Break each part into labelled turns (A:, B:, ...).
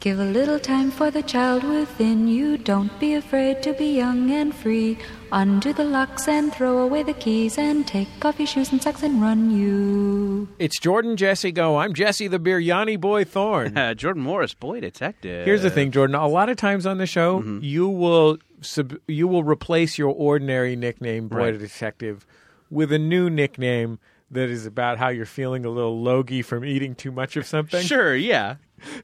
A: Give a little time for the child within you. Don't be afraid to be young and free. Undo the locks and throw away the keys and take off your shoes and socks and run you.
B: It's Jordan Jesse Go. I'm Jesse the Beer Yanni Boy Thorn.
C: Uh, Jordan Morris, boy detective.
B: Here's the thing, Jordan. A lot of times on the show,
C: Mm-hmm.
B: you will sub- you will replace your ordinary nickname, Boy
C: Right.
B: Detective, with a new nickname that is about how you're feeling a little logy from eating too much of something.
C: Sure, yeah.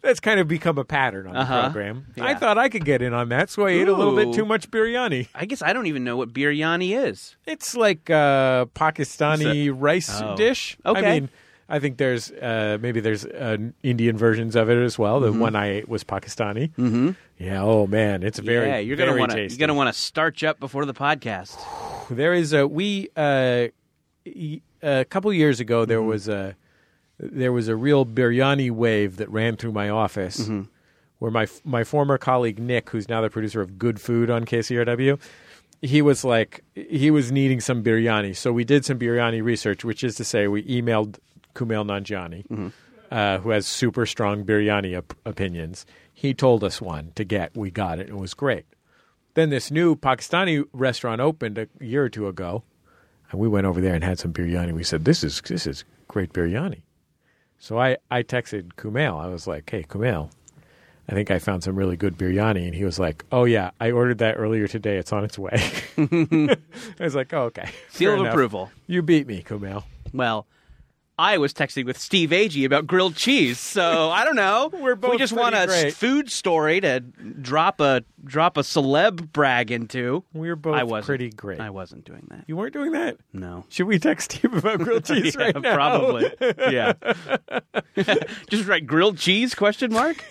B: That's kind of become a pattern on the
C: Uh-huh.
B: program. I
C: Yeah.
B: thought I could get in on that, so I ate a little bit
C: Ooh.
B: too much biryani.
C: I guess I don't even know what biryani is.
B: It's like a Pakistani rice
C: Oh.
B: dish. I
C: Okay.
B: mean, I think there's uh, maybe there's uh, Indian versions of it as well. The
C: Mm-hmm.
B: one I ate was Pakistani. Mm-hmm. Yeah. Oh man, it's very
C: yeah, you're gonna
B: very
C: wanna
B: tasty.
C: you're gonna want to starch up before the podcast.
B: There is a we uh, y- a couple years ago there was a there was a real biryani wave that ran through my office. Where my f- my former colleague Nick, who's now the producer of Good Food on KCRW, he was like he was needing some biryani, so we did some biryani research, which is to say we emailed Kumail Nanjiani, uh, who has super strong biryani op- opinions. He told us one to get, we got it, and it was great. Then this new Pakistani restaurant opened a year or two ago, and we went over there and had some biryani. We said, "This is this is great biryani." So I I texted Kumail. I was like, "Hey Kumail, I think I found some really good biryani," and he was like, "Oh yeah, I ordered that earlier today. It's on its way." I was like, "Oh okay,
C: Seal
B: Fair
C: of
B: enough.
C: approval.
B: You beat me, Kumail.
C: Well, I was texting with Steve Agee about grilled cheese, so I don't know.
B: We're
C: If we
B: both
C: just want a
B: pretty
C: s-
B: great.
C: food story to drop a drop a celeb brag into.
B: We're both
C: I wasn't.
B: pretty great.
C: I wasn't doing that.
B: You weren't doing that.
C: No.
B: Should we text Steve about grilled cheese
C: Yeah,
B: right now?
C: probably. Yeah. just write grilled cheese question mark.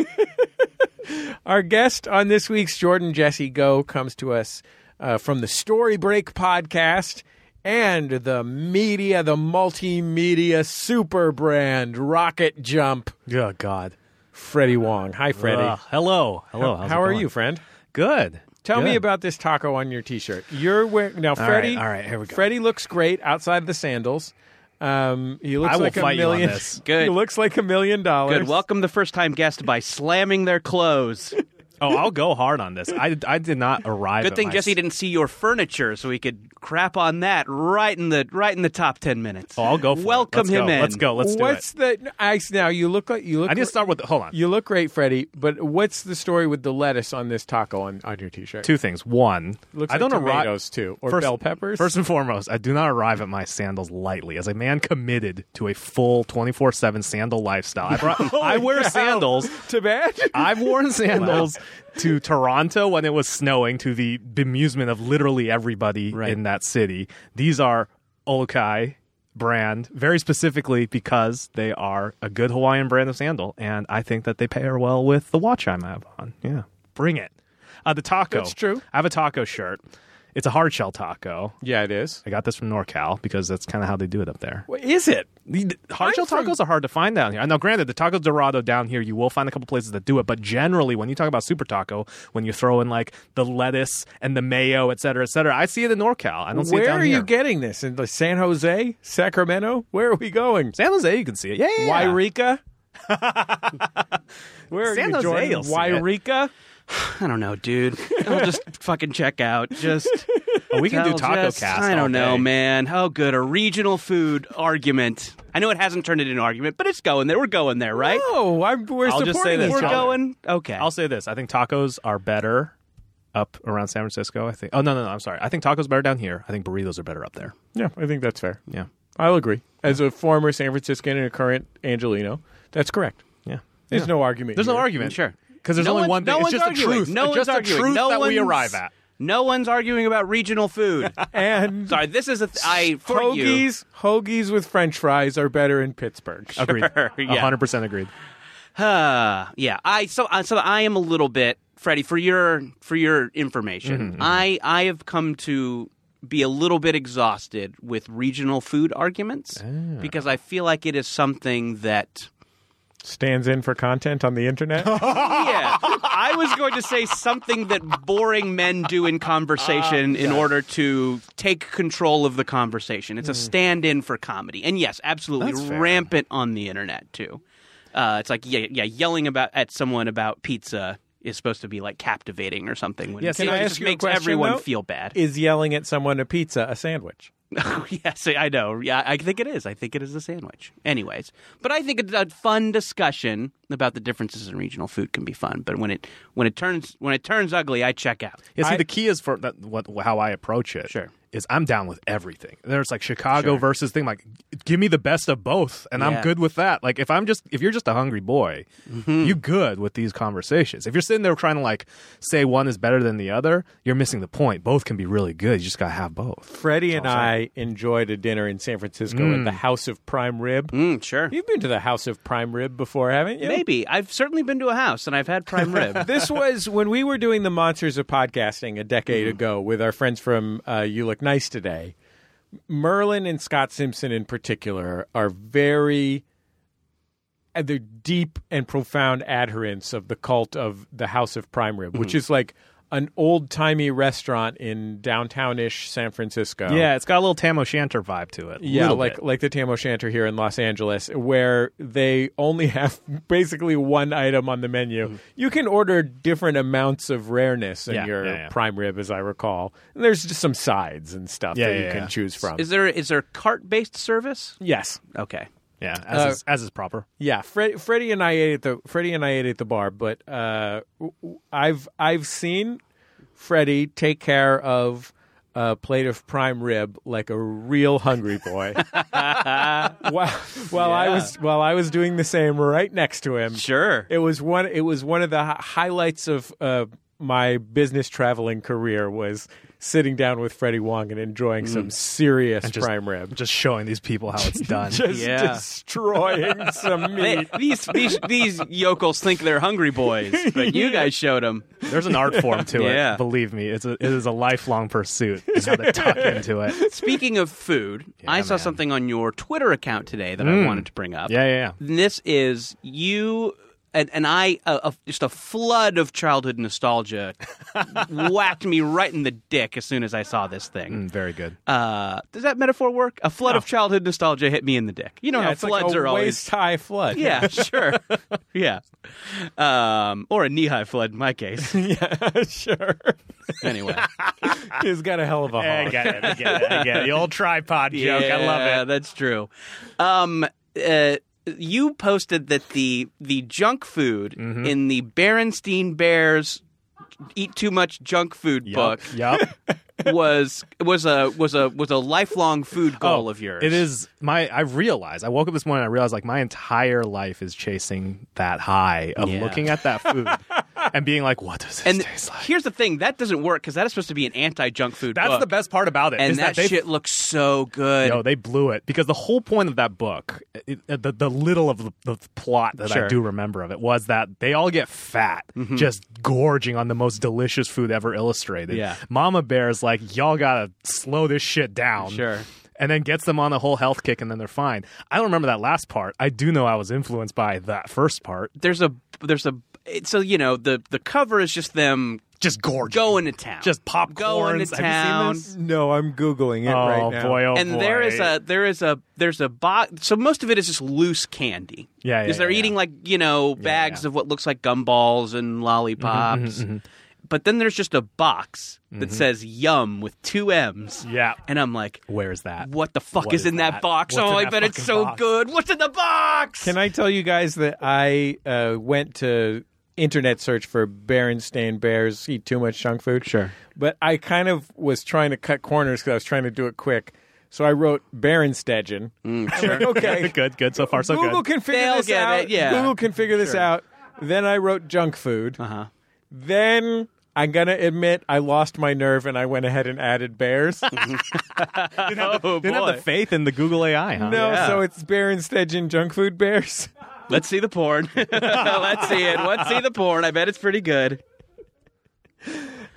B: Our guest on this week's Jordan Jesse Go comes to us uh, from the Story Break podcast and the media, the multimedia super brand Rocket Jump.
D: Oh God.
B: Freddie Wong. Hi, Freddie.
D: Ugh. hello. Hello. How's it
B: How are
D: going?
B: you, friend?
D: Good.
B: Tell me
D: Good.
B: about this taco on your T-shirt. You're wearing now, Freddie.
D: all right, here we go.
B: Freddie looks great outside the sandals. Um, he looks
D: I will
B: like
D: fight
B: a
D: you on
B: million.
D: this.
C: Good.
B: He looks like a million dollars.
C: Good. Welcome the first time guest by slamming their clothes.
D: Oh, I'll go hard on this. I, I did not arrive.
C: Good
D: at
C: thing
D: my-
C: Jesse didn't see your furniture, so he could crap on that right in the right in the top ten minutes.
D: Oh, I'll go for it.
C: Welcome
D: Let's
C: him
D: go.
C: in.
D: Let's go. Let's
B: What's
D: do
B: the ice now? You look like you
D: it.
B: look.
D: I need to start with. Hold on.
B: You look great, Freddie, but what's the story with the lettuce on this taco on, on your t-shirt?
D: Two things. One,
B: Looks
D: I don't
B: like
D: arrive.
B: tomatoes, too, or
D: first,
B: bell peppers.
D: First and foremost, I do not arrive at my sandals lightly. As a man committed to a full twenty four seven sandal lifestyle, I, brought,
B: Oh
D: I wear sandals
B: to bad?
D: I've worn sandals to Toronto when it was snowing to the bemusement of literally everybody in that city. These are Olokai brand, very specifically because they are a good Hawaiian brand of sandal, and I think that they pair well with the watch I have on. Yeah, bring it. Uh, the taco.
B: That's true.
D: I have a taco shirt. It's a hard shell taco.
B: yeah, it is.
D: I got this from NorCal because that's kind of how they do it up there.
B: What is it?
D: The- the Hard shell
B: from-
D: tacos are hard to find down here. Now, granted, the Taco Dorado down here, you will find a couple places that do it, but generally, when you talk about super taco, when you throw in like the lettuce and the mayo, et cetera, et cetera, I see it in NorCal. I don't see it
B: Where
D: down
B: are
D: here.
B: you getting this? In the San Jose, Sacramento? Where are we going?
D: San Jose, you can see it. Yeah, yeah, yeah.
B: Wairika? Where are
D: San
B: you,
D: Jose
B: Jordan?
D: will see it.
B: Wairika?
C: I don't know, dude. I'll just fucking check out. Just
D: Oh, we can do
C: I'll
D: taco
C: just-
D: cast.
C: I
D: all
C: don't know,
D: day.
C: man. How good a regional food argument. I know it hasn't turned into an argument, but it's going there. We're going there, right?
B: Oh, I'm, we're
D: I'll
B: supporting
D: just say this,
C: We're
B: each other.
D: Charlie.
C: going. Okay.
D: I'll say this: I think tacos are better up around San Francisco. I think. Oh no, no, no. I'm sorry. I think tacos are better down here. I think burritos are better up there.
B: Yeah, I think that's fair.
D: Yeah,
B: I'll agree. As a former San Franciscan and a current Angelino, that's correct.
D: yeah.
B: There's no argument.
D: There's no
B: here.
D: argument.
C: Sure.
D: Because there's
C: No
D: only
C: one's-
D: one thing.
C: No
D: it's
C: one's
D: just
C: arguing.
D: the truth.
C: No
D: It's
C: one's
D: just the
C: arguing.
D: truth
C: no
D: that
C: one's,
D: we arrive at.
C: No one's arguing about regional food.
B: And
C: Sorry, this is a th- I for you.
B: hoagies, hoagies with French fries are better in Pittsburgh.
D: Agreed.
C: yeah.
D: 100% agreed.
C: Uh, yeah, I so uh, so I am a little bit Freddie for your for your information. I I have come to be a little bit exhausted with regional food arguments because I feel like it is something that
B: Stands in for content on the internet.
C: yeah, I was going to say something that boring men do in conversation in order to take control of the conversation. It's a stand in for comedy. And yes, absolutely
D: That's fair.
C: rampant on the internet, too. Uh, it's like yeah, yeah, yelling about at someone about pizza is supposed to be like captivating or something. When
D: Yeah,
C: it
D: can I
C: just
B: ask you a
C: makes
B: question,
C: everyone
B: though?
C: feel bad.
B: Is yelling at someone a pizza a sandwich?
C: yes, I know. Yeah, I think it is. I think it is a sandwich. Anyways, but I think a, a fun discussion about the differences in regional food can be fun. But when it when it turns when it turns ugly, I check out.
D: Yeah, see,
B: I-
D: the key is for that, what how I approach it.
C: Sure.
D: is I'm down with everything. There's like Chicago versus thing. Like, give me the best of both, and
C: Yeah.
D: I'm good with that. Like, if I'm just if you're just a hungry boy, you good with these conversations. If you're sitting there trying to like say one is better than the other, you're missing the point. Both can be really good. You just gotta have both.
B: Freddie and I enjoyed a dinner in San Francisco at the House of Prime Rib.
C: Mm, sure,
B: You've been to the House of Prime Rib before, haven't you?
C: maybe I've certainly been to a house and I've had prime rib.
B: this was when we were doing the Monsters of Podcasting a decade ago with our friends from uh, You Look Nice Today. Merlin and Scott Simpson, in particular, are very. And they're deep and profound adherents of the cult of the House of Prime Rib, which is like an old timey restaurant in downtownish San Francisco.
D: Yeah, it's got a little Tam O'Shanter vibe to it.
B: Yeah,
D: Little
B: like
D: bit.
B: like the Tam O'Shanter here in Los Angeles, where they only have basically one item on the menu. You can order different amounts of rareness in
D: Mm-hmm. Yeah,
B: your
D: yeah, yeah.
B: prime rib, as I recall. And there's just some sides and stuff
D: Yeah,
B: that you
D: yeah,
B: can
D: yeah.
B: choose from.
C: is there is there cart based service?
B: yes,
C: Okay,
D: yeah, as,
B: uh,
D: is, as is proper.
B: yeah. Fred, Freddie and I ate at the Freddie and I ate at the bar, but uh, w- w- I've I've seen Freddie take care of a plate of prime rib like a real hungry boy. while while I was while I was doing the same right next to him.
C: sure.
B: It was one it was one of the hi- highlights of uh, my business traveling career was sitting down with Freddie Wong and enjoying some serious
D: Just-
B: prime rib.
D: Just showing these people how it's done.
B: Just
C: Yeah.
B: destroying some meat.
C: They- these these these yokels think they're hungry boys, but you guys showed them.
D: There's an art form to
C: Yeah.
D: it. Believe me, it's a, it is a lifelong pursuit. Is how they tuck into it.
C: Speaking of food, I saw
D: man.
C: something on your Twitter account today that I wanted to bring up.
D: Yeah, yeah, yeah.
C: And This is you and, and I, uh, uh, just a flood of childhood nostalgia whacked me right in the dick as soon as I saw this thing.
D: Mm, very good.
C: Uh, does that metaphor work? A flood of childhood nostalgia hit me in the dick. You know
B: Oh. Yeah,
C: how
B: it's
C: floods
B: like a
C: are always.
B: waist high flood.
C: Yeah, sure. yeah. Um, or a knee high flood in my case.
B: yeah, sure.
C: Anyway.
B: He's got a hell of a
D: I
B: hog.
D: get it. I get it. I get it. The old tripod joke. I
C: Yeah,
D: love it.
C: That's true. Um, uh, you posted that the the junk food
D: Mm-hmm.
C: in the Berenstein Bears eat too much junk food book
D: Yep.
C: was was a was a was a lifelong food goal
D: Oh,
C: of yours.
D: It is my. I realized. I woke up this morning. and I realized like my entire life is chasing that high of
C: Yeah.
D: looking at that food and being like, what does this
C: And
D: taste like?
C: here's the thing: that doesn't work because that is supposed to be an anti-junk food.
D: That's
C: book.
D: the best part about it.
C: And
D: is
C: that,
D: they
C: shit looks so good.
D: No, they blew it because the whole point of that book, it, it- the the little of the, the plot that
B: Sure.
D: I do remember of it was that they all get fat,
C: Mm-hmm.
D: just gorging on the most delicious food ever illustrated.
C: Yeah.
D: Mama Bear is like, y'all gotta slow this shit down.
C: Sure.
D: And then gets them on the whole health kick, and then they're fine. I don't remember that last part. I do know I was influenced by that first part.
C: there's a there's a it- so you know the the cover is just them
D: Just gorging,
C: going to town,
D: just popcorns.
C: going to
D: Have you seen
C: town.
D: this?
B: No, I'm googling it
D: Oh
B: right now.
D: boy! Oh
C: and
D: boy.
C: there is a there is a there's a box. So most of it is just loose candy.
D: Yeah, yeah,
C: Because they're
D: yeah,
C: eating
D: yeah.
C: like you know bags
D: yeah. Mm-hmm,
C: of what looks like gumballs and lollipops. But then there's just a box that says "Yum" with two M's.
D: Yeah.
C: and I'm like,
D: Where is that?
C: what the fuck
D: What
C: is
D: is
C: in that,
D: that?
C: box?
D: What's
C: oh,
D: in
C: I
D: that
C: bet it's
D: fucking
C: so
D: box?
C: good. What's in the box?
B: Can I tell you guys that I uh, went to internet search for Berenstain Bears eat too much junk food?
C: Sure.
B: But I kind of was trying to cut corners because I was trying to do it quick. So I wrote Berenstegen. Sure. okay.
D: good, good so far, so
B: Google
D: good.
B: can figure
C: They'll
B: this
C: get
B: out.
C: it, yeah.
B: Google can figure this out. Then I wrote junk food.
C: uh-huh.
B: Then I'm gonna admit I lost my nerve and I went ahead and added bears.
C: Oh
D: Didn't have
C: boy,
D: the faith in the Google AI, huh?
B: no,
C: Yeah.
B: so it's Berenstegen junk food bears.
C: let's see the porn. let's see it. Let's see the porn. I bet it's pretty good.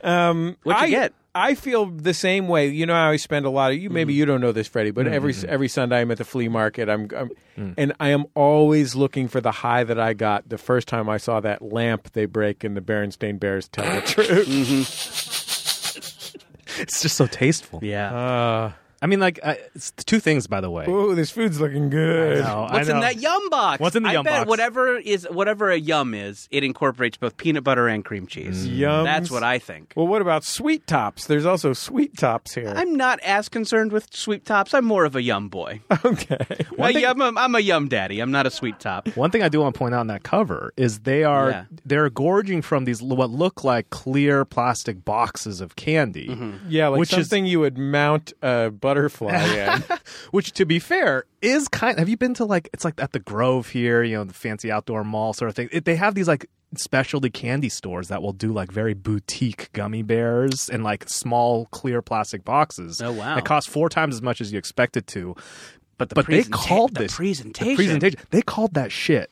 B: Um,
C: What'd you
B: I,
C: get?
B: I feel the same way. You know, how I always spend a lot of you.
C: Mm-hmm.
B: Maybe you don't know this, Freddie, but every every Sunday I'm at the flea market. I'm, I'm
C: Mm.
B: and I am always looking for the high that I got the first time I saw that lamp they break in the Berenstain Bears. Tell the truth.
D: It's just so tasteful.
C: Yeah.
B: Uh,
D: I mean, like I, it's two things, by the way.
B: Ooh, this food's looking
D: I
B: good.
D: know, I
C: What's in
D: know.
C: that yum box?
D: What's in the
C: I
D: yum
C: bet
D: box?
C: Whatever is whatever a yum is, it incorporates both peanut butter and cream cheese.
B: Yums.
C: That's what I think.
B: Well, what about sweet tops? There's also sweet tops here.
C: I'm not as concerned with sweet tops. I'm more of a yum boy.
B: okay.
C: I, am a, I'm a yum daddy. I'm not a sweet top.
D: One thing I do want to point out in that cover is they are
C: Yeah.
D: they're gorging from these what look like clear plastic boxes of candy.
C: Mm-hmm.
B: Yeah, like
D: Which is-
B: something you would mount a butterfly in.
D: which to be fair is kind have you been to like it's like at the grove here you know the fancy outdoor mall sort of thing it, they have these like specialty candy stores that will do like very boutique gummy bears and like small clear plastic boxes
C: Oh, wow.
D: it costs four times as much as you expect it to but the
C: But
D: they
C: presenta-
D: called
C: the
D: this
C: presentation.
D: presentation they called that shit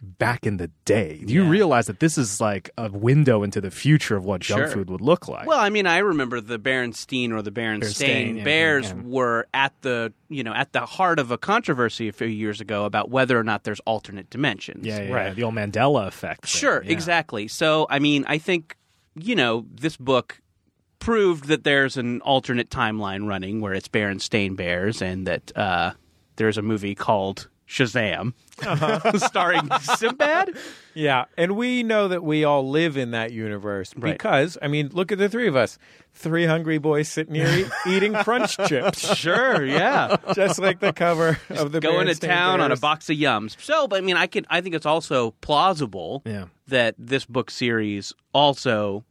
D: back in the day you
C: Yeah.
D: realize that this is like a window into the future of what junk
C: Sure.
D: food would look like
C: Well, I mean, I remember the Berenstain or the
D: Berenstain,
C: Berenstain
D: yeah,
C: Bears
D: yeah.
C: were at the you know at the heart of a controversy a few years ago about whether or not there's alternate dimensions.
D: yeah, yeah,
B: Right.
D: yeah, the old mandela effect thing.
C: Sure,
D: Yeah.
C: exactly. So, I mean, I think, you know, this book proved that there's an alternate timeline running where it's Berenstain Bears and that uh, there's a movie called Shazam
D: Uh-huh.
C: starring Sinbad.
B: yeah, and we know that we all live in that universe
C: Right.
B: because, I mean, look at the three of us. Three hungry boys sitting here e- eating crunch chips,
C: Sure, yeah.
B: just like the cover of the
C: Going to
B: Berenstain
C: town on a
B: Bears.
C: box of yums. So, but I mean, I could I think it's also plausible
D: yeah
C: that this book series also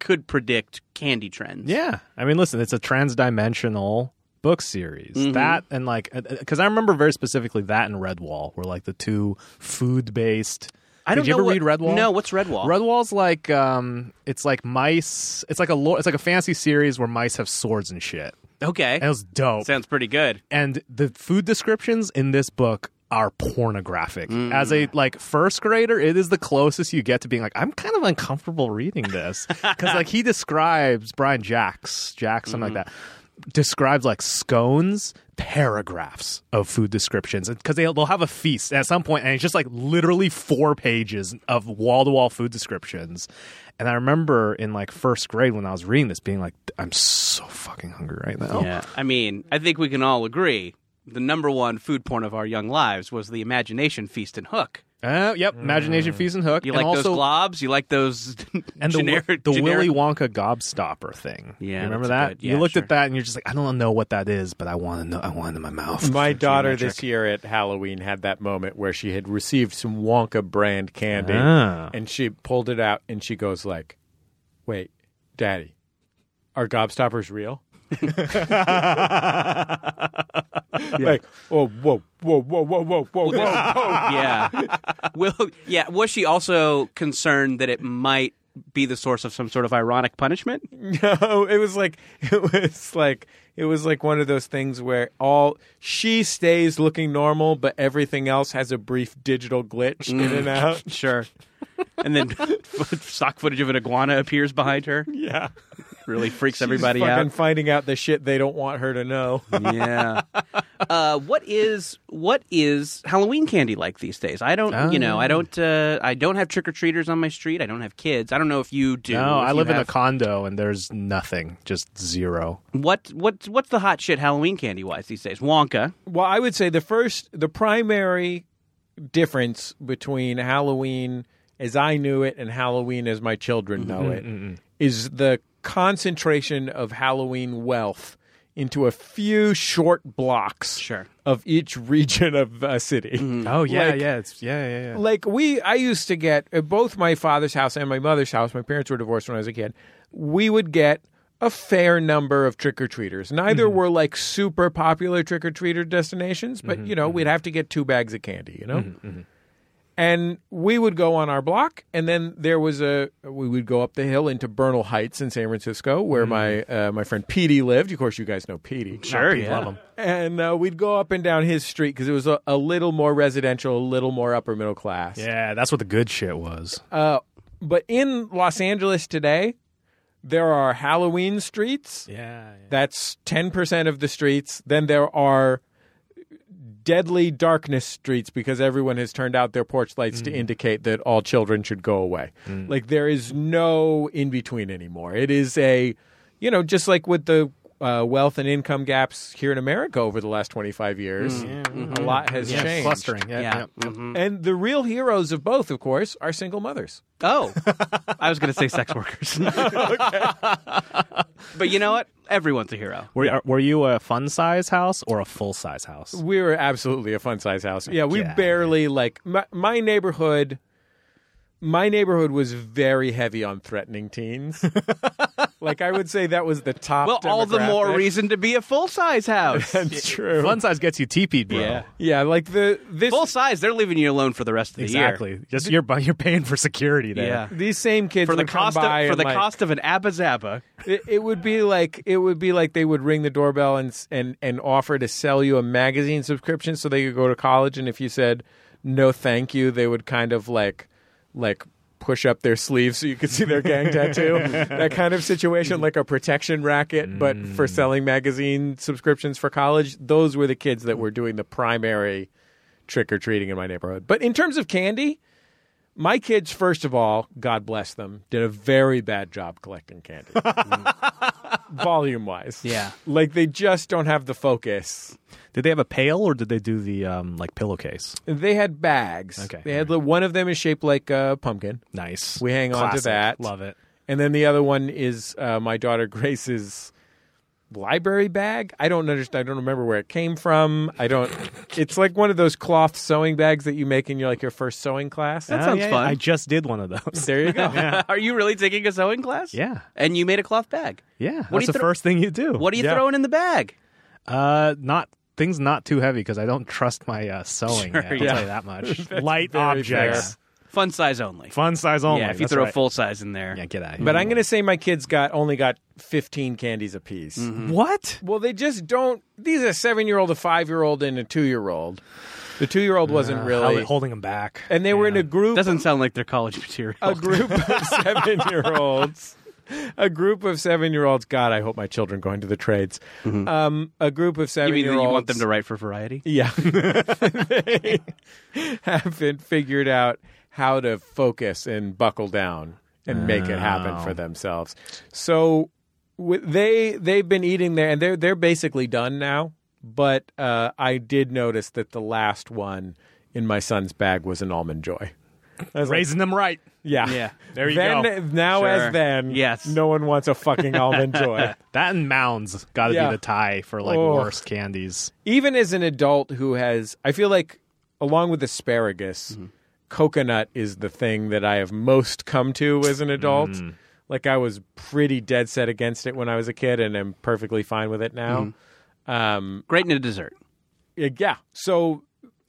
C: could predict candy trends.
D: Yeah. I mean, listen, it's a transdimensional book series.
C: Mm-hmm.
D: That and like, because I remember very specifically that and Redwall were like the two food based.
C: I don't
D: Did you
C: know
D: ever
C: what-
D: read Redwall?
C: No, what's Redwall?
D: Redwall's like um, it's like mice. It's like a lore, it's like a fancy series where mice have swords and shit.
C: Okay.
D: And it was dope.
C: Sounds pretty good.
D: and the food descriptions in this book are pornographic. As a like first grader, it is the closest you get to being like, I'm kind of uncomfortable reading this because like he describes Brian Jacks, Jacks, something like that, describes like scones, paragraphs of food descriptions because they'll, they'll have a feast at some point, and it's just like literally four pages of wall to wall food descriptions. And I remember in like first grade when I was reading this, being like, I'm so fucking hungry right now.
C: Yeah. I mean, I think we can all agree the number one food porn of our young lives was the imagination feast and hook.
D: Uh, yep, Imagination Feast and Hook.
C: Mm. You
D: and
C: like
D: also,
C: those globs? You like those
D: And the,
C: generic,
D: the
C: generic-
D: Willy Wonka gobstopper thing.
C: Yeah,
D: You
C: that's
D: remember
C: a
D: that?
C: good- yeah,
D: you looked
C: sure.
D: at that and you're just like, I don't know what that is, but I want to know. I want it in my mouth.
B: My daughter this year at Halloween had that moment where she had received some Wonka brand candy
D: Ah.
B: and she pulled it out and she goes like, "Wait, daddy, are gobstoppers real?" Like, oh, whoa, whoa, whoa, whoa, whoa, whoa, whoa.
C: yeah. Will, yeah. Was she also concerned that it might be the source of some sort of ironic punishment?
B: No, it was like it was like it was like one of those things where all she stays looking normal, but everything else has a brief digital glitch in and out.
C: Sure. And then stock footage of an iguana appears behind her.
B: Yeah,
C: Really freaks everybody
B: She's
C: out.
B: fucking finding out the shit they don't want her to know.
C: yeah. Uh, what is what is Halloween candy like these days? I don't, you know, I don't, uh, I don't have trick or treaters on my street. I don't have kids. I don't know if you do.
D: No,
C: if
D: I
C: you
D: live in a
C: have-
D: condo and there's nothing, just zero.
C: what what what's the hot shit Halloween candy wise these days? Wonka.
B: Well, I would say the first, the primary difference between Halloween as I knew it and Halloween as my children know it is the concentration of Halloween wealth into a few short blocks
C: Sure.
B: of each region of a city.
C: Mm.
D: Oh
B: yeah,
D: yeah, it's yeah, yeah, yeah.
B: Like we, I used to get at both my father's house and my mother's house. My parents were divorced when I was a kid. We would get a fair number of trick or treaters. Neither
C: Mm-hmm.
B: were like super popular trick or treater destinations,
C: Mm-hmm.
B: but you know we'd have to get two bags of candy. You know. And we would go on our block, and then there was a we would go up the hill into Bernal Heights in San Francisco, where my uh, my friend Petey lived. Of course, you guys know Petey
C: Mm-hmm. Sure, yeah.
D: Love 'em.
B: and uh, we'd go up and down his street because it was a, a little more residential, a little more upper middle class.
D: Yeah, that's what the good shit was.
B: Uh, but in Los Angeles today, there are Halloween streets.
D: yeah,
B: That's 10% of the streets. Then there are deadly darkness streets because everyone has turned out their porch lights to indicate that all children should go away. Like there is no in between anymore. It is a, you know, just like with the uh, wealth and income gaps here in America over the last 25 years. A lot has
D: Yes.
B: changed.
D: Clustering. Yeah.
C: yeah.
D: yeah.
C: Mhm.
B: And the real heroes of both, of course, are single mothers.
C: Oh, I was going to say sex workers. but you know what? Everyone's a hero.
D: Were, are- were you a fun size house or a full size house?
B: We were absolutely a fun size house. Yeah, we
D: Yeah.
B: barely like my, my neighborhood. My neighborhood was very heavy on threatening teens. like I would say that was the top.
C: Well, all the more
B: demographic.
C: reason to be a full size house.
B: That's true.
D: Fun size gets you teepeed, bro.
C: Yeah.
B: Yeah, like the this
C: full size, they're leaving you alone for the rest of the year.
D: Exactly. Just you're bu- you're paying for security there.
C: Yeah.
B: these same kids
C: For the
B: would come
C: cost of,
B: by
C: for
B: and,
C: the
B: like,
C: cost of an Abba Zabba.
B: It, it would be like it would be like they would ring the doorbell and s- and and offer to sell you a magazine subscription so they could go to college. And if you said no, thank you, they would kind of like like push up their sleeves so you could see their gang tattoo. That kind of situation, like a protection racket, but for selling magazine subscriptions for college. Those were the kids that were doing the primary trick or treating in my neighborhood. But in terms of candy. My kids, first of all, God bless them, did a very bad job collecting candy volume wise.
C: Yeah.
B: Like they just don't have the focus.
D: Did they have a pail or did they do the um like pillowcase?
B: They had bags.
D: Okay.
B: They had the one of them is shaped like a pumpkin,
D: Nice.
B: We hang on to
D: Classic.
B: that.
D: Love it.
B: and then the other one is uh, my daughter Grace's library bag. I don't understand. I don't remember where it came from. I don't. It's like one of those cloth sewing bags that you make in your like your first sewing class.
C: That sounds fun.
D: I just did one of those.
B: there you go.
C: Are you really taking a sewing class?
D: Yeah.
C: And you made a cloth bag.
D: Yeah.
C: What do you
D: What's the
C: throw-
D: first thing you do?
C: What are you
B: Yeah.
C: throwing in the bag?
D: Uh, not things not too heavy because I don't trust my uh, sewing. yet, I'll
C: yeah.
D: tell you that much. Light
B: very
D: objects,
C: Fun size only.
D: fun size only.
C: yeah, if you
D: That's
C: throw
D: right.
C: a full size in there.
D: yeah, get out. Of here.
B: But I'm going to say my kids got only got 15 candies apiece.
C: Mm-hmm.
D: what?
B: Well, they just don't. These are seven year old, a five year old, and a two year old. The two year old wasn't really.
D: holding them back.
B: and they were in a group.
C: Doesn't sound like they're college material.
B: a group of seven year olds. A group of seven year olds. God, I hope my children go into the trades. Um, a group of
C: Mm-hmm. you
B: seven
C: mean
B: year
C: that
B: olds.
C: you want them to write for variety?
B: Yeah. they haven't figured out how to focus and buckle down and make it happen for themselves. So wi- they they've been eating there and they're they're basically done now, but uh, I did notice that the last one in my son's bag was an almond joy.
D: Raising them right.
B: Yeah.
C: Yeah.
D: There you
B: then,
D: go.
B: Now
C: Sure.
B: as then,
C: Yes.
B: no one wants a fucking almond joy.
D: That and mounds got to
B: Yeah.
D: be the tie for like
B: Oh.
D: worst candies.
B: even as an adult who has i feel like along with asparagus coconut is the thing that i have most come to as an adult like i was pretty dead set against it when i was a kid and i'm perfectly fine with it now um
C: Great in a dessert.
B: yeah so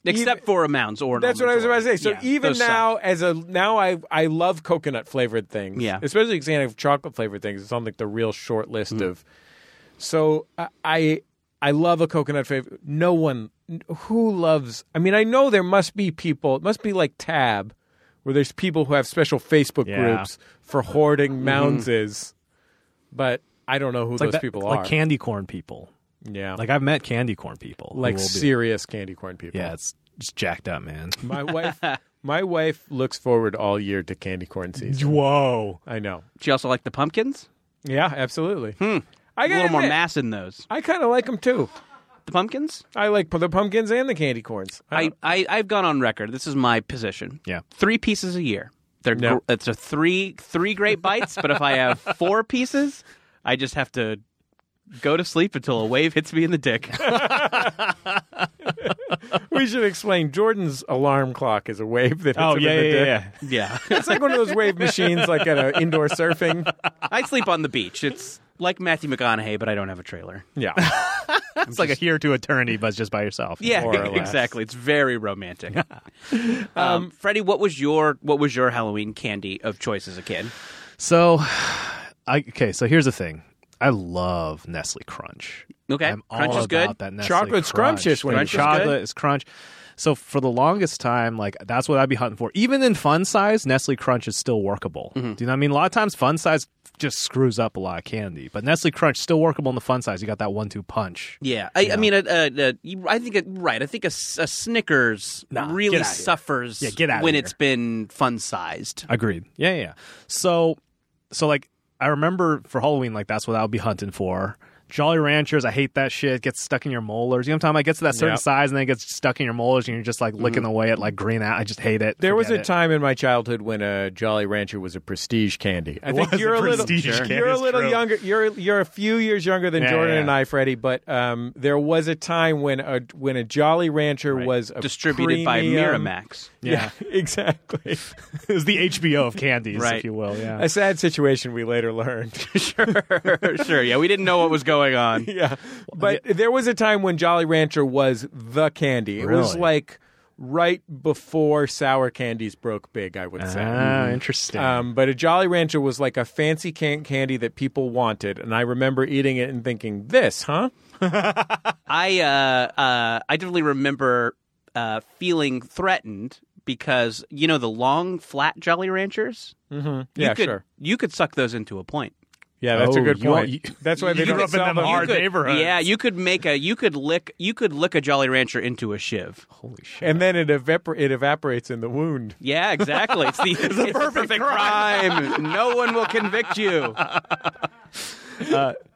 C: Except for a mounds or an
B: that's what I was about to
C: almond
B: say.
C: joy.
B: So
C: Yeah,
B: even
C: those suck.
B: now, as a now, I I love coconut flavored things.
C: Yeah.
B: especially because I have chocolate flavored things. It's on like the real short list
D: Hmm.
B: of. So I- I I love a coconut flavor. No one who loves. I mean, I know there must be people. It must be like Tab, where there's people who have special Facebook
D: Yeah.
B: groups for hoarding moundses, but I don't know who those
D: that-
B: people are.
D: like candy corn people.
B: yeah,
D: Like I've met candy corn people. who
B: like
D: will be-
B: serious candy corn people.
D: yeah, it's just jacked up, man.
B: My wife, my wife looks forward all year to candy corn season.
D: Whoa.
B: I know.
C: Do you also like the pumpkins?
B: Yeah, absolutely. I
C: Hmm. A
B: got
C: little more
B: admit,
C: mass in those.
B: I kind of like them too.
C: The pumpkins?
B: I like p- the pumpkins and the candy corns. I
C: I,
B: don't-
C: I I've gone on record. This is my position.
D: Yeah.
C: three pieces a year. They're
B: No.
C: gr- it's a three three great bites. but if I have four pieces, I just have to go to sleep until a wave hits me in the dick.
B: we should explain. Jordan's alarm clock is a wave that. Hits
D: Oh
B: him
D: yeah,
B: in the
D: yeah,
B: dick.
D: yeah.
C: yeah,
B: It's like one of those wave machines, like at an indoor surfing.
C: I sleep on the beach. It's like Matthew McConaughey, but I don't have a trailer.
B: Yeah,
D: It's like a here to eternity, but just by yourself.
C: Yeah,
B: More or less.
C: exactly. It's very romantic. um, Freddie, what was your what was your Halloween candy of choice as a kid?
D: So, I okay. So here's the thing. I love Nestle Crunch.
C: Okay,
D: I'm
C: crunch
D: all
C: is good.
D: about that Nestle
B: Chocolate's
D: Crunch.
B: scrumptious when
D: The
B: you get it.
D: chocolate is crunch. So for the longest time, like that's what I'd be hunting for. Even in fun size, Nestle Crunch is still workable.
B: Mm-hmm.
D: Do you know what I mean? A lot of times, fun size just screws up a lot of candy, but Nestle Crunch still workable in the fun size. You got that one-two punch.
C: Yeah, I, I mean, uh, uh, uh, you- I think it, right. I think a, s- a Snickers
D: Nah, get
C: really
D: outta here.
C: suffers
D: Yeah, get outta
C: when
D: here.
C: it's been fun sized.
D: Agreed. Yeah, yeah, yeah. So, so like I remember for Halloween, like that's what I would be hunting for. Jolly Ranchers, I hate that shit. Gets stuck in your molars. You know what I'm talking about? It gets to that certain
B: Yep. Mm-hmm.
D: size and then it gets stuck in your molars and you're just like licking away at like green out. I just hate it.
B: There was a
D: Forget it.
B: time in my childhood when a Jolly Rancher was a prestige candy. I think
D: was
B: you're
D: a
B: a, little,
D: prestige candy,
B: you're a
D: it's
B: little
D: true.
B: younger. You're you're a few years younger than
D: Yeah,
B: Jordan
D: yeah.
B: and I, Freddie. But um, there was a time when a when a Jolly Rancher was a
C: distributed by
B: premium-
C: Miramax.
B: Yeah, exactly.
D: it was the HBO of candies, if
C: Right.
D: you will. Yeah.
B: a sad situation we later learned.
C: sure, sure. Yeah, we didn't know what was going on.
B: yeah, but there was a time when Jolly Rancher was the candy. It was
D: Really?
B: like right before sour candies broke big. I would say.
C: Mm-hmm.
D: Ah, interesting.
B: Um, but a Jolly Rancher was like a fancy can- candy that people wanted, and I remember eating it and thinking, "This, huh?"
C: I uh, uh, I definitely remember uh, feeling threatened because you know the long flat Jolly Ranchers.
B: Mm-hmm.
C: You
B: Yeah,
C: could,
B: sure.
C: You could suck those into a point.
B: Yeah, that's a
D: Oh,
B: good
D: you want-
B: point.
D: you-
B: that's why they
D: you
B: don't
D: grew up in
B: sell
D: them
B: them.
D: hard
B: You could-
D: neighborhoods.
C: Yeah, you could make a you could lick you could lick a Jolly Rancher into a shiv.
D: Holy shit.
B: and then it evapor- it evaporates in the wound.
C: Yeah, exactly. It's the, it's the perfect, crime. no one will convict you.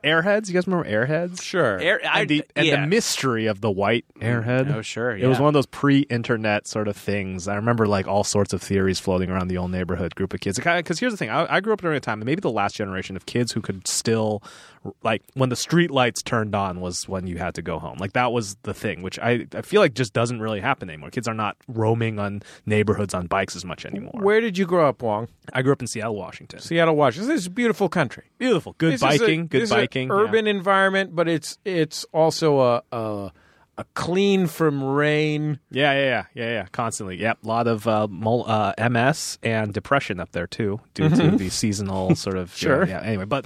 D: Airheads. You guys remember Airheads?
B: Sure.
C: Air- I-
D: and the, and
C: yeah.
D: the mystery of the white
B: Mm,
D: airhead.
C: Oh, sure,
D: It was
C: yeah.
D: one of those pre-internet sort of things. I remember like all sorts of theories floating around the old neighborhood group of kids. Because here's the thing: I, I grew up during a time, maybe the last generation of kids who could still, like, when the street lights turned on was when you had to go home. Like that was the thing, which I, I feel like just doesn't really happen anymore. Kids are not roaming on neighborhoods on bikes as much anymore.
B: Where did you grow up, Wong?
D: I grew up in Seattle, Washington.
B: Seattle, Washington. This is a beautiful country.
D: Beautiful, good
B: This is a-
D: biking, good
B: this is a
D: biking, yeah.
B: urban environment, but it's it's also a a, a clean from rain.
D: Yeah, yeah, yeah, yeah, yeah. Constantly. Yep. A lot of uh, mul- uh, MS and depression up there too, due to the seasonal sort of.
B: Mm-hmm. Sure.
D: Yeah. yeah. Anyway, but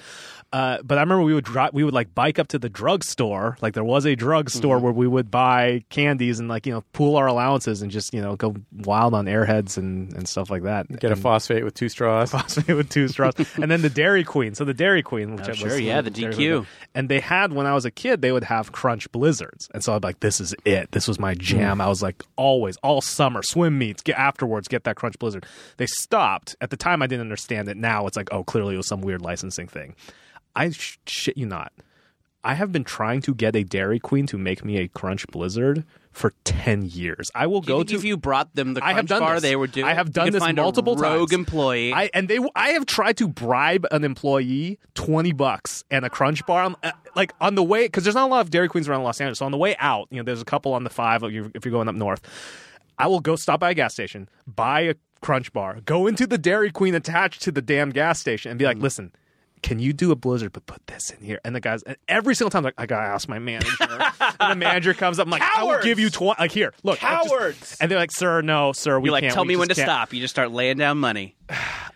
D: uh, but I remember we would drive, we would like bike up to the drugstore. Like there was a drugstore
B: Mm-hmm.
D: where we would buy candies and like you know pool our allowances and just you know go wild on airheads and and stuff like that.
B: Get a phosphate with two straws.
D: Possibly with two straws, and then the Dairy Queen. So the Dairy Queen, which I was
C: Oh, sure, yeah, the
D: Dairy
C: DQ.
D: Queen. and they had when I was a kid, they would have Crunch Blizzards, and so I'd be like, "This is it. This was my
C: Hmm.
D: jam." I was like, always, all summer, swim meets, get afterwards, get that Crunch Blizzard. They stopped at the time. I didn't understand it. Now it's like, oh, clearly it was some weird licensing thing. I sh- shit you not. I have been trying to get a Dairy Queen to make me a Crunch Blizzard for ten years. I will
C: Do you
D: go
C: think
D: to
C: if you brought them the
D: I have
C: crunch
D: done
C: bar
D: this.
C: they were doing.
D: I have
C: you
D: done
C: could
D: this
C: find
D: multiple
C: a rogue
D: times.
C: employee.
D: I and they I have tried to bribe an employee twenty bucks and a crunch bar. I'm, uh, like on the way, because there's not a lot of Dairy Queens around Los Angeles. So on the way out, you know, there's a couple on the five if you're, if you're going up north. I will go stop by a gas station, buy a crunch bar, go into the Dairy Queen attached to the damn gas station, and be like,
C: Mm.
D: listen. Can you do a blizzard, but put this in here? And the guys, and every single time, like I gotta ask my manager. and the manager comes up, I'm like, I will
C: Cowards!
D: give you twenty. Like here, look, I just-
C: Cowards!
D: and they're like, sir, no, sir, we
C: You're like,
D: can't.
C: tell
D: we
C: me when to
D: just can't."
C: stop. You just start laying down money.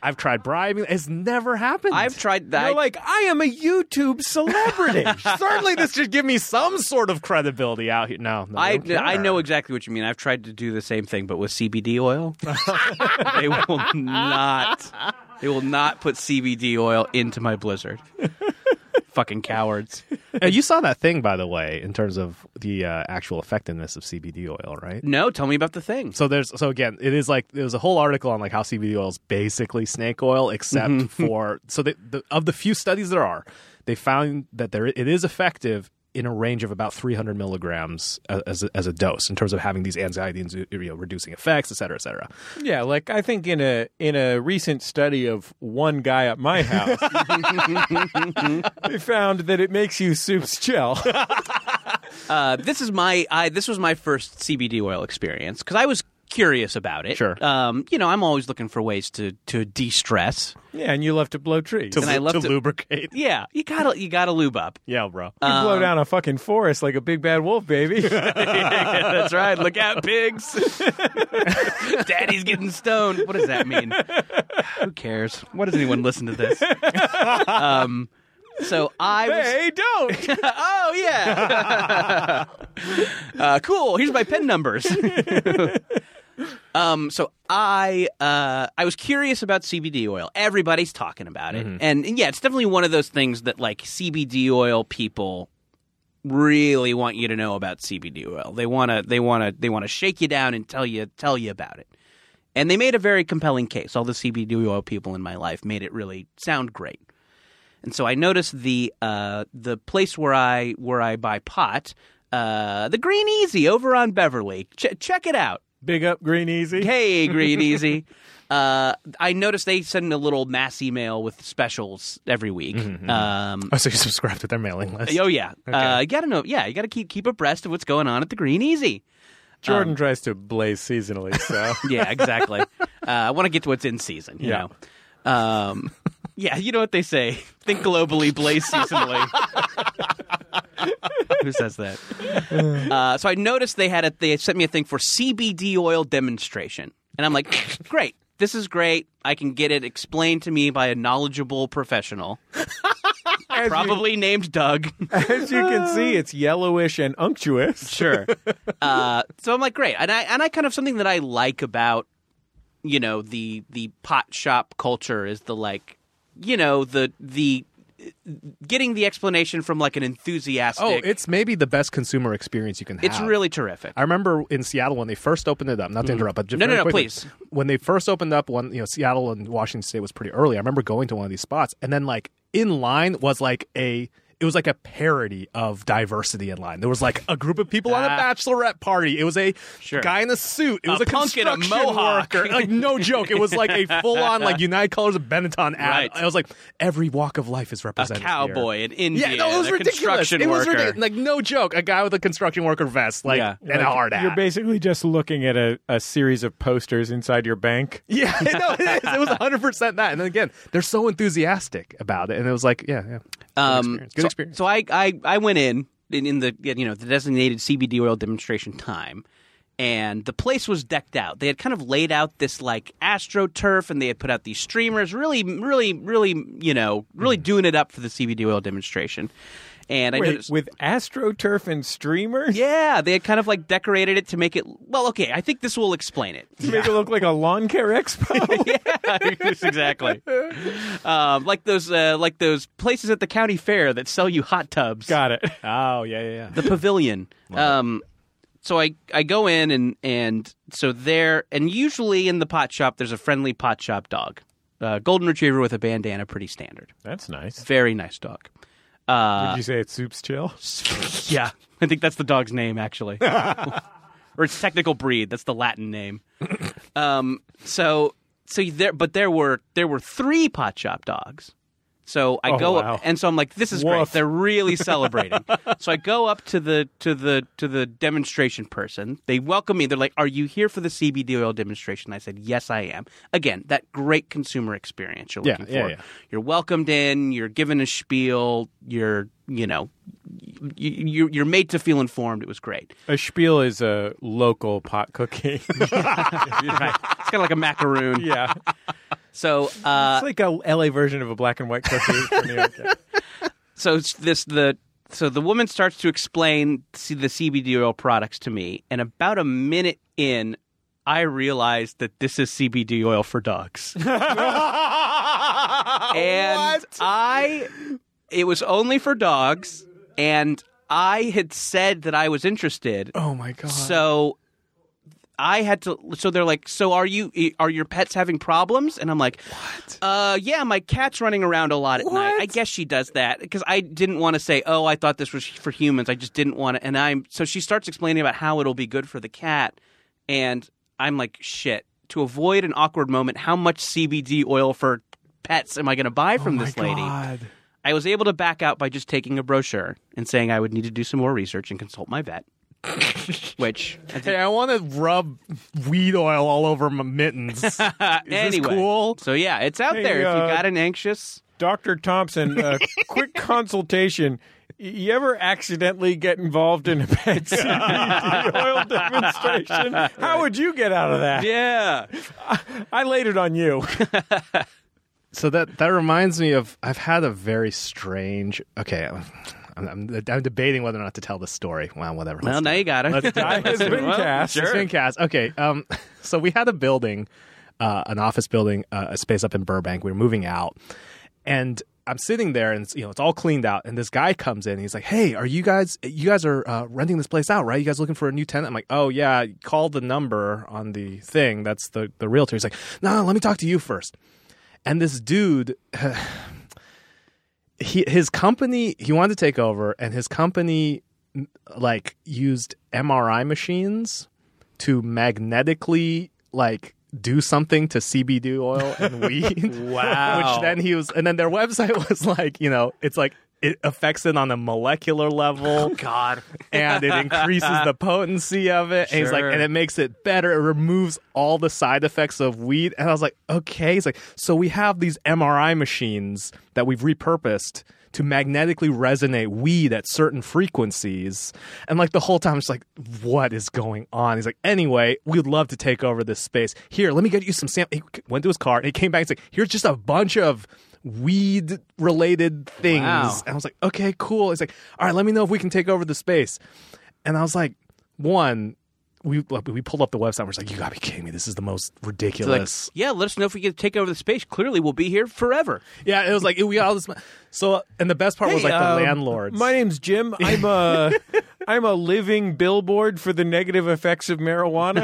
D: I've tried bribing. It's never happened.
C: I've tried that.
B: You're like, I am a YouTube celebrity.
D: Certainly, this should give me some sort of credibility out here. No, no
C: I,
D: they don't
C: I
D: care.
C: know exactly what you mean. I've tried to do the same thing, but with CBD oil, they will not. They will not put CBD oil into my Blizzard. Fucking cowards.
D: Uh, you saw that thing, by the way, in terms of the uh, actual effectiveness of CBD oil, right?
C: No, tell me about the thing.
D: So there's so again, it is like there was a whole article on like how CBD oil is basically snake oil, except for so the, the of the few studies there are, they found that there it is effective in a range of about 300 milligrams a- as a, as a dose in terms of having these anxiety and you know, reducing effects, et cetera, et cetera.
B: Yeah, like I think in a in a recent study of one guy at my house, they found that it makes you soups gel.
C: Uh, this is my I, this was my first CBD oil experience because I was curious about it.
D: Sure.
C: Um, you know, I'm always looking for ways to to de stress.
B: yeah, and you love to blow trees.
D: to,
C: I
D: lu-
C: love
D: to
C: to-
D: lubricate.
C: Yeah, you gotta you gotta lube up.
D: Yeah, bro.
B: you
C: um,
B: blow down a fucking forest like a big bad wolf, baby.
C: That's right. Look out, pigs. Daddy's getting stoned. What does that mean? Who cares? Why does anyone listen to this? Um, so I was.
B: hey, don't.
C: oh yeah. uh, cool. Here's my pen numbers. um, so I uh, I was curious about CBD oil. Everybody's talking about it, and, and yeah, it's definitely one of those things that like CBD oil people really want you to know about CBD oil. They wanna they wanna they wanna shake you down and tell you tell you about it. And they made a very compelling case. All the CBD oil people in my life made it really sound great. And so I noticed the uh, the place where I where I buy pot, uh, the Green Easy over on Beverly. Ch- check it out.
B: Big up Green Easy.
C: Hey, Green Easy. Uh, I noticed they send a little mass email with specials every week. Um,
D: Oh, so you subscribe to their mailing list.
C: oh yeah, uh, you gotta know. Yeah, you gotta keep keep abreast of what's going on at the Green Easy.
B: Jordan tries to blaze seasonally, so
C: um, Yeah, exactly. uh, I want to get to what's in season. You
B: Yeah.
C: know. Um, yeah, you know what they say: think globally, blaze seasonally. Who says that? Uh, so I noticed they had a they sent me a thing for CBD oil demonstration, and I'm like, great, this is great. I can get it explained to me by a knowledgeable professional, probably named Doug.
B: as you can see, it's yellowish and unctuous.
C: Sure. uh, so I'm like, great, and I and I kind of something that I like about you know the the pot shop culture is the like you know the the getting the explanation from like an enthusiastic.
D: Oh, it's maybe the best consumer experience you can have.
C: it's really terrific.
D: I remember in Seattle when they first opened it up. Not to interrupt, but just
C: Mm-hmm. No, no, no,
D: very quickly,
C: please.
D: When they first opened up, one you know Seattle and Washington State was pretty early. I remember going to one of these spots, and then like in line was like a. It was like a parody of diversity in line. There was like a group of people on a
C: Ah.
D: bachelorette party. It was a
C: Sure.
D: guy in a suit. It
C: A
D: was a
C: punk and a
D: construction
C: mohawk.
D: worker. Like no joke. It was like a full on like United Colors of Benetton ad.
C: Right.
D: I was like, every walk of life is
C: A
D: represented. here.
C: cowboy, an Indian,
D: Yeah, no, it was
C: a
D: ridiculous.
C: construction
D: It was
C: worker.
D: ridiculous. Like no joke, a guy with a construction worker vest, like
C: Yeah.
D: and a hard
B: You're
D: hat.
B: basically just looking at a, a series of posters inside your bank.
D: yeah, no, it is. It was 100 percent that. And then again, they're so enthusiastic about it, and it was like, yeah, yeah, good
C: Uh,
D: experience.
C: Um,
D: Good
C: so,
D: experience.
C: So I, I, I went in, in in the you know the designated CBD oil demonstration time, and the place was decked out. They had kind of laid out this like astroturf, and they had put out these streamers, really, really, really, you know, really
D: Hmm.
C: doing it up for the CBD oil demonstration. And I
B: Wait,
C: noticed,
B: with AstroTurf and streamers?
C: yeah, they had kind of like decorated it to make it. Well, okay, I think this will explain it.
B: To make it look like a lawn care expo?
C: Yes, exactly. Um, like those, uh, like those places at the county fair that sell you hot tubs.
B: Got it.
D: oh yeah, yeah, yeah.
C: the pavilion. um, so I, I go in and and so there and usually in the pot shop there's a friendly pot shop dog, uh, golden retriever with a bandana, pretty standard,
B: That's nice.
C: very nice dog.
B: Did you say it's Soup's Chill?
C: yeah, I think that's the dog's name actually, or its technical breed. That's the Latin name. um, so so there, but there were there were three pot shop dogs. So I
B: Oh,
C: go
B: wow.
C: up, and so I'm like, "This is great.
B: Woof.
C: They're really celebrating." so I go up to the to the to the demonstration person. They welcome me. They're like, "Are you here for the CBD oil demonstration?" I said, "Yes, I am." Again, that great consumer experience you're
D: Yeah,
C: looking
D: yeah,
C: for.
D: yeah.
C: You're welcomed in. You're given a spiel. You're you know y- you, you're made to feel informed. It was great.
B: A spiel is a local pot cooking.
C: Right. it's kind of like a macaroon.
B: yeah.
C: So uh,
B: It's like a LA version of a black and white cookie. for New York.
C: so it's this the so the woman starts to explain see the CBD oil products to me, and about a minute in, I realized that this is CBD oil for dogs, and I it was only for dogs, and I had said that I was interested,
D: oh my god.
C: so. I had to, so they're like, so are you, are your pets having problems? And I'm like, what? Uh, yeah, my cat's running around a lot at night. I guess she does that because I didn't want to say, oh, I thought this was for humans. I just didn't want to. And I'm, so she starts explaining about how it'll be good for the cat. And I'm like, shit, to avoid an awkward moment, how much CBD oil for pets am I going to buy from this lady? I was able to back out by just taking a brochure and saying I would need to do some more research and consult my vet. Which I think
D: Hey, I want to rub weed oil all over my mittens. Is this
C: anyway,
D: cool?
C: So yeah, it's out
B: Hey,
C: there. if
B: uh,
C: you got an anxious,
B: Dr. Thompson, a quick consultation. Y- You ever accidentally get involved in a pet CBD oil demonstration? How would you get out of that?
C: yeah,
B: I laid it on you.
D: So that that reminds me of I've had a very strange. Okay, I'm, I'm, I'm debating whether or not to tell this story. Well, whatever.
C: well now you got it.
B: I has been
C: Well,
B: cast.
C: sure.
D: It's been cast. Okay. Um, so we had a building, uh, an office building, uh, a space up in Burbank. We were moving out, and I'm sitting there, and it's, you know it's all cleaned out. And this guy comes in. And he's like, "Hey, are you guys? You guys are uh, renting this place out, right? You guys looking for a new tenant?" I'm like, "Oh yeah, call the number on the thing. That's the the realtor." He's like, "No, let me talk to you first. And this dude he his company he wanted to take over and his company m- like used MRI machines to magnetically like do something to CBD oil and weed.
C: Wow.
D: Which then he was and then their website was like, you know, it's like it affects it on a molecular level
C: Oh, God.
D: and it increases the potency of it. And he's like,
C: Sure.
D: and it makes it better. It removes all the side effects of weed. And I was like, okay. He's like, so we have these MRI machines that we've repurposed to magnetically resonate weed at certain frequencies. And like the whole time, it's like, what is going on? He's like, anyway, we'd love to take over this space. Here, let me get you some samples. He went to his car and he came back and said, here's just a bunch of weed related things.
C: Wow.
D: And I was like, okay, cool. He's like, all right, let me know if we can take over the space. And I was like, one, we we pulled up the website. and We're just like, you gotta be kidding me. This is the most
C: Like,
D: ridiculous.
C: yeah, let us know if we can take over the space. Clearly, we'll be here forever.
D: yeah, it was like we got all this. mo- So and the best part was
B: Hey,
D: like the
B: um,
D: landlords.
B: My name's Jim. I'm a I'm a living billboard for the negative effects of marijuana.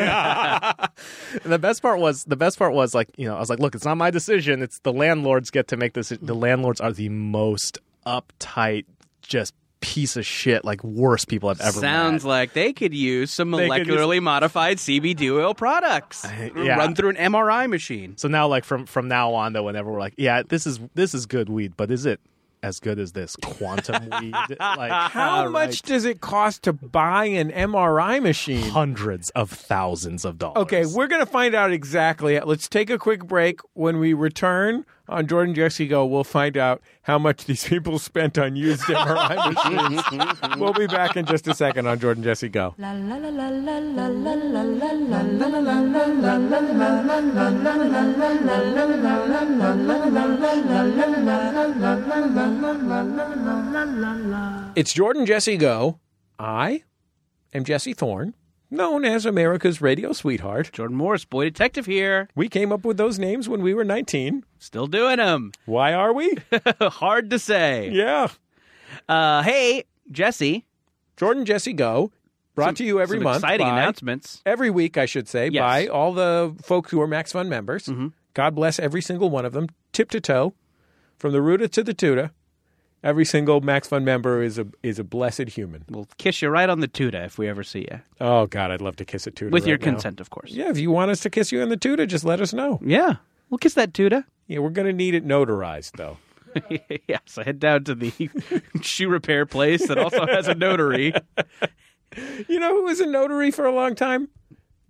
D: And the best part was the best part was like you know I was like, look, it's not my decision. It's the landlords get to make this. The landlords are the most uptight, just piece of shit, like worst people I've ever
C: Sounds
D: met.
C: like they could use some
D: could use-
C: molecularly modified CBD oil products
D: yeah.
C: run through an MRI machine.
D: So now, like from from now on, though, whenever we're like, yeah, this is this is good weed, but is it as good as this quantum weed? Like
B: How
D: all
B: much
D: right.
B: does it cost to buy an MRI machine?
D: hundreds of thousands of dollars.
B: Okay, we're going to find out exactly. Let's take a quick break. When we return on Jordan Jesse Go, we'll find out how much these people spent on used MRI machines. we'll be back in just a second on Jordan Jesse Go.
A: La la la la la la la la la la.
B: It's Jordan Jesse Go. I am Jesse Thorne, known as America's radio sweetheart.
C: Jordan Morris, boy detective here,
B: We came up with those names when we were 19.
C: still doing them.
B: Why are we?
C: Hard to say.
B: yeah.
C: Uh, hey, Jesse.
B: Jordan Jesse Go, brought to you every
C: Some
B: month.
C: Exciting
B: by-
C: announcements.
B: every week, I should say,
C: Yes.
B: by
C: Mm-hmm.
B: all the folks who are Max Fund members. God bless every single one of them, tip to toe, from the Ruta to the Tuta. Every single Max Fund member is a is a blessed human.
C: We'll kiss you right on the tuta if we ever see you,
B: Oh God, I'd love to kiss a Tuta
C: with your
B: right now.
C: consent, of course.
B: Yeah, if you want us to kiss you in the Tuta, just let us know.
C: Yeah. We'll kiss that tuta.
B: Yeah, we're gonna need it notarized though.
C: yeah, so head down to the shoe repair place that also has a notary.
B: You know who was a notary for a long time?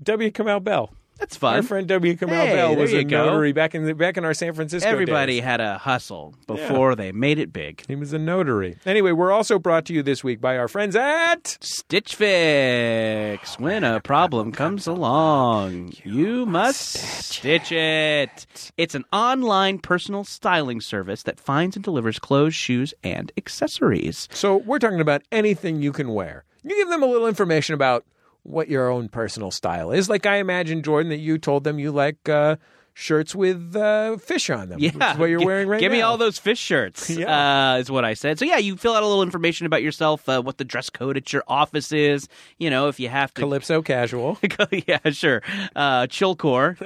B: W. Kamau Bell.
C: That's fun.
B: Our friend W. Kamau
C: Hey,
B: Bell was
C: there
B: a
C: you go.
B: notary back in the, back in our San Francisco.
C: Everybody
B: days.
C: had a hustle before they made it big.
B: He was a notary. Anyway, we're also brought to you this week by our friends at
C: Stitch Fix. When a problem comes along, you must stitch it. It's an online personal styling service that finds and delivers clothes, shoes, and accessories.
B: So we're talking about anything you can wear. You give them a little information about what your own personal style is. Like I imagine, Jordan, that you told them you like uh, shirts with uh, fish on them.
C: Yeah,
B: which is what you're
C: Gi-
B: wearing right
C: Give
B: now.
C: me all those fish shirts.
B: Yeah.
C: uh, is what I said. So yeah, you fill out a little information about yourself, uh, what the dress code at your office is. You know, if you have to.
B: calypso casual.
C: yeah, sure. Uh, chillcore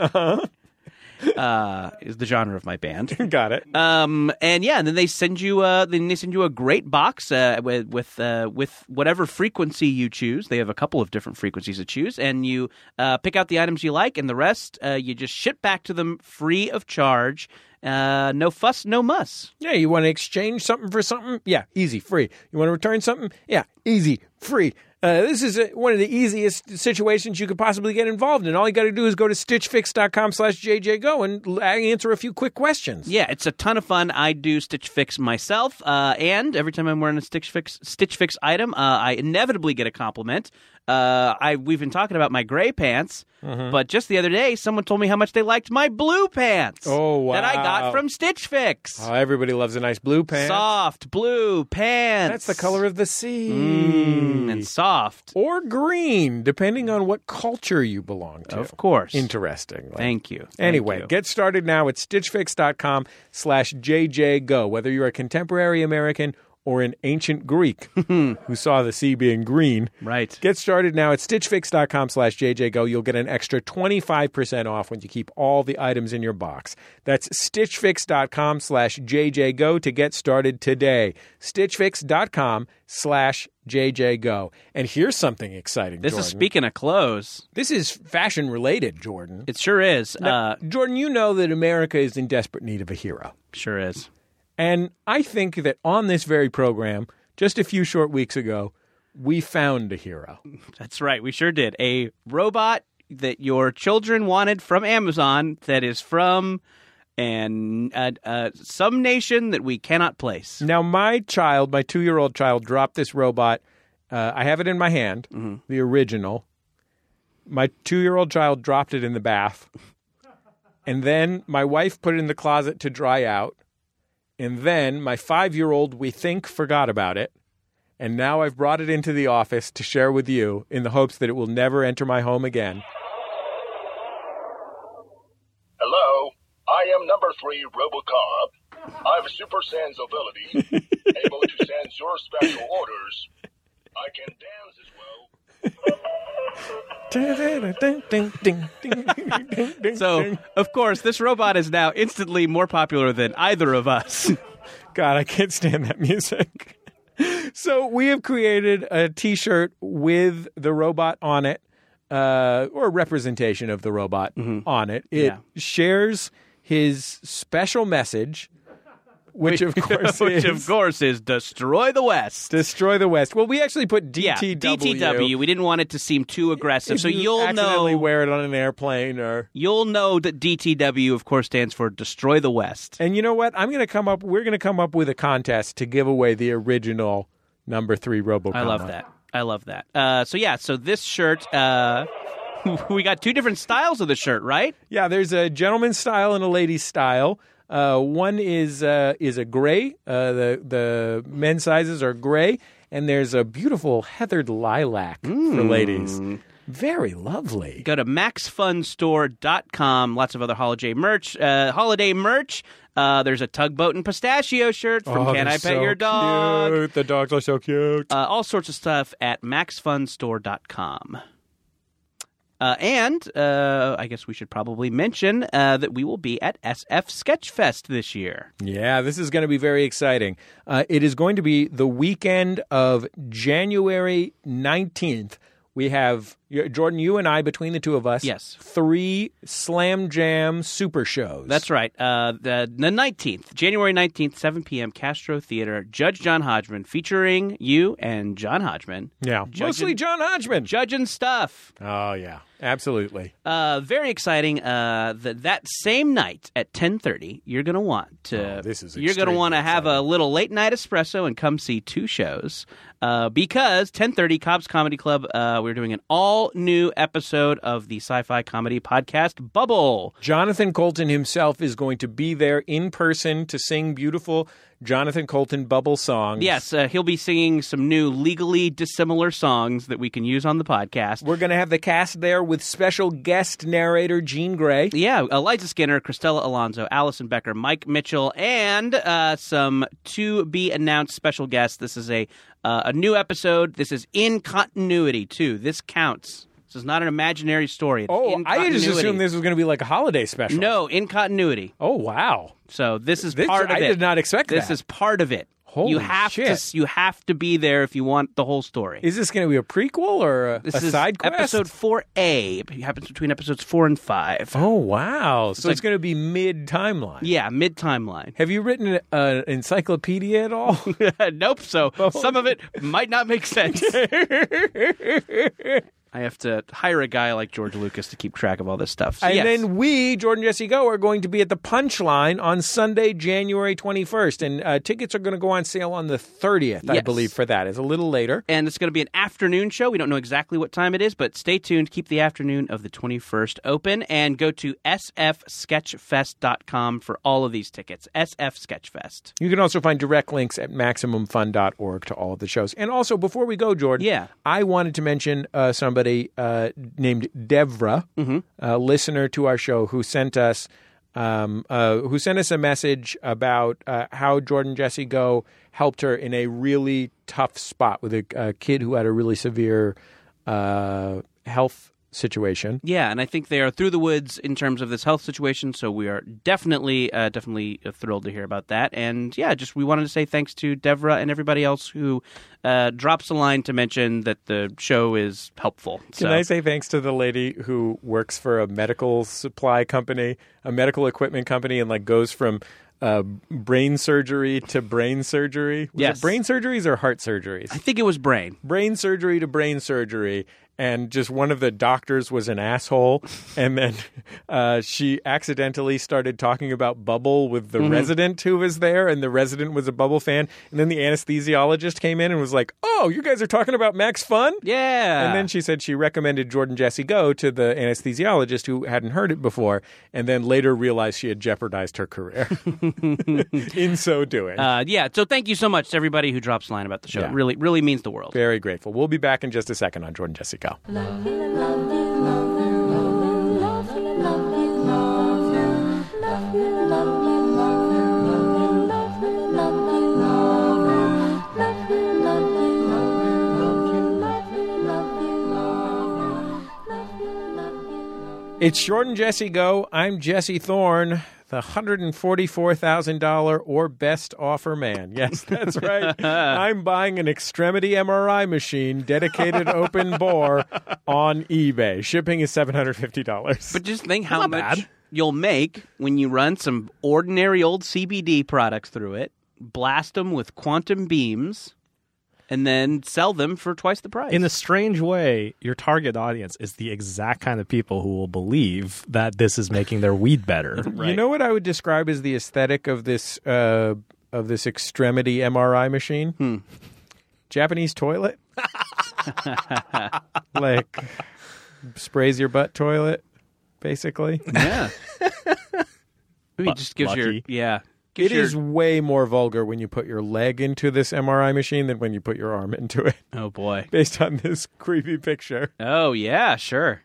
B: Uh-huh.
C: uh, is the genre of my band.
B: Got it.
C: Um, and yeah, and then they send you uh, then they send you a great box uh, with with uh, with whatever frequency you choose. They have a couple of different frequencies to choose, and you uh, pick out the items you like, and the rest uh, you just ship back to them free of charge. Uh, no fuss, no muss.
B: Yeah, you want to exchange something for something? Yeah, easy, free. You want to return something? Yeah, easy, free. Uh, this is uh one of the easiest situations you could possibly get involved in. All you got to do is go to stitchfix.com slash jjgo and l- answer a few quick questions.
C: Yeah, it's a ton of fun. I do Stitch Fix myself, uh, and every time I'm wearing a Stitch Fix Stitch Fix item, uh, I inevitably get a compliment. Uh, I we've been talking about my gray pants,
B: Mm-hmm.
C: but just the other day, someone told me how much they liked my blue pants.
B: Oh,
C: That I
B: wow.
C: got from Stitch Fix.
B: Oh, everybody loves a nice blue pants.
C: Soft blue pants.
B: That's the color of the sea.
C: Mm, and soft,
B: or green, depending on what culture you belong to.
C: of course.
B: Interesting. Like-
C: Thank you. Thank
B: Anyway,
C: you.
B: get started now at stitchfix.com slash jjgo. Whether you're a contemporary American or an ancient Greek who saw the sea being green.
C: Right.
B: Get started now at stitchfix.com slash jjgo. You'll get an extra 25% off when you keep all the items in your box. That's stitchfix.com slash jjgo to get started today. stitchfix.com slash jjgo. And here's something exciting,
C: This
B: Jordan.
C: is speaking of clothes.
B: this is fashion related, Jordan.
C: It sure is. Uh,
B: Jordan, you know that America is in desperate need of a hero.
C: sure is.
B: And I think that on this very program, just a few short weeks ago, we found a hero.
C: That's right. We sure did. A robot that your children wanted from Amazon that is from and uh, uh, some nation that we cannot place.
B: Now, my child, my two year old child, dropped this robot. Uh, I have it in my hand, the original. My two year old child dropped it in the bath. And then my wife put it in the closet to dry out. And then my five year old, we think, forgot about it. And now I've brought it into the office to share with you in the hopes that it will never enter my home again.
E: Hello, I am number three Robocop. I have Super Sans ability, able to sense your special orders. I can dance as well.
C: So, of course, this robot is now instantly more popular than either of us.
B: God, I can't stand that music. so we have created a T-shirt with the robot on it, uh, or a representation of the robot on it. It
C: Mm-hmm. Yeah.
B: shares his special message, which of course is
C: Which, of course, is destroy the West.
B: destroy the West. Well, we actually put DTW.
C: Yeah, DTW. We didn't want it to seem too aggressive,
B: If
C: so
B: you
C: you'll
B: accidentally
C: know.
B: wear it on an airplane or.
C: You'll know that DTW, of course, stands for Destroy the West.
B: And you know what? I'm going to come up. We're going to come up with a contest to give away the original number three RoboCop.
C: I love that. I love that. Uh, so yeah, so this shirt, uh, we got two different styles of the shirt, right?
B: Yeah, there's a gentleman's style and a lady's style. Uh, one is uh, is a gray. Uh, the the men's sizes are gray, and there's a beautiful heathered lilac for ladies. Very lovely.
C: Go to maxfunstore.com. Lots of other holiday merch. Uh, holiday merch. Uh, there's a tugboat and pistachio shirt from
B: Oh,
C: Can I
B: they're
C: Pet
B: so
C: Your Dog?
B: cute. The dogs are so cute.
C: Uh, all sorts of stuff at maxfunstore.com. Uh, and uh, I guess we should probably mention uh, that we will be at SF Sketchfest this year.
B: Yeah, this is going to be very exciting. Uh, it is going to be the weekend of January 19th. We have, Jordan, you and I, between the two of us,
C: Yes.
B: three Slam Jam super shows.
C: That's right. Uh, the the nineteenth, January nineteenth, seven p.m. Castro Theater. Judge John Hodgman, featuring you and John Hodgman.
B: Yeah. Mostly John Hodgman.
C: Judging stuff.
B: Oh, yeah. Absolutely.
C: Uh, very exciting. Uh, that that same night at ten thirty, you're gonna want to.
B: Oh, this is
C: you're gonna want to
B: extremely
C: have a little late night espresso and come see two shows. Uh, because ten thirty, Cobb's Comedy Club. Uh, we're doing an all new episode of the sci-fi comedy podcast Bubble.
B: Jonathan Colton himself is going to be there in person to sing beautiful Jonathan Colton bubble songs.
C: Yes, uh, he'll be singing some new legally dissimilar songs that we can use on the podcast.
B: We're going to have the cast there with special guest narrator Gene Gray.
C: Yeah, Eliza Skinner, Cristela Alonso, Allison Becker, Mike Mitchell, and uh, some to be announced special guests. This is a uh, a new episode. This is in continuity too. This counts. This is not an imaginary story. It's
B: Oh,
C: in
B: I just
C: continuity.
B: assumed this was going to be like a holiday special.
C: No, in continuity.
B: Oh, wow.
C: So this is
B: This-
C: part of
B: I
C: it.
B: did not expect
C: this
B: that.
C: is part of it.
B: Holy
C: you have
B: shit.
C: to you have to be there if you want the whole story.
B: Is this going to be a prequel or a,
C: this
B: a
C: is
B: side quest?
C: episode four A. It happens between episodes four and five.
B: Oh, wow. So it's, going to be mid timeline.
C: Yeah, mid timeline.
B: Have you written uh, an encyclopedia at all?
C: nope. So
B: Oh.
C: some of it might not make sense. I have to hire a guy like George Lucas to keep track of all this stuff. So
B: And
C: yes.
B: then we, Jordan Jesse Go, are going to be at the Punchline on Sunday, January 21st. And uh, tickets are going to go on sale on the 30th, I
C: Yes.
B: believe, for that. It's a little later.
C: and it's going to be an afternoon show. We don't know exactly what time it is, but stay tuned. Keep the afternoon of the 21st open and go to sfsketchfest.com for all of these tickets. SF Sketchfest.
B: You can also find direct links at MaximumFun.org to all of the shows. And also, before we go, Jordan,
C: Yeah.
B: I wanted to mention uh, somebody uh, named Devra, a listener to our show, who sent us um, uh, who sent us a message about uh, how Jordan Jesse Go helped her in a really tough spot with a, a kid who had a really severe uh, health situation.
C: Yeah, and I think they are through the woods in terms of this health situation. So we are definitely, uh, definitely thrilled to hear about that. And yeah, just we wanted to say thanks to Devra and everybody else who uh, drops a line to mention that the show is helpful.
B: Can I say thanks to the lady who works for a medical supply company, a medical equipment company, and like goes from uh, brain surgery to brain surgery? Was
C: Yes.
B: it brain surgeries or heart surgeries?
C: I think it was brain.
B: brain surgery to brain surgery and just one of the doctors was an asshole and then uh, she accidentally started talking about bubble with the
C: Mm-hmm.
B: resident who was there and the resident was a bubble fan and then the anesthesiologist came in and was like oh you guys are talking about max fun
C: Yeah.
B: and then she said she recommended Jordan Jesse Go to the anesthesiologist who hadn't heard it before, and then later realized she had jeopardized her career in so doing.
C: uh, yeah, so thank you so much to everybody who drops a line about the show.
B: Yeah.
C: It really, really means the world.
B: Very grateful. We'll be back in just a second on Jordan Jesse Go.
A: Love you, love you, love you, love you, love you, love you, love you, love you, love you, love you, love you, love you, love you, love you, love you, love you, love you, love you.
B: It's Short and Jesse Go. I'm Jesse Thorne, the $144,000 or best offer man. Yes, that's right. I'm buying an extremity MRI machine, dedicated open bore, on eBay. Shipping is $750.
C: But just think how
D: not
C: much
D: bad.
C: you'll make when you run some ordinary old CBD products through it, blast them with quantum beams, and then sell them for twice the price.
D: In a strange way, your target audience is the exact kind of people who will believe that this is making their weed better.
B: You know what I would describe as the aesthetic of this uh, of this extremity MRI machine? Japanese toilet, like sprays your butt toilet, basically.
C: yeah, Maybe it just gives your
D: lucky.
C: yeah.
B: It
C: gives your-
B: is way more vulgar when you put your leg into this MRI machine than when you put your arm into it.
C: Oh boy.
B: Based on this creepy picture,
C: Oh yeah. Sure.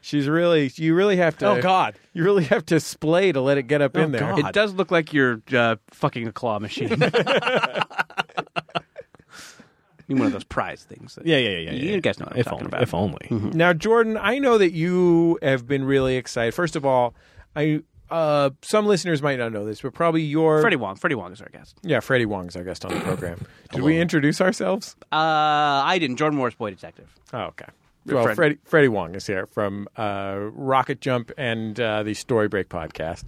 B: she's really you really have
C: Oh,
B: to.
D: Oh, God.
B: you really have to splay to let it get up in there.
D: God.
C: It does look like you're uh, fucking a claw machine. Need one of those prize things. that-
D: Yeah, yeah, yeah. yeah
C: You
D: yeah.
C: guys know what I'm
D: if
C: talking
D: only,
C: about.
D: If only.
B: Now, Jordan, I know that you have been really excited. First of all, I uh, some listeners might not know this, but probably your
C: Freddie Wong. Freddie Wong is our guest.
B: yeah, Freddie Wong's our guest on the program. Did we introduce ourselves?
C: Uh, I didn't. Jordan Moore's boy detective.
B: Oh, okay. Well,
C: Fred-
B: Freddie, Freddie Wong is here from uh, Rocket Jump and uh, the Story Break podcast.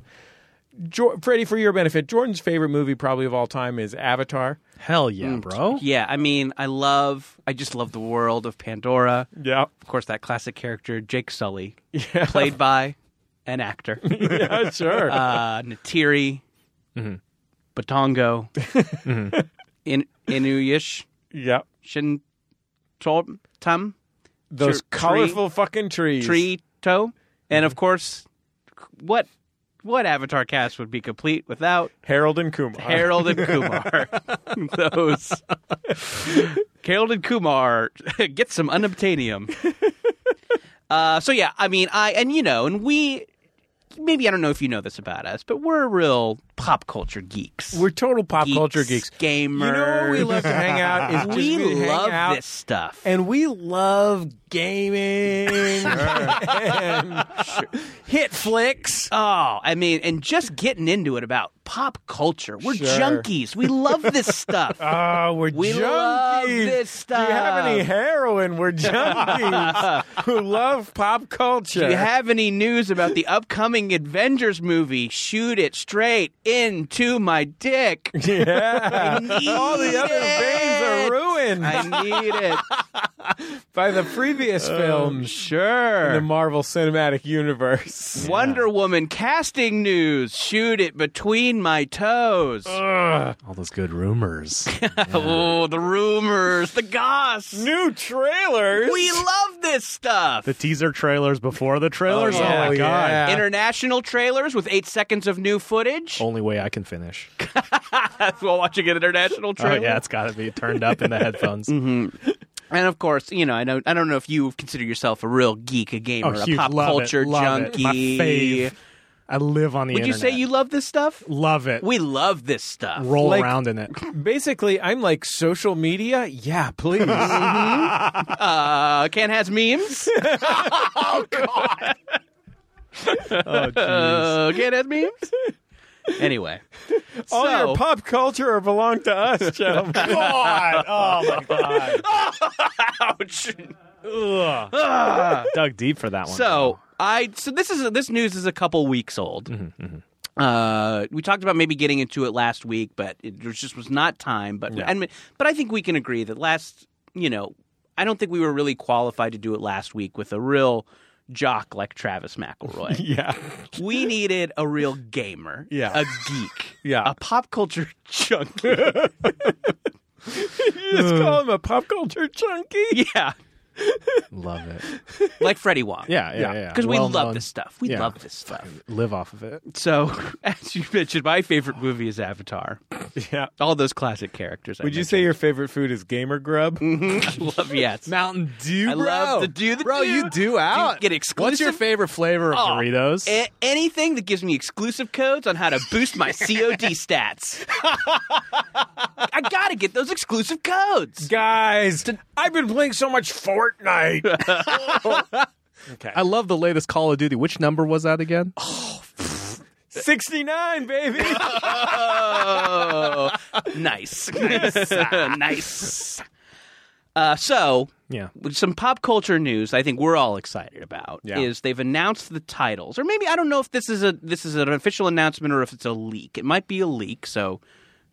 B: Jo- Freddie, for your benefit, Jordan's favorite movie probably of all time is Avatar.
D: Hell yeah, bro.
C: Mm. Yeah, I mean, I love, I just love the world of Pandora.
B: Yeah,
C: Of course, that classic character, Jake Sully, played by an actor,
B: yeah, sure.
C: uh, Natiri, Batongo, In- Inuyish,
B: yeah,
C: Shin, Tam,
B: those
C: tree-
B: colorful fucking trees.
C: Tree Toe, and of course, what what Avatar cast would be complete without
B: Harold and Kumar.
C: Harold and Kumar. Those. Harold and Kumar get some unobtainium. Uh, so yeah, I mean, I and you know, and we maybe I don't know if you know this about us, but we're real pop culture geeks.
B: We're total pop
C: Geeks,
B: culture geeks.
C: gamers.
B: You know where we love to hang out is just
C: We
B: hang
C: love
B: out
C: this stuff.
B: and we love gaming and hit flicks.
C: Oh, I mean, and just getting into it about pop culture. We're
B: Sure.
C: junkies. We love this stuff.
B: Oh, we're
C: We
B: junkies.
C: love this
B: Do you have any
C: stuff.
B: heroin? We're junkies who love pop culture.
C: Do you have any news about the upcoming Avengers movie? Shoot it straight into my dick.
B: yeah.
C: need
B: All the other veins are
C: it.
B: ruined
C: I need it.
B: by the previous films in the
C: Sure.
B: Marvel Cinematic Universe.
C: Wonder Woman casting news. Shoot it between my toes.
D: All those good rumors.
C: Oh, the rumors, the goss.
B: New trailers.
C: We love this stuff.
D: the teaser trailers before the trailers.
B: Oh, yeah.
D: Oh my god.
B: Yeah.
C: International trailers with eight seconds of new footage.
B: Oh.
D: Only way I can finish.
C: while watching an international
D: Oh
C: trailer.
D: yeah, it's got to be turned up in the headphones.
C: And of course, you know, I know I don't know if you consider yourself a real geek, a gamer,
D: Oh,
C: a
D: huge.
C: pop
D: Love it.
C: culture
D: Love it. My
C: junkie.
D: fave. I live on the
C: Would you
D: internet.
C: say you love this stuff?
D: love it?
C: We love this stuff.
D: roll
B: like-
D: around in it.
B: Basically, I'm like social media. Yeah, please.
C: Uh, Ken has memes.
D: Oh, jeez.
C: Uh, Ken has memes. Anyway,
B: All
C: so,
B: your Oh, pop culture belong to us, Joe.
D: God. Oh my god.
C: ouch.
D: Ugh. Dug deep for that one.
C: So I so this is this news is a couple weeks old.
D: Mm-hmm,
C: Uh, we talked about maybe getting into it last week, but it there just was not time. But and but I think we can agree that last you know I don't think we were really qualified to do it last week with a real jock like Travis McElroy.
B: yeah.
C: we needed a real gamer,
B: Yeah.
C: a geek,
B: Yeah.
C: a pop culture junkie.
B: You just call him a pop culture chunky.
C: yeah,
D: love it.
C: like Freddie Wong.
D: Yeah, yeah, yeah.
C: Because we
D: Well
C: love
D: known.
C: this stuff. We
D: Yeah.
C: love this stuff.
D: Live off of it.
C: So, as you mentioned, my favorite movie is Avatar.
B: Yeah.
C: All those classic characters. I
B: Would you say your favorite food is gamer grub?
C: mentioned. I love? Yes,
D: Mountain Dew.
C: I love the do the
D: Bro,
C: do.
D: you do out.
C: get exclusive-
D: What's your favorite flavor of
C: Oh,
D: Doritos?
C: A- anything that gives me exclusive codes on how to boost my COD stats. I gotta get those exclusive codes.
B: Guys, I've been playing so much Fortnite. okay.
D: I love the latest Call of Duty. Which number was that again?
B: 69, baby.
C: Oh, nice, nice, nice. Uh, so
D: Yeah.
C: with some pop culture news I think we're all excited about
D: Yeah.
C: is they've announced the titles, or maybe I don't know if this is a this is an official announcement or if it's a leak. It might be a leak, so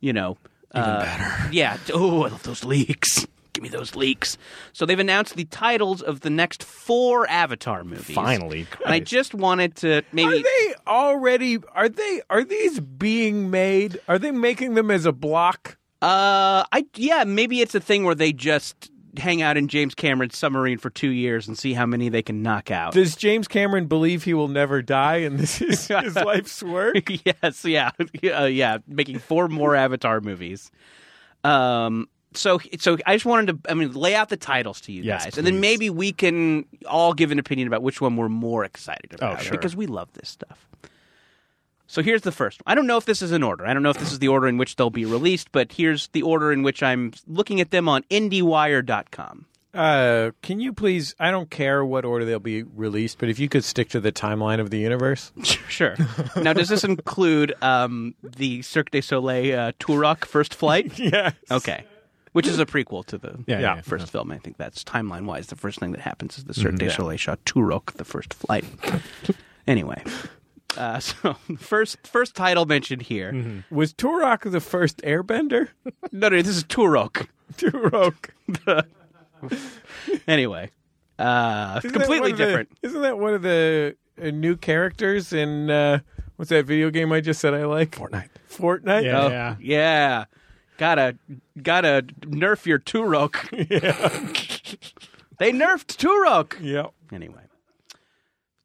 C: you know, even better. Yeah. Oh, I love those leaks. Give me those leaks. So they've announced the titles of the next four Avatar movies.
D: Finally.
C: and I just wanted to
B: Are
C: maybe.
B: they already are they are these being made? Are they making them as a block?
C: Uh, I yeah, maybe it's a thing where they just hang out in James Cameron's submarine for two years and see how many they can knock out.
B: Does James Cameron believe he will never die and this is his life's work?
C: yes, yeah, uh, yeah, making four more Avatar movies. Um, so, so I just wanted to, I mean, lay out the titles to you
D: Yes,
C: guys, and then
D: please.
C: maybe we can all give an opinion about which one we're more excited about
D: Oh, sure.
C: because we love this stuff. So here's the first. one. I don't know if this is an order. I don't know if this is the order in which they'll be released, but here's the order in which I'm looking at them on IndieWire.com.
B: Uh, can you please I don't care what order they'll be released, but if you could stick to the timeline of the universe.
C: Sure. now, does this include um, the Cirque du Soleil uh, Turok first flight?
B: Yeah.
C: Okay. Which is a prequel to the
D: Yeah, yeah, yeah.
C: first film. I think that's timeline wise. The first thing that happens is the
B: Mm-hmm.
C: Cirque du Soleil shot Turok, the first flight. anyway, uh, so first first title mentioned here.
B: Was Turok the first airbender?
C: No, no, this is Turok.
B: Turok.
C: Anyway, uh,
B: Isn't that one
C: completely
B: of the-
C: different.
B: isn't that one of the uh, new characters in uh, what's that video game I just said I like?
D: Fortnite.
B: Fortnite.
D: Yeah.
C: Oh,
B: Oh,
C: yeah. Gotta gotta nerf your Turok. they nerfed Turok.
B: yeah.
C: Anyway,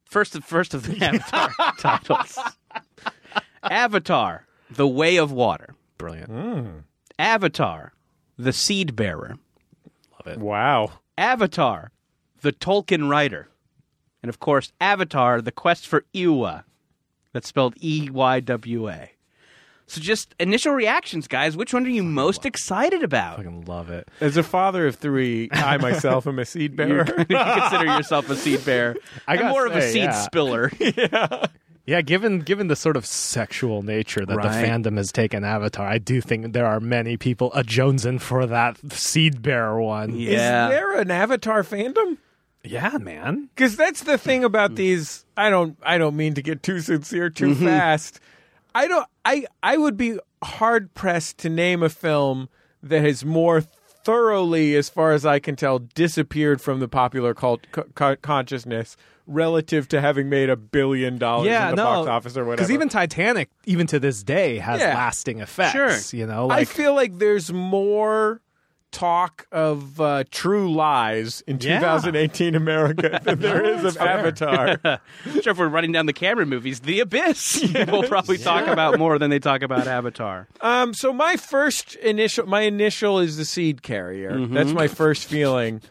C: first of first of the Avatar titles: Avatar: The Way of Water,
D: Brilliant.
C: Avatar: The Seed Bearer,
B: Wow.
C: Avatar: The Tolkien Writer, and of course, Avatar: The Quest for Ewa. That's spelled E Y W A. So, just initial reactions, guys. Which one are you most excited about?
D: Fucking love it.
B: As a father of three, I myself am a seed bearer.
C: you consider yourself a seed bearer.
D: I
C: I'm
D: gotta
C: more of a
D: say,
C: seed
D: yeah.
C: spiller.
D: Yeah, given given the sort of sexual nature that the
C: Right.
D: fandom has taken Avatar, I do think there are many people a Jonesin for that seed bearer one.
B: Is there an Avatar fandom?
D: Yeah, man.
B: Because that's the thing
D: Mm-hmm.
B: about these. I don't. I don't mean to get too sincere too fast. I don't. I. I would be hard pressed to name a film that has more thoroughly, as far as I can tell, disappeared from the popular cult co- co- consciousness relative to having made a billion dollars
D: Yeah,
B: in the
D: no,
B: box office or whatever.
D: Because even Titanic, even to this day, has
B: Yeah.
D: lasting effects.
C: Sure.
D: You know, like
B: I feel like there's more talk of uh, true lies in
D: Yeah.
B: 2018 America than there is of Avatar.
C: sure if we're running down the Cameron movies, The Abyss. we'll probably talk about more than they talk about Avatar.
B: Um, so my first initial, my initial is the seed carrier. That's my first feeling.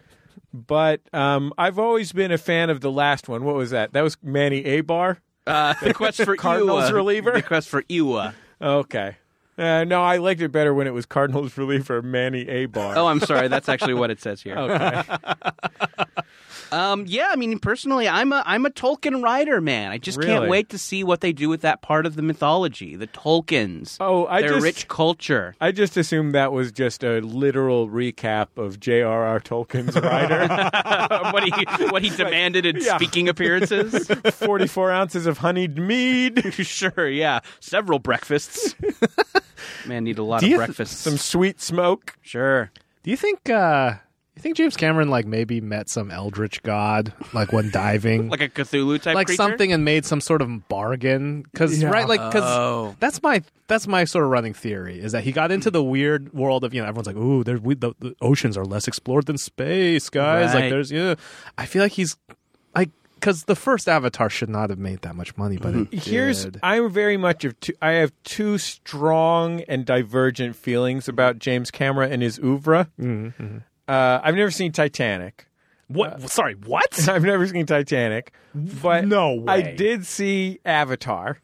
B: But um, I've always been a fan of the last one. What was that? That was Manny Abar.
C: Uh, the quest for
B: Cardinals
C: Iwa.
B: reliever?
C: The quest for Iwa.
B: Okay. Uh, no, I liked it better when it was Cardinals reliever Manny Abar.
C: Oh, I'm sorry. That's actually what it says here. Um, yeah, I mean, personally, I'm a I'm a Tolkien writer, man. I just can't
B: Really?
C: wait to see what they do with that part of the mythology, the Tolkien's,
B: Oh, I
C: their
B: just-
C: rich culture.
B: I just assumed that was just a literal recap of J.R.R. Tolkien's rider.
C: Uh, what he what he demanded in
B: yeah.
C: speaking appearances.
B: 44 ounces of honeyed mead,
C: sure, yeah, several breakfasts. man, need a lot
D: Do
C: of
D: you-
C: breakfasts.
B: some sweet smoke.
C: sure.
D: Do you think uh you think James Cameron like maybe met some eldritch god like when diving?
C: Like a Cthulhu type
D: Like
C: creature?
D: something and made some sort of bargain cuz
B: Yeah.
D: right like cuz
C: Oh.
D: that's my that's my sort of running theory is that he got into the weird world of you know everyone's like ooh there we, the, the oceans are less explored than space guys
C: Right.
D: like there's yeah I feel like he's like cuz the first avatar should not have made that much money but it
B: Mm-hmm. Here's
D: did.
B: I'm very much of two, I have two strong and divergent feelings about James Cameron and his oeuvre. Uh, I've never seen Titanic.
D: what sorry what
B: I've never seen Titanic, but
D: No
B: I
D: way.
B: did see Avatar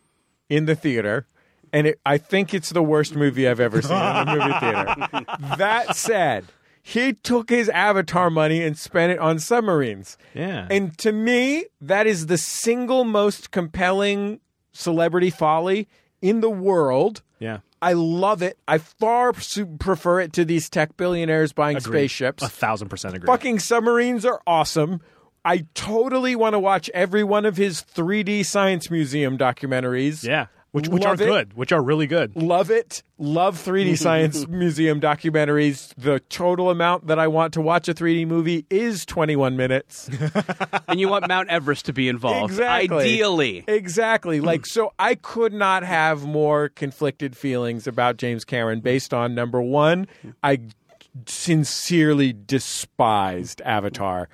B: in the theater, and it, I think it's the worst movie I've ever seen in a movie theater. That said, he took his Avatar money and spent it on submarines.
D: Yeah.
B: and to me, that is the single most compelling celebrity folly in the world.
D: yeah
B: I love it. I far su- prefer it to these tech billionaires buying spaceships.
D: a thousand percent agree
B: Fucking submarines are awesome. I totally want to watch every one of his 3D science museum documentaries.
D: yeah which which are
B: Love it.
D: good which are really good
B: Love it. Love 3D science museum documentaries. The total amount that I want to watch a 3D movie is 21 minutes.
C: And you want Mount Everest to be involved.
B: Exactly.
C: Ideally.
B: Exactly. Like so I could not have more conflicted feelings about James Cameron based on number 1, I sincerely despised Avatar.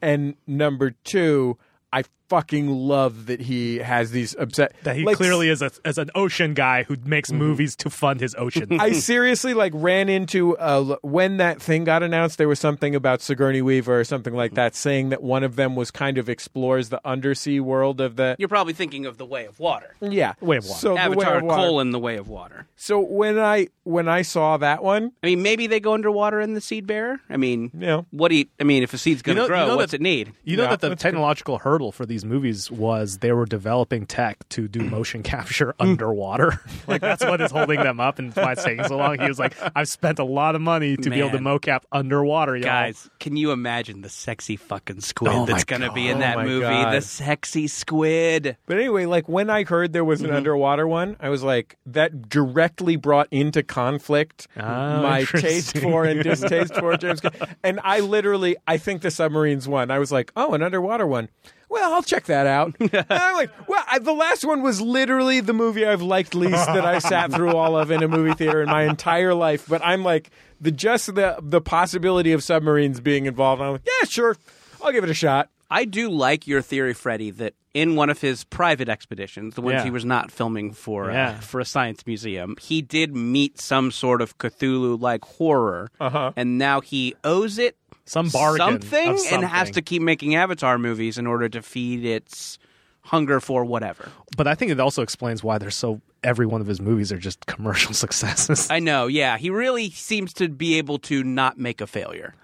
B: And number 2, I fucking love that he has these upset
D: that he
B: like,
D: clearly is a, as an ocean guy who makes
B: Mm-hmm.
D: movies to fund his ocean.
B: I seriously like ran into uh, when that thing got announced. There was something about Sigourney Weaver or something like that, saying that one of them was kind of explores the undersea world of the
C: You're probably thinking of The Way of Water.
B: yeah
D: Way of Water.
B: So the
C: Avatar
B: way of water.
C: colon The Way of Water.
B: So when I when I saw that one,
C: I mean, maybe they go underwater in the seed bearer. I mean,
B: Yeah.
C: what do you, I mean, if a seed's going to
D: know-
C: grow,
D: you know
C: what's
D: that-
C: it need?
D: you know
B: Yeah,
D: that the
B: that's
D: technological hurdle for these movies was they were developing tech to do motion capture underwater. like that's what is holding them up and why it's taking so long. He was like, I've spent a lot of money to be able to
C: Man.
D: mocap underwater, y'all.
C: Guys, can you imagine the sexy fucking squid
D: Oh
C: that's
D: my
C: going to be
D: God.
C: in
B: Oh
C: that
B: my
C: movie?
B: God.
C: The sexy squid.
B: but anyway, like when I heard there was an
D: Mm-hmm.
B: underwater one, I was like, that directly brought into conflict
D: Ah,
B: my
D: interesting.
B: taste for and distaste for James. Cameron. And I literally, I think the submarines one. I was like, oh, an underwater one. Well, I'll check that out. And I'm like, well, I, the last one was literally the movie I've liked least that I sat through all of in a movie theater in my entire life. But I'm like, the just the the possibility of submarines being involved. I'm like, yeah, sure, I'll give it a shot.
C: I do like your theory, Freddie, that in one of his private expeditions, the ones
D: Yeah.
C: he was not filming for uh,
D: Yeah.
C: for a science museum, he did meet some sort of Cthulhu-like horror, uh-huh. and now he owes it
D: Some bargain of
C: something, and has
D: something.
C: to keep making Avatar movies in order to feed its hunger for whatever.
D: But I think it also explains why there's so every one of his movies are just commercial successes.
C: I know, yeah, he really seems to be able to not make a failure.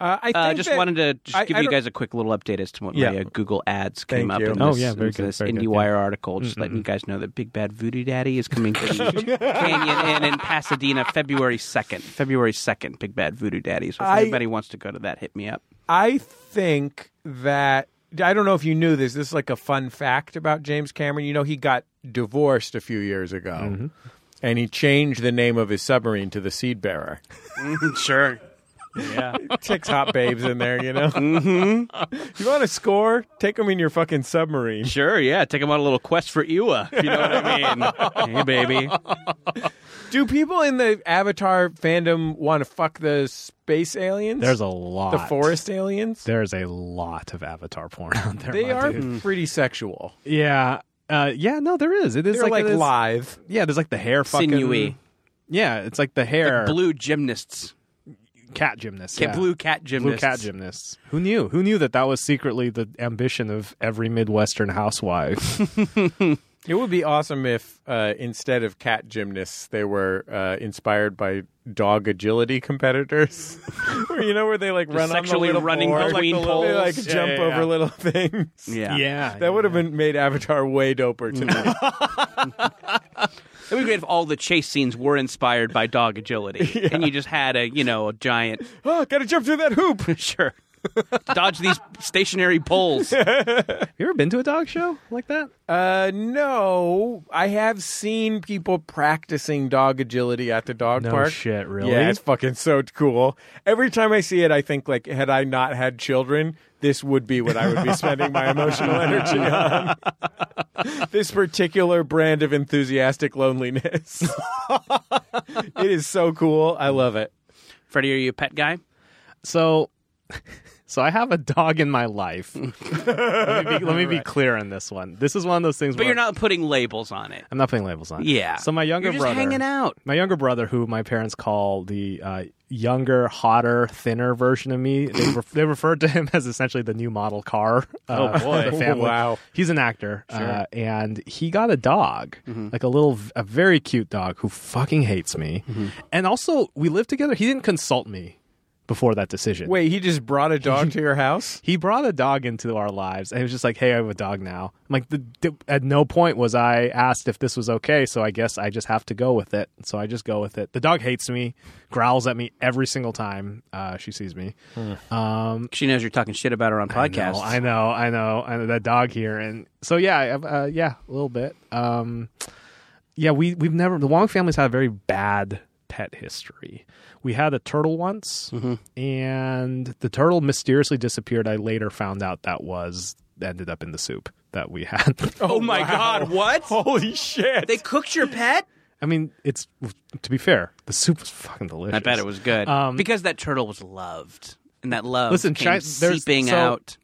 B: Uh, I think
C: I uh, just
B: that-
C: wanted to just
B: I-
C: give
B: I
C: you
B: don't-
C: guys a quick little update as to what
B: Yeah.
C: my uh, Google ads came
B: Thank
C: up
B: you.
C: in
B: Oh,
C: this,
D: yeah, very
C: in
D: good,
C: this
D: very good,
C: IndieWire article, just letting you guys know that Big Bad Voodoo Daddy is coming to the Canyon Inn in Pasadena February 2nd. February 2nd, Big Bad Voodoo Daddy. So if
B: I-
C: anybody wants to go to that, hit me up.
B: I think that I don't know if you knew this. This is like a fun fact about James Cameron. You know, he got divorced a few years ago, and he changed the name of his submarine to the Seed Bearer.
C: sure.
B: Ticks hot babes in there, you know. Mm-hmm. You want to score? Take them in your fucking submarine.
C: Sure, yeah. Take him on a little quest for Ewa, if you know what I mean. hey, baby.
B: Do people in the Avatar fandom want to fuck the space aliens?
D: There's a lot.
B: the forest aliens.
D: There's a lot of avatar porn out there.
B: they
D: my
B: are
D: dude.
B: pretty sexual.
D: Yeah. Uh, yeah, no, there is. It is
B: They're like,
D: it is-
B: live.
D: Yeah, there's like the hair fucking
C: Sinewy.
D: Yeah, it's like the hair.
C: Blue gymnasts.
D: cat gymnasts.
C: Ca-
D: yeah.
C: Blue cat
D: Blue
C: gymnasts.
D: cat gymnasts. Who knew? Who knew that that was secretly the ambition of every Midwestern housewife?
B: It would be awesome if uh, instead of cat gymnasts, they were uh, inspired by dog agility competitors. Or, you know, where they like run
C: sexually
B: on the little
C: running
B: board,
C: between
B: like, the little- They like
D: poles. Yeah,
B: jump
D: yeah, yeah.
B: over little things.
C: Yeah.
B: That would have been made Avatar way doper to me.
C: It would be great if all the chase scenes were inspired by dog agility, and you just had a you know a giant
B: oh, gotta jump through that hoop.
C: sure dodge these stationary poles.
D: You ever been to a dog show like that?
B: Uh, no, I have seen people practicing dog agility at the dog
D: No
B: park.
D: shit, really?
B: Yeah, it's fucking so cool. Every time I see it, I think like, had I not had children, this would be what I would be spending my emotional energy on. this particular brand of enthusiastic loneliness. it is so cool. I love it.
C: Freddie, are you a pet guy?
D: So, so I have a dog in my life. let me, be, let me be clear on this one. This is one of those things.
C: But you're not putting labels on it.
D: I'm not putting labels on. it.
C: Yeah.
D: So my younger
C: You're just
D: brother,
C: hanging out.
D: my younger brother, who my parents call the uh, younger, hotter, thinner version of me, they, re- they referred to him as essentially the new model car. Uh, oh boy! The family.
B: Wow.
D: He's an actor, uh, and he got a dog, like a little, a very cute dog who fucking hates me. And also, we lived together. He didn't consult me before that decision.
B: Wait, he just brought a dog to your house?
D: He brought a dog into our lives, and he was just like, "Hey, I have a dog now." I'm like, the, the, at no point was I asked if this was okay, so I guess I just have to go with it. So I just go with it. The dog hates me, growls at me every single time uh, she sees me.
C: She knows you're talking shit about her on podcasts.
D: I know, I know, I know, I know that dog here, and so yeah, I've, uh, yeah, a little bit. Um, yeah, we we've never the Wong family's had a very bad pet history. We had a turtle once,
C: Mm-hmm.
D: and the turtle mysteriously disappeared. I later found out that was ended up in the soup that we had.
C: Oh my god, what?
B: Holy shit.
C: They cooked your pet?
D: I mean, it's to be fair, the soup was fucking delicious.
C: I bet it was good.
D: Um,
C: because that turtle was loved. And that love
D: Listen,
C: came
D: Chi- there's-
C: seeping
D: so-
C: out.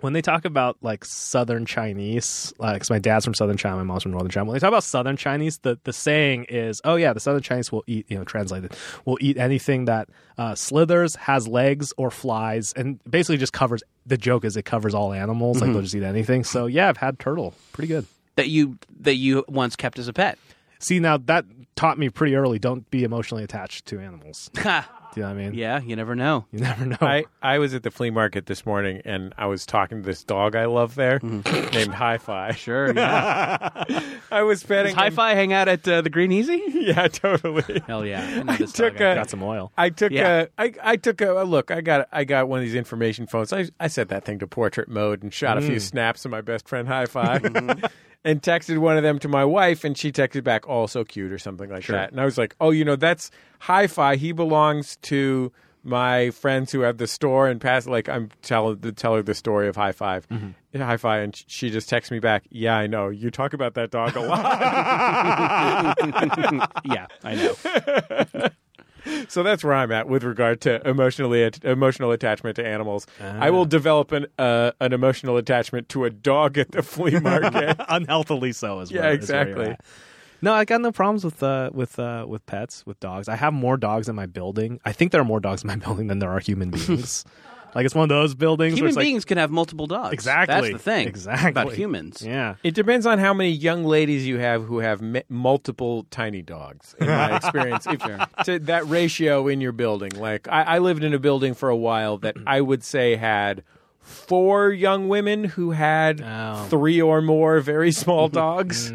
D: when they talk about like Southern Chinese, like 'cause my dad's from Southern China, my mom's from Northern China. When they talk about Southern Chinese, the, the saying is, "Oh yeah, the Southern Chinese will eat," you know, translated, will eat anything that uh, slithers, has legs, or flies, and basically just covers. The joke is it covers all animals, like they'll just eat anything. So yeah, I've had turtle, pretty good.
C: That you that you once kept as a pet.
D: See, now that taught me pretty early, don't be emotionally attached to animals. Do
C: Ha.
D: you know what I mean?
C: yeah, you never know.
D: You never know.
B: I, I was at the flea market this morning and I was talking to this dog I love there
D: Mm-hmm.
B: named Hi Fi.
C: Sure. Yeah.
B: I was petting
C: Hi
B: him.
C: Fi hang out at uh, the Green Easy?
B: Yeah, totally.
C: Hell yeah. I, know this
B: took
C: dog out.
B: a-
D: got some oil.
B: I took
C: Yeah.
B: a I I took a a look. I got I got one of these information phones. I I set that thing to portrait mode and shot a few snaps of my best friend Hi Fi, and texted one of them to my wife, and she texted back, "Oh, so cute" or something like that. And I was like, "Oh, you know, that's Hi Fi. He belongs to." My friends who have the store and pass like I'm tell tell her the story of high 5 high five, and sh- she just texts me back. Yeah, I know you talk about that dog a lot,
D: yeah, I know.
B: so that's where I'm at with regard to emotionally emotional attachment to animals. I will develop an uh, an emotional attachment to a dog at the flea market.
D: unhealthily so as well.
B: Yeah, exactly.
D: No, I got no problems with uh, with uh, with pets, with dogs. I have more dogs in my building. I think there are more dogs in my building than there are human beings. like it's one of those buildings. where
C: Human
D: it's like-
C: beings can have multiple dogs.
D: exactly.
C: That's the thing.
D: Exactly
C: About humans.
D: Yeah.
B: it depends on how many young ladies you have who have m- multiple tiny dogs. In my experience, if, to that ratio in your building. Like I, I lived in a building for a while that I would say had. Four young women who had
D: Oh.
B: three or more very small dogs.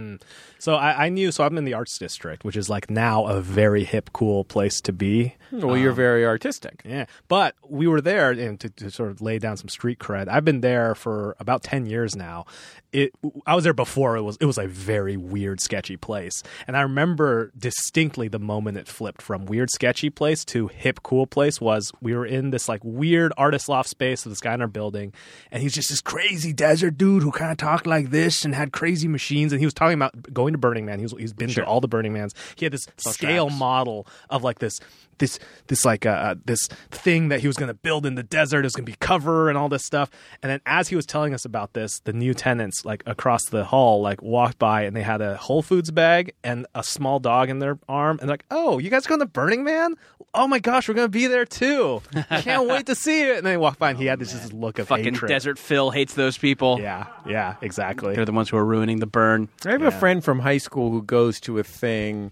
D: So I, I knew. So I'm in the arts district, which is like now a very hip, cool place to be.
B: Well, you're very artistic.
D: Yeah, but we were there and to, to sort of lay down some street cred. I've been there for about ten years now. It I was there before. It was it was a very weird, sketchy place, and I remember distinctly the moment it flipped from weird, sketchy place to hip, cool place. Was we were in this like weird artist loft space of this guy in our building, and he's just this crazy desert dude who kind of talked like this and had crazy machines, and he was talking about going to Burning Man. He was, he's been to all the Burning Mans. He had this scale model of like this this this like uh, uh, this thing that he was going to build in the desert. It was going to be cover and all this stuff. And then as he was telling us about this, the new tenants like across the hall like walked by and they had a Whole Foods bag and a small dog in their arm and like, oh, you guys going to Burning Man? oh my gosh, we're gonna be there too. Can't wait to see it. And then he walked by and he had this just look of
C: Fucking
D: hatred.
C: Desert Phil hates those people.
D: Yeah, yeah, exactly.
C: They're the ones who are ruining the burn.
B: I have a friend from high school who goes to a thing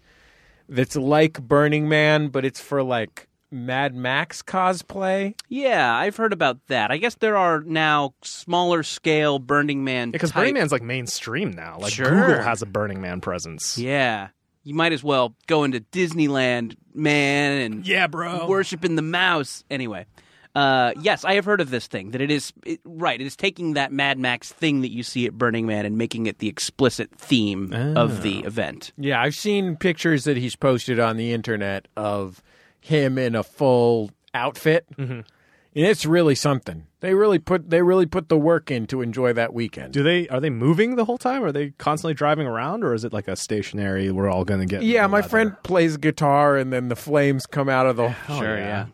B: that's like Burning Man, but it's for like Mad Max cosplay.
C: Yeah, I've heard about that. I guess there are now smaller scale Burning Man.
D: Because
C: type-
D: Burning Man's like mainstream now. Like
C: Sure.
D: Google has a Burning Man presence.
C: Yeah, you might as well go into Disneyland, man, and
D: Yeah, bro.
C: worshiping the mouse. Anyway, uh, yes, I have heard of this thing. That it is it, right. It is taking that Mad Max thing that you see at Burning Man and making it the explicit theme of the
D: Oh.
C: event.
B: Yeah, I've seen pictures that he's posted on the internet of him in a full outfit, and it's really something. They really put they really put the work in to enjoy that weekend.
D: Do they are they moving the whole time? Are they constantly driving around, or is it like a stationary? We're all gonna get.
B: yeah,
D: the
B: my
D: leather?
B: friend plays guitar, and then the flames come out of the.
C: sure, yeah.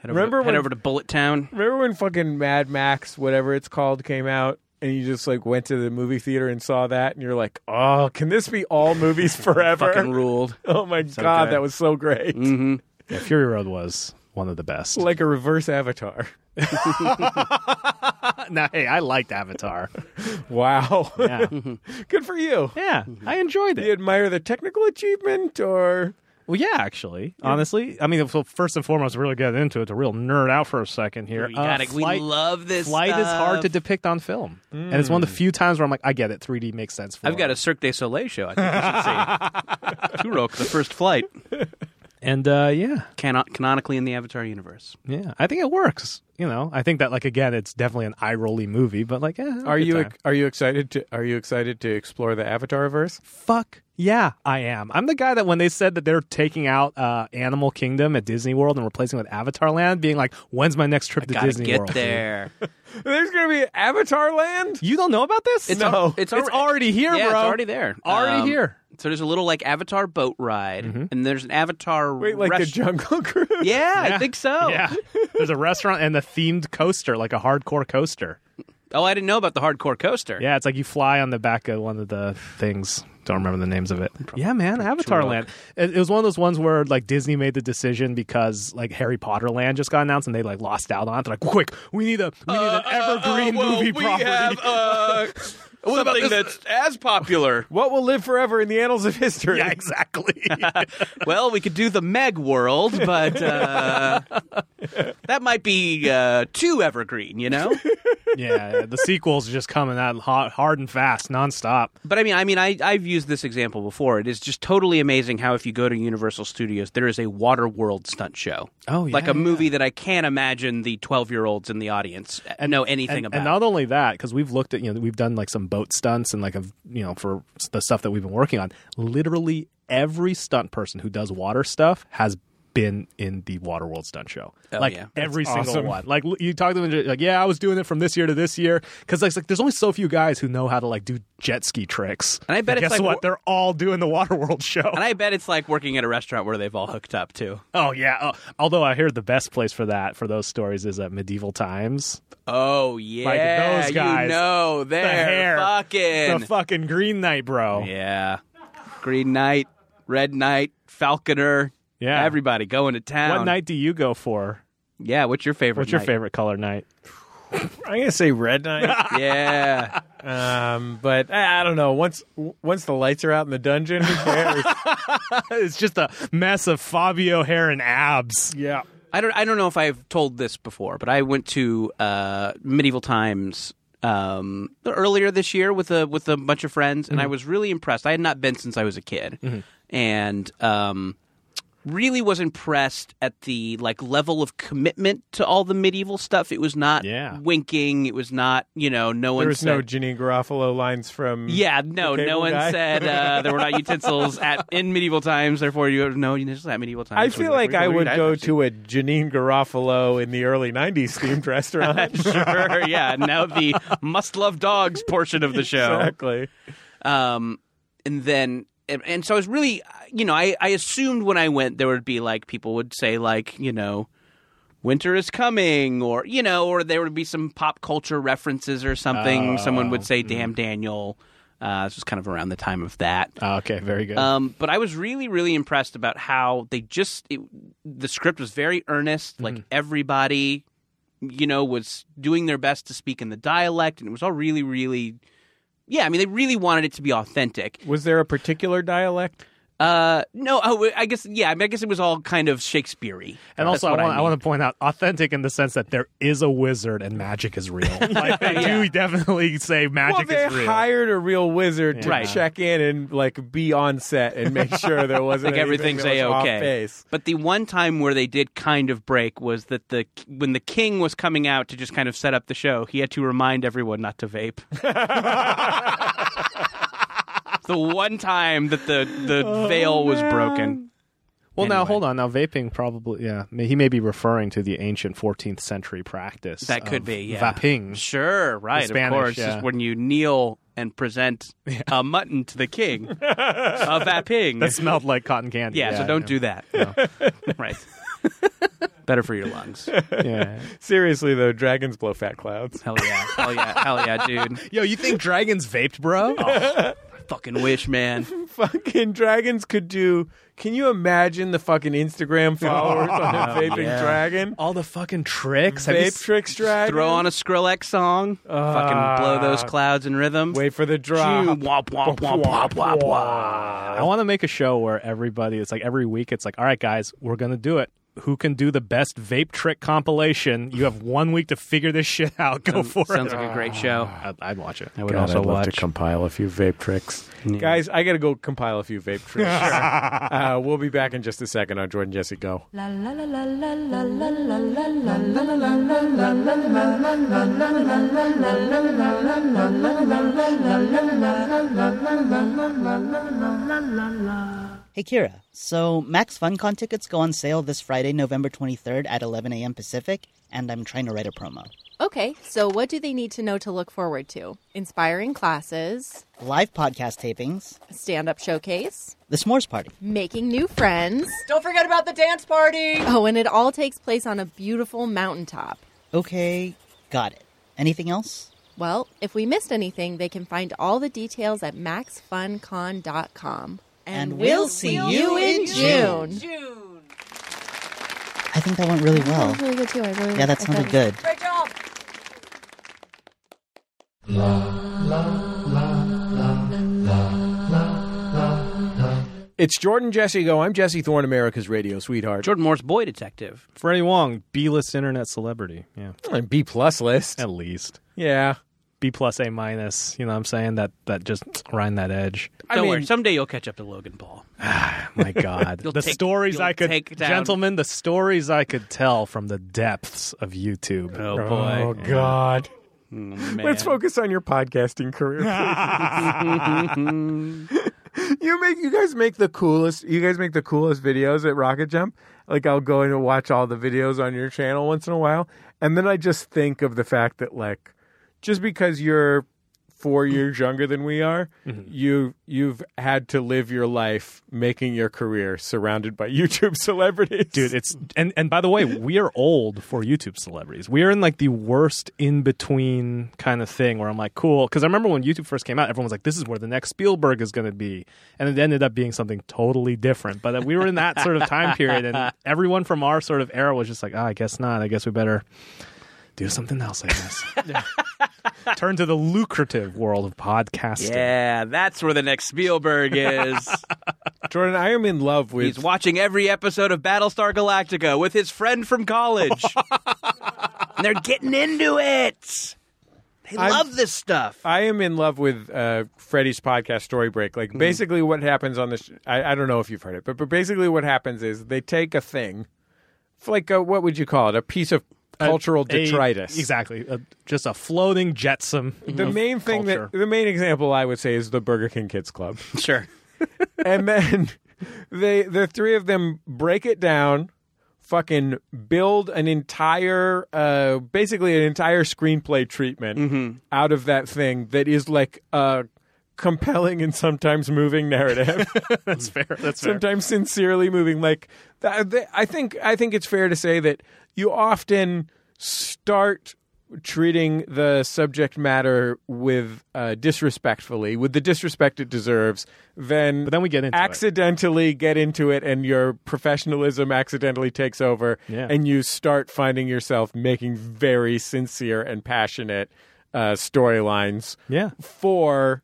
C: Head over,
B: Remember
C: to, head
B: when-
C: over to Bullet Town?
B: Remember when fucking Mad Max, whatever it's called, came out? And you just like went to the movie theater and saw that, and you're like, "Oh, can this be all movies forever?"
C: Fucking ruled.
B: Oh my god,
C: good.
B: that was so great!
D: Yeah, Fury Road was one of the best.
B: Like a reverse Avatar.
D: nah, hey, I liked Avatar.
B: Wow,
D: Yeah,
B: good for you.
D: yeah, I enjoyed
B: Do
D: it.
B: you admire the technical achievement or
D: Well, yeah, actually, honestly, I mean, so first and foremost, we're really getting into it. To real nerd out for a second here.
C: We,
D: Uh,
C: gotta,
D: flight-
C: we love this.
D: Flight is hard
C: stuff. Mm.
D: to depict on film, and it's one of the few times where I'm like, I get it. 3D makes sense. For
C: I've got
D: it.
C: a Cirque du Soleil show. I think we should see. Turok, the first flight,
D: and uh, yeah,
C: cano- canonically in the Avatar universe.
D: yeah, I think it works. You know, I think that like again, it's definitely an eye rolly movie, but like, yeah,
B: are you are you excited to are you excited to explore the Avatar verse?
D: Fuck yeah, I am. I'm the guy that when they said that they're taking out uh, Animal Kingdom at Disney World and replacing it with Avatar Land, being like, when's my next trip to
C: Gotta
D: Disney
C: get
D: World? dude?
C: there.
B: There's going to be Avatar Land?
D: You don't know about this?
C: It's No. al- it's alre-
D: already here,
C: yeah,
D: bro.
C: it's already there.
D: Already
C: Um,
D: here. Mm-hmm.
C: So there's a little like Avatar boat ride, and there's an Avatar.
B: Wait, like the
C: rest-
B: Jungle Cruise?
C: Yeah,
D: Yeah.
C: I think so.
D: Yeah. There's a restaurant and a themed coaster, like a hardcore coaster.
C: Oh, I didn't know about the hardcore coaster.
D: Yeah, it's like you fly on the back of one of the things. Don't remember the names of it. Yeah, man, Avatar
C: Turok.
D: Land. It, it was one of those ones where like Disney made the decision because like Harry Potter Land just got announced and they like lost out on it. They're like, quick, we need a we need an evergreen movie property.
C: uh, something that's as popular.
B: What will live forever in the annals of history?
D: yeah, exactly.
C: Well, we could do the Meg World, but uh, that might be uh, too evergreen, you know.
D: yeah, the sequels are just coming out hot, hard and fast, nonstop.
C: But I mean, I mean, I, I've used this example before. It is just totally amazing how if you go to Universal Studios, there is a Waterworld stunt show.
D: Oh, yeah,
C: like a
D: yeah.
C: movie that I can't imagine the twelve-year-olds in the audience know anything
D: and,
C: about.
D: and not only that because we've looked at you know we've done like some boat stunts and like a you know for the stuff that we've been working on literally every stunt person who does water stuff has been in the Waterworld stunt show,
C: Oh,
D: like
C: yeah.
D: every single
B: awesome.
D: one. Like l- you talk to them, and you're like yeah, I was doing it from this year to this year because like, it's like there's only so few guys who know how to like do jet ski tricks.
C: And I bet it's
D: guess
C: like
D: what
C: wa-
D: they're all doing the Waterworld show.
C: and I bet it's like working at a restaurant where they've all hooked up too.
D: oh yeah, oh, although I hear the best place for that for those stories is at medieval times.
C: Oh yeah,
D: those guys.
C: You know, they're
D: hair.
C: fucking
D: The fucking Green Knight, bro.
C: yeah. Green Knight, Red Knight, Falconer.
D: Yeah.
C: everybody going to town.
D: What night do you go for?
C: Yeah, what's your favorite?
D: What's your
C: night?
D: favorite color night?
B: I'm going to say Red Knight.
C: Yeah,
B: um, but I, I don't know. Once w- once the lights are out in the dungeon, who cares?
D: it's just a mess of Fabio hair and abs.
B: yeah.
C: I don't. I don't know if I've told this before, but I went to uh, medieval times um, earlier this year with a with a bunch of friends, and I
B: Mm-hmm.
C: was really impressed. I had not been since I was a kid, and um, really was impressed at the like level of commitment to all the medieval stuff. It was not
D: Yeah.
C: winking. It was not you know no one
B: There was
C: said,
B: no Ginny Garofalo lines from
C: Yeah, no,
B: The
C: no
B: cable
C: one
B: guy.
C: said uh, there were not utensils at in medieval times. Therefore, you have no utensils at medieval times.
B: I
C: It was
B: feel like
C: we're-
B: I
C: we're-
B: would
C: I've
B: go
C: actually-
B: to a Janine Garofalo in the early 90s themed restaurant.
C: sure, yeah. Now the must love dogs portion of the show.
B: Exactly.
C: Um, and then, and, and so I was really, you know, I, I assumed when I went there would be like people would say, like, you know, winter is coming, or, you know, or there would be some pop culture references or something.
D: Oh,
C: Someone would say, damn Daniel. Uh, this was kind of around the time of that.
D: Ah, okay, very good.
C: Um, but I was really, really impressed about how they just it, the script was very earnest. Like
D: Mm-hmm.
C: everybody, you know, was doing their best to speak in the dialect, and it was all really, really, yeah. I mean, they really wanted it to be authentic.
B: Was there a particular dialect?
C: Uh, no, oh, I guess yeah. I, mean, I guess it was all kind of Shakespeare.
D: and also, I want, I, want to point out authentic in the sense that there is a wizard and magic is real. Like, they do definitely say
B: Well,
D: magic
B: they
D: is real.
B: hired a real wizard to
C: Right.
B: check in and like be on set and make sure there wasn't
C: like
B: anything
C: everything's
B: that was
C: a
B: off
C: okay.
B: base.
C: But the one time where they did kind of break was that the when the king was coming out to just kind of set up the show, he had to remind everyone not to vape. the one time that the the
D: Oh,
C: veil was broken.
D: Well, now
C: Anyway.
D: hold on. Now vaping probably, yeah, may- he may be referring to the ancient 14th century practice.
C: That could
D: of
C: be yeah.
D: vaping.
C: Sure, right.
D: Spanish,
C: of course,
D: yeah.
C: is when you kneel and present a mutton to the king. a vaping.
D: That smelled like cotton candy.
C: yeah, so don't do that. right. Better for your lungs.
D: do. Yeah.
B: Seriously though, dragons blow fat clouds.
C: Hell yeah. Hell yeah. Hell yeah, dude.
D: Yo, you think dragons vaped, bro?
C: Fucking wish, man.
B: fucking dragons could do. Can you imagine the fucking Instagram followers on a vaping dragon?
D: All the fucking tricks. Have you
B: Vape
D: s-
B: tricks dragon.
C: Throw on a Skrillex song. fucking blow
B: Ah.
C: those clouds in rhythm.
B: Wait for the drop.
C: Choo, womp, womp, womp, womp, womp, womp.
D: I want to make a show where everybody, it's like every week, it's like, all right, guys, we're going to do it. Who can do the best vape trick compilation? You have one week to figure this shit out. Go for
C: Sounds
D: it.
C: like a great show.
D: I'd, I'd watch it.
C: I would
B: God,
C: also
B: I'd love
C: watch.
B: to compile a few vape tricks. Guys, I got to go compile a few vape tricks. uh, we'll be back in just a second on Jordan Jesse Go.
F: Hey Kira, so Max FunCon tickets go on sale this Friday, November 23rd at 11 a.m. Pacific, and I'm trying to write a promo.
G: Okay, so what do they need to know to look forward to? Inspiring classes,
F: Live podcast tapings,
G: a stand up showcase,
F: the s'mores party.
G: making new friends.
H: Don't forget about the dance party!
G: Oh, and it all takes place on a beautiful mountaintop.
F: Okay, got it. Anything else?
G: Well, if we missed anything, they can find all the details at maxfuncon.com.
F: And we'll see you in June.
H: June!
F: I think that went really well.
G: That was really good too. I really
F: Yeah, that
G: I
F: sounded
G: thought-
F: good.
H: Great job!
B: It's Jordan Jesse Go. I'm Jesse Thorne, America's radio sweetheart.
C: Jordan Moore's Boy Detective.
D: Freddie Wong, B list internet celebrity. Yeah.
B: Jordan, B plus list.
D: At least.
B: Yeah.
D: B plus A minus. You know what I'm saying? That that just rind that edge.
C: Don't
B: mean-
C: worry, someday you'll catch up to Logan Paul.
D: My God.
C: You'll
D: the
C: take-
D: stories
C: you'll
D: I could
C: take down-
D: gentlemen, the stories I could tell from the depths of YouTube.
C: Oh boy.
B: God.
C: man.
B: Let's focus on your podcasting career. please. you make you guys make the coolest. You guys make the coolest videos at Rocket Jump. Like I'll go and watch all the videos on your channel once in a while, and then I just think of the fact that like just because you're four years younger than we are, you you've had to live your life making your career surrounded by YouTube celebrities,
D: dude it's and and by the way we are old for youtube celebrities we are in like the worst in between kind of thing where i'm like cool because i remember when youtube first came out everyone was like this is where the next spielberg is going to be and it ended up being something totally different but uh, we were in that sort of time period and everyone from our sort of era was just like oh, i guess not i guess we better do something else i guess turn to the lucrative world of podcasting
C: Yeah, that's where the next Spielberg is.
B: Jordan. I am in love with
C: He's watching every episode of Battlestar Galactica with his friend from college. and they're getting into it. They
B: I'm-
C: love this stuff.
B: I am in love with uh, Freddie's podcast Story Break. Like
D: Mm-hmm.
B: basically, what happens on this? Sh- I, I don't know if you've heard it, but, but basically, what happens is they take a thing, it's like a, what would you call it? A piece of cultural
D: A-
B: detritus. Mm-hmm.
D: exactly a, just a floating jetsam
B: The
D: of
B: main thing
D: culture.
B: that the main example I would say is the Burger King Kids Club,
C: sure.
B: and then they the three of them break it down. Fucking build an entire, uh, basically an entire screenplay treatment
D: Mm-hmm.
B: out of that thing that is like a compelling and sometimes moving narrative.
D: that's fair that's fair
B: sometimes sincerely moving. Like th- th- I think I think it's fair to say that you often start treating the subject matter with uh, disrespectfully, with the disrespect it deserves, then
D: But then we get into it.
B: accidentally get into it, and your professionalism accidentally takes over,
D: Yeah.
B: and you start finding yourself making very sincere and passionate uh, storylines
D: Yeah.
B: for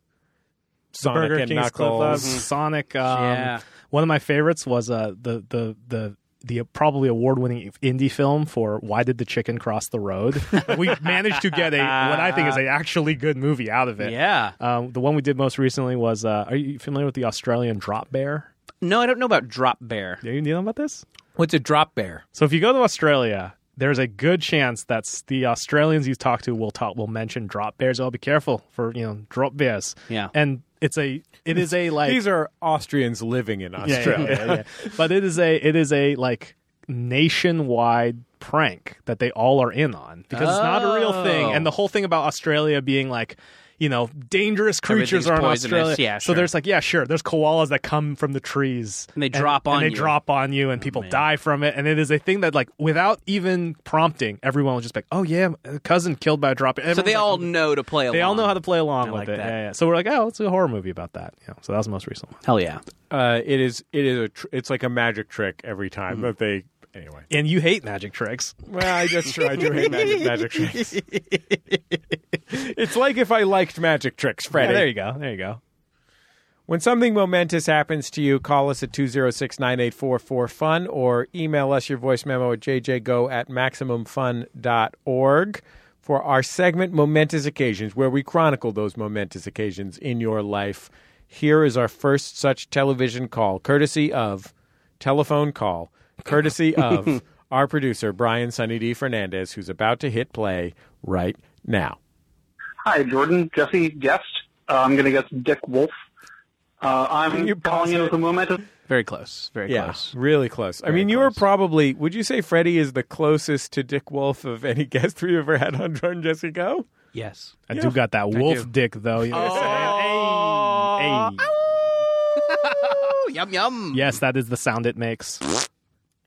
B: Sonic
D: Burger
B: and
D: King's Cliff House,
B: Knuckles. Mm-hmm.
D: Sonic. Um,
C: Yeah.
D: One of my favorites was uh, the the the the probably award-winning indie film for Why Did the Chicken Cross the Road? we managed to get a what I think is a actually good movie out of it.
C: Yeah.
D: Um, the one we did most recently was. Uh, are you familiar with the Australian Drop Bear?
C: No, I don't know about Drop Bear.
D: Do you know about this?
B: What's a drop bear?
D: So if you go to Australia, there's a good chance that s- the Australians you talk to will talk will mention drop bears. Oh, be careful for you know drop bears.
C: Yeah.
D: and it's a it is a like
B: These are Austrians living in
D: Yeah,
B: Australia.
D: yeah, yeah, yeah. but it is a it is a like nationwide prank that they all are in on because it's not a real
C: Oh.
D: thing and the whole thing about australia being like you know dangerous creatures
C: Everything's
D: are in
C: poisonous.
D: australia
C: Yeah,
D: so
C: sure.
D: there's like yeah sure there's koalas that come from the trees
C: And they drop on
D: and they
C: you. Oh,
D: drop on you and people
C: man.
D: die from it and it is a thing that like without even prompting everyone will just be like oh yeah a cousin killed by a drop
C: So they all know to play.
D: they all know
C: along.
D: how to play along
C: I
D: with
C: like
D: it
C: that.
D: Yeah, yeah so we're like oh let's do a horror movie about that yeah so that was the most recent one
C: Hell yeah!
B: Uh, it is. It is a. Tr- it's like a magic trick every
D: Mm.
B: time that they. Anyway.
D: and you hate magic tricks
B: Well, I just I do hate magic, magic tricks. it's like if I liked magic tricks, Freddie.
D: Yeah, there you go. There you go.
B: When something momentous happens to you, call us at 206 9844 FUN or email us your voice memo at jjgo at MaximumFun.org for our segment Momentous Occasions, where we chronicle those momentous occasions in your life. Here is our first such television call, courtesy of telephone call, courtesy of our producer, Brian Sunny D. Fernandez, who's about to hit play right now.
I: Hi, Jordan, Jesse, guest. Uh, I'm going to guess Dick Wolf. Uh, I'm
B: You
I: calling in with
B: bastard.
I: a momentous.
C: Very close. Very
B: Yeah,
C: close.
B: really close. I mean, you were probably. Would you say Freddie is the closest to Dick Wolf of any guest we've ever had on Jordan Jesse Go?
C: Yes.
D: I do got that wolf
C: do.
D: dick though. You know what I'm saying? Ay, ay.
C: Oh, yum yum.
D: Yes, that is the sound it makes.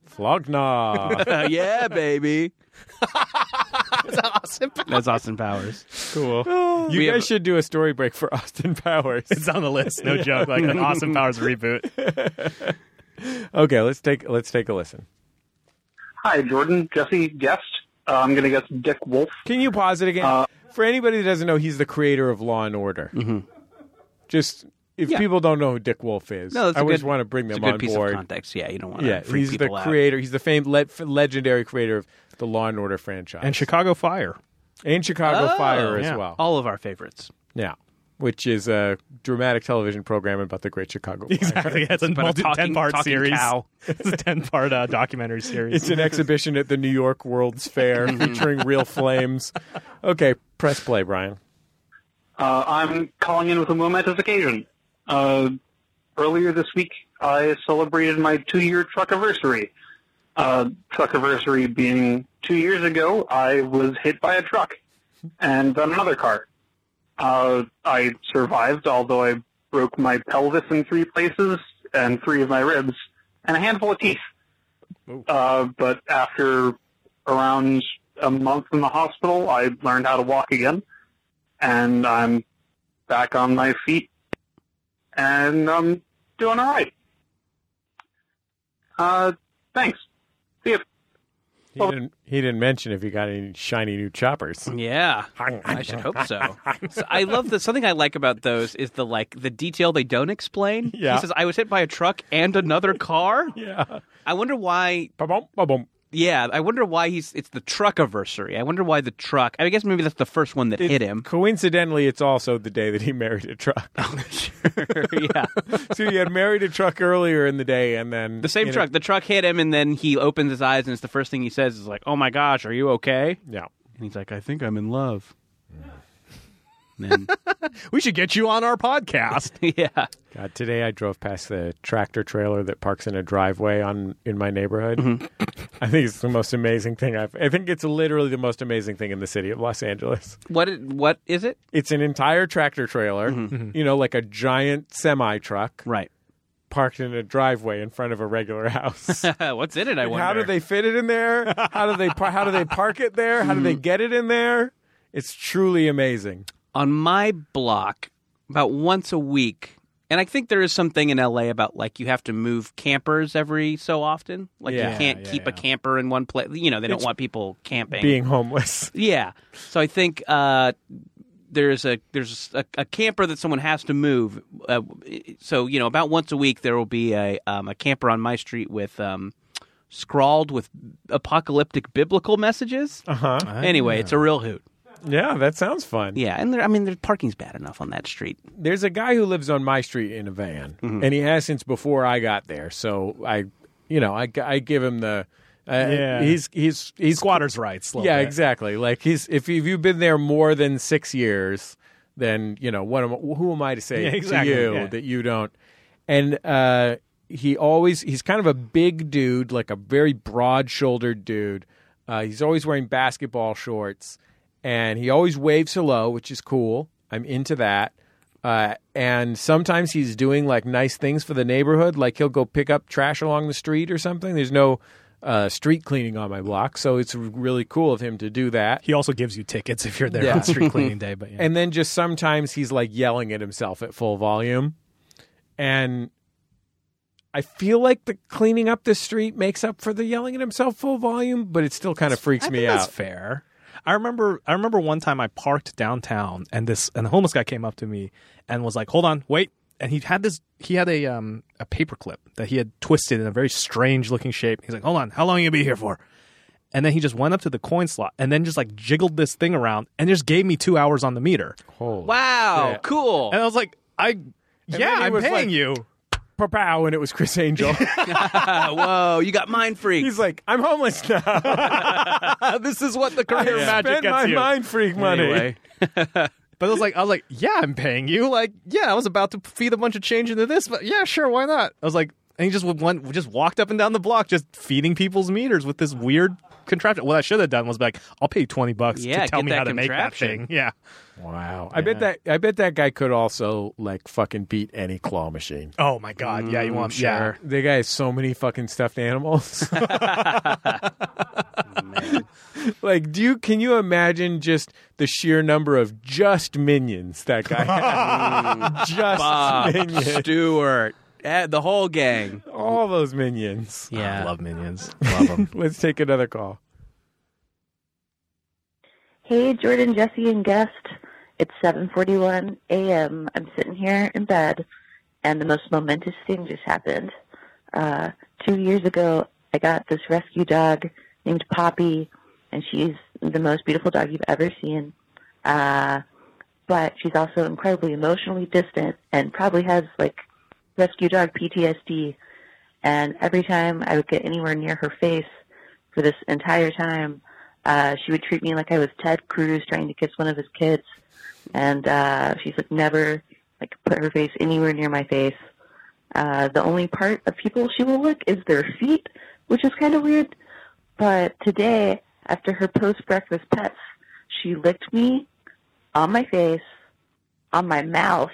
B: Flogna.
C: Uh, yeah, baby. That's Austin Powers.
B: cool. You
C: We
B: guys
C: have-
B: should do a story break for Austin Powers.
D: It's on the list. No joke. Like an Austin Powers reboot.
B: okay, let's take let's take a listen.
I: Hi, Jordan, Jesse, guest. Uh, I'm going to guess Dick Wolf.
B: Can you pause it again?
C: Uh,
B: for anybody that doesn't know, he's the creator of Law and Order. Just if
C: Mm-hmm. Yeah.
B: people don't know who Dick Wolf is,
C: No, that's
B: I
C: a
B: always
C: good-
B: want to bring
C: It's a
B: them
C: good
B: on
C: piece
B: board.
C: of context. Yeah, you don't want to.
B: Yeah, he's the creator. He's the famed le- legendary creator of the Law and Order franchise
D: And Chicago Fire.
B: and Chicago
C: Oh,
B: Fire
D: yeah.
B: as well.
C: All of our favorites.
B: Yeah. Which is a dramatic television program about the Great Chicago Fire.
D: Exactly. It's a
C: about a
D: multi-
C: talking-
D: ten part
C: talking
D: series.
C: cow.
D: It's a ten part uh, documentary series.
B: It's an exhibition at the New York World's Fair featuring real flames. Okay, press play, Brian.
I: Uh, I'm calling in with a momentous occasion. Uh, earlier this week, I celebrated my two-year truck anniversary. Uh, truck anniversary being two years ago, I was hit by a truck and then another car. Uh, I survived, although I broke my pelvis in three places and three of my ribs and a handful of teeth. Uh, but after around a month in the hospital, I learned how to walk again and I'm back on my feet, and I'm doing all right. Uh, thanks. See ya.
B: He
C: Oh.
B: didn't, he didn't mention if he got any shiny new choppers.
C: Yeah, I should hope so. So I love the something I like about those is the like the detail they don't explain.
B: Yeah.
C: He says I was hit by a truck and another car.
B: Yeah.
C: I wonder why.
B: Ba-boom, ba-boom.
C: Yeah, I wonder why he's it's the truck anniversary. I wonder why the truck. I guess maybe that's the first one that hit him.
B: Coincidentally, it's also the day that he married a truck.
C: Oh, sure. yeah.
B: so he had married a truck earlier in the day, and then
C: The same
B: you know-
C: truck. The truck hit him, and then he opens his eyes, and it's the first thing he says is like, "Oh my gosh, are you okay?"
B: yeah.
C: And he's like, "I think I'm in love." And
D: we should get you on our podcast.
C: then, yeah.
B: God, Uh, today I drove past the tractor trailer that parks in a driveway on in my neighborhood.
C: Mm-hmm.
B: I think it's the most amazing thing I've. I think it's literally the most amazing thing in the city of Los Angeles.
C: What? it- What is it? Mm-hmm.
B: It's an entire tractor trailer, you know, like a giant semi truck,
C: Right.
B: parked in a driveway in front of a regular house.
C: What's in it? I wonder.
B: how do they fit it in there? How do they par- how do they park it there? How do
C: Mm-hmm.
B: they get it in there? It's truly amazing.
C: on my block about once a week and i think there is something in la about like you have to move campers every so often like
B: Yeah,
C: you can't
D: yeah,
C: keep a
D: yeah.
C: camper in one place you know they don't
B: It's
C: want people camping
B: Being homeless.
C: yeah so i think uh there's a there's a, a camper that someone has to move, uh, so you know about once a week there will be a um, a camper on my street with um, scrawled with apocalyptic biblical messages.
B: Uh huh.
C: Anyway, it's a real hoot.
B: Yeah, that sounds fun.
C: Yeah, and there, I mean, their parking's bad enough on that street.
B: There's a guy who lives on my street in a van,
D: Mm-hmm.
B: and he has since before I got there. So I, you know, I, I give him the. Uh,
D: Yeah.
B: He's he's he's
D: Squatters' rights. a little
B: Yeah,
D: bit.
B: exactly. Like he's if you- if you've been there more than six years, then you know what am who am I to say
D: Yeah, exactly,
B: to you
D: yeah.
B: that you don't? And uh, he always he's kind of a big dude, like a very broad shouldered dude. Uh, he's always wearing basketball shorts, and he always waves hello, which is cool. I'm into that. Uh, and sometimes he's doing like nice things for the neighborhood, like he'll go pick up trash along the street or something. There's no uh, street cleaning on my block, so it's really cool of him to do that.
D: He also gives you tickets if you're there
B: Yeah.
D: on street cleaning day. But yeah.
B: And then just sometimes he's like yelling at himself at full volume. And I feel like the cleaning up the street makes up for the yelling at himself full volume, but it still kind of freaks
D: I
B: me
D: think
B: out.
D: That's fair. I remember. I remember one time I parked downtown, and this and a homeless guy came up to me and was like, "Hold on, wait." And he had this. He had a um a paperclip that he had twisted in a very strange looking shape. He's like, "Hold on, how long you be here for?" And then he just went up to the coin slot and then just like jiggled this thing around and just gave me two hours on the meter.
B: Holy
C: Wow,
B: shit.
C: cool.
D: And I was like, "I, yeah,
B: then he
D: I'm
B: was
D: paying
B: like-
D: you."
B: Pa-pow, and it was Chris Angel.
C: Ah, Whoa, you got mind freaks.
B: he's like, I'm homeless now.
D: this is what the
B: I
D: career magic
B: spent
D: gets
B: my
D: you.
B: mind freak money.
C: Anyway.
D: But I was like, I was like, yeah, I'm paying you. Like, yeah, I was about to feed a bunch of change into this, but yeah, sure, why not? I was like, and he just would went, just walked up and down the block, just feeding people's meters with this weird contraption. What I should have done was be like, I'll pay you twenty bucks
C: Yeah,
D: to tell
C: get
D: me
C: that
D: how to make that
C: contraption.
D: thing. Yeah,
B: Wow. I bet that I bet that guy could also like fucking beat any claw machine.
D: Oh my god, yeah, you
C: Mm,
D: want yeah.
B: The guy has so many fucking stuffed animals. like, do you can you imagine just the sheer number of just minions that guy
C: Mm.
B: has? just
C: Bob,
B: minions.
C: Stewart, eh, the whole gang.
B: All those minions.
C: Yeah.
D: Love minions, love them.
B: Let's take another call.
J: Hey, Jordan, Jesse, and guest. It's 7:41 a.m. I'm sitting here in bed, and the most momentous thing just happened. Uh, two years ago, I got this rescue dog named Poppy, and she's the most beautiful dog you've ever seen. Uh, but she's also incredibly emotionally distant, and probably has like rescue dog PTSD. And every time I would get anywhere near her face, for this entire time, uh, she would treat me like I was Ted Cruz trying to kiss one of his kids. And uh, she's like never like put her face anywhere near my face. Uh, the only part of people she will lick is their feet, which is kind of weird. But today, after her post breakfast pets, she licked me on my face, on my mouth,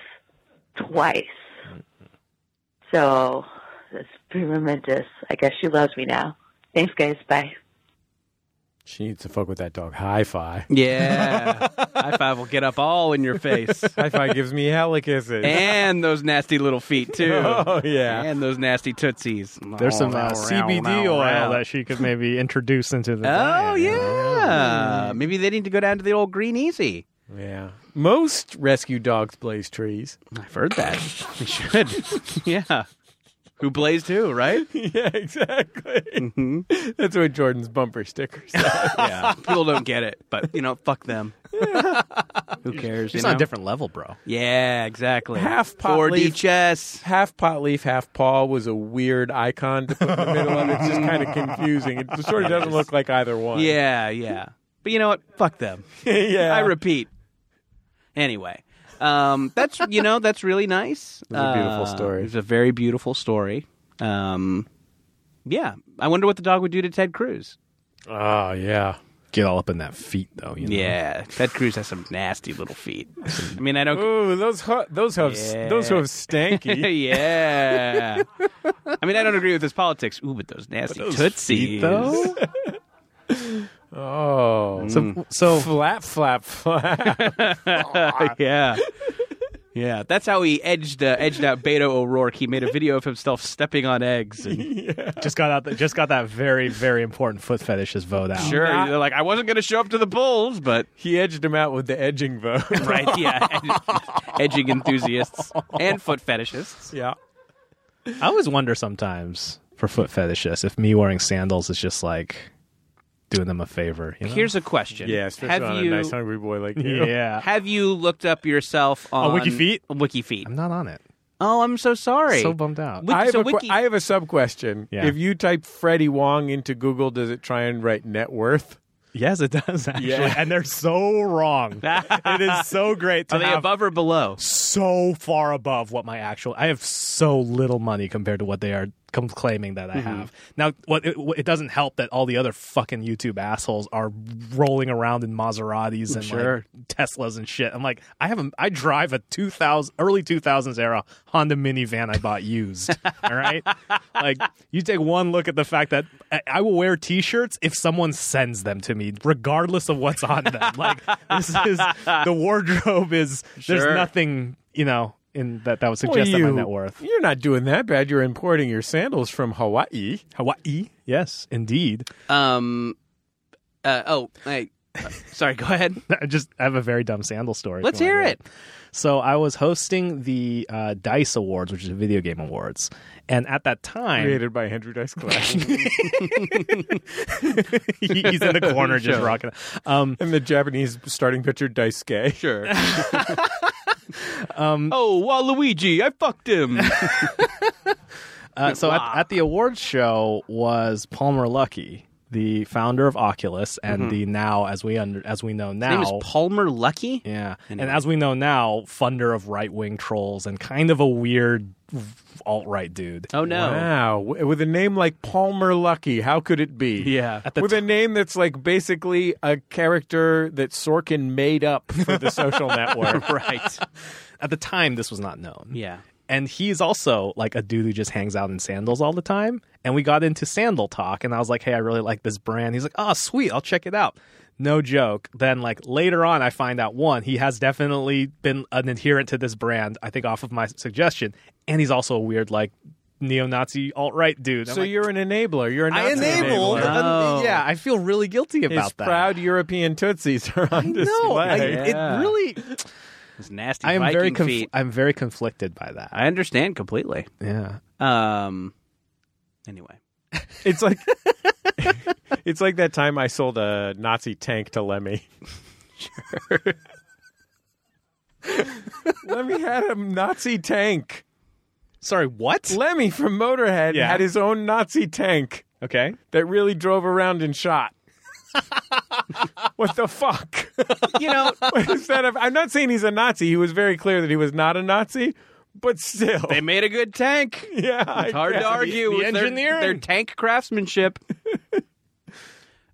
J: twice. So that's pretty momentous. I guess she loves me now. Thanks, guys. Bye.
B: She needs to fuck with that dog. Hi fi.
C: Yeah. High five will get up all in your face.
B: Hi fi gives me hella kisses.
C: and those nasty little feet, too.
B: oh yeah.
C: And those nasty tootsies. Oh,
D: There's some
C: Wow, wow,
D: uh, CBD
C: wow,
D: oil
C: wow.
D: that she could maybe introduce into the.
C: Oh
D: diet.
C: yeah. Maybe they need to go down to the old green easy.
B: yeah. Most rescue dogs blaze trees.
C: I've heard that. They should. yeah. Who blazed who, right?
B: yeah, exactly.
C: hmm
B: That's what Jordan's bumper sticker says.
C: yeah, people don't get it, but you know, fuck them. Who cares?
D: she's
C: you
D: on
C: know?
D: a different level, bro.
C: Yeah, exactly.
B: Half pot
C: 4D
B: leaf.
C: chess.
B: half pot leaf, half paw was a weird icon to put in the middle of. It's just kind of confusing. It sort of doesn't look like either one.
C: Yeah, yeah. But you know what? Fuck them.
B: yeah.
C: I repeat. Anyway, um, that's you know that's really nice.
B: was a beautiful story.
C: It's a very beautiful story. Um, yeah, I wonder what the dog would do to Ted Cruz.
B: oh yeah.
D: get all up in that feet though. You know?
C: Yeah, Ted Cruz has some nasty little feet. I mean, I don't.
B: Ooh, those ho- those hooves those
C: Yeah.
B: hooves stanky.
C: yeah. I mean, I don't agree with his politics. Ooh, but those nasty tootsies.
D: Feet, though.
B: oh,
D: So, so
B: flap flap flap.
C: yeah. Yeah, that's how he edged uh, edged out Beto O'Rourke. He made a video of himself stepping on eggs. And
D: just got out. The, just got that very very important foot fetishes vote out.
C: sure, they're like, I wasn't going to show up to the polls, but
B: he edged him out with the edging vote.
C: right, yeah, edging enthusiasts and foot fetishists.
B: yeah.
D: I always wonder sometimes for foot fetishes if me wearing sandals is just like doing them a favor. You know?
C: Here's a question:
B: Yeah, especially
C: have
B: on
C: you
B: a nice hungry boy like you.
D: yeah.
C: have you looked up yourself on,
D: On Wikifeet?
C: Wikifeet.
D: I'm not on it.
C: Oh, I'm so sorry.
D: So bummed out.
C: Wiki-
B: I have,
C: so
B: a que-
C: Wiki-
B: I have a sub question.
D: Yeah.
B: If you type Freddie Wong into Google, does it try and write net worth?
D: Yes, it does actually,
B: Yeah.
D: and they're so wrong. it is so great to
C: Are they
D: have
C: above or below?
D: so far above what my actual. I have so little money compared to what they are com- claiming that I
C: Mm-hmm.
D: have. Now, what it, what- it doesn't help that all the other fucking YouTube assholes are rolling around in Maseratis and
C: Sure.
D: like Teslas and shit. I'm like, I have a, I drive a 2000 early 2000s era Honda minivan I bought used. all right, like you take one look at the fact that I, I will wear T-shirts if someone sends them to me, regardless of what's on them. like this is the wardrobe is
C: Sure.
D: there's nothing you know in that that would suggest
B: Well,
D: that
B: you-
D: my net worth.
B: You're not doing that bad. You're importing your sandals from Hawaii.
D: Hawaii, yes, indeed.
C: Um. Uh, oh, I, sorry. Go ahead.
D: I just I have a very dumb sandal story. if
C: Let's
D: you wanna
C: hear
D: hear
C: it.
D: So I was hosting the uh, Dice Awards, which is a video game awards, and at that time,
B: Created by Andrew Dice Clay.
D: He- he's in the corner just
C: Sure.
D: rocking. Um,
B: and the Japanese starting pitcher Dice Gay.
C: Sure. oh, Waluigi, I fucked him.
D: uh, so at, at the awards show was Palmer Lucky, the founder of Oculus, and the now as we under, as we know now
C: Mm-hmm. Name is Palmer Lucky.
D: Yeah. And
C: Anyway.
D: as we know now, funder of right wing trolls and kind of a weird alt right dude.
C: Oh no.
B: Wow. W- With a name like Palmer Lucky, how could it be?
C: Yeah.
D: At the
B: With a name that's like basically a character that Sorkin made up for the social network.
C: right.
D: At the time, this was not known.
C: Yeah.
D: And he's also like a dude who just hangs out in sandals all the time. And we got into sandal talk, and I was like, hey, I really like this brand. He's like, oh, sweet, I'll check it out. No joke. Then, like, later on, I find out one, he has definitely been an adherent to this brand, I think, off of my suggestion. And he's also a weird, like, neo Nazi alt right dude. I'm
B: So
D: like,
B: you're an enabler. You're an
D: I enabled.
B: enabler.
C: No.
D: and- Yeah, I feel really guilty
B: His
D: about that.
B: proud European Tootsies are on
D: no, I,
B: display.
D: it really.
C: It's nasty.
D: I am
C: Viking
D: very conf-
C: feet.
D: I'm very conflicted by that.
C: I understand completely.
D: yeah,
C: Um. Anyway.
B: It's like it's like that time I sold a Nazi tank to Lemmy. Sure. Lemmy had a Nazi tank.
D: sorry, what?
B: Lemmy from Motorhead
D: Yeah.
B: had his own Nazi tank
D: Okay,
B: that really drove around and shot. what the fuck?
C: You know,
B: What is that? ab- I'm not saying he's a Nazi. He was very clear that he was not a Nazi, but still.
C: they made a good tank.
B: yeah, I
C: It's hard
B: guess.
C: to argue
D: the
C: with their- their,
D: engineering.
C: tank craftsmanship.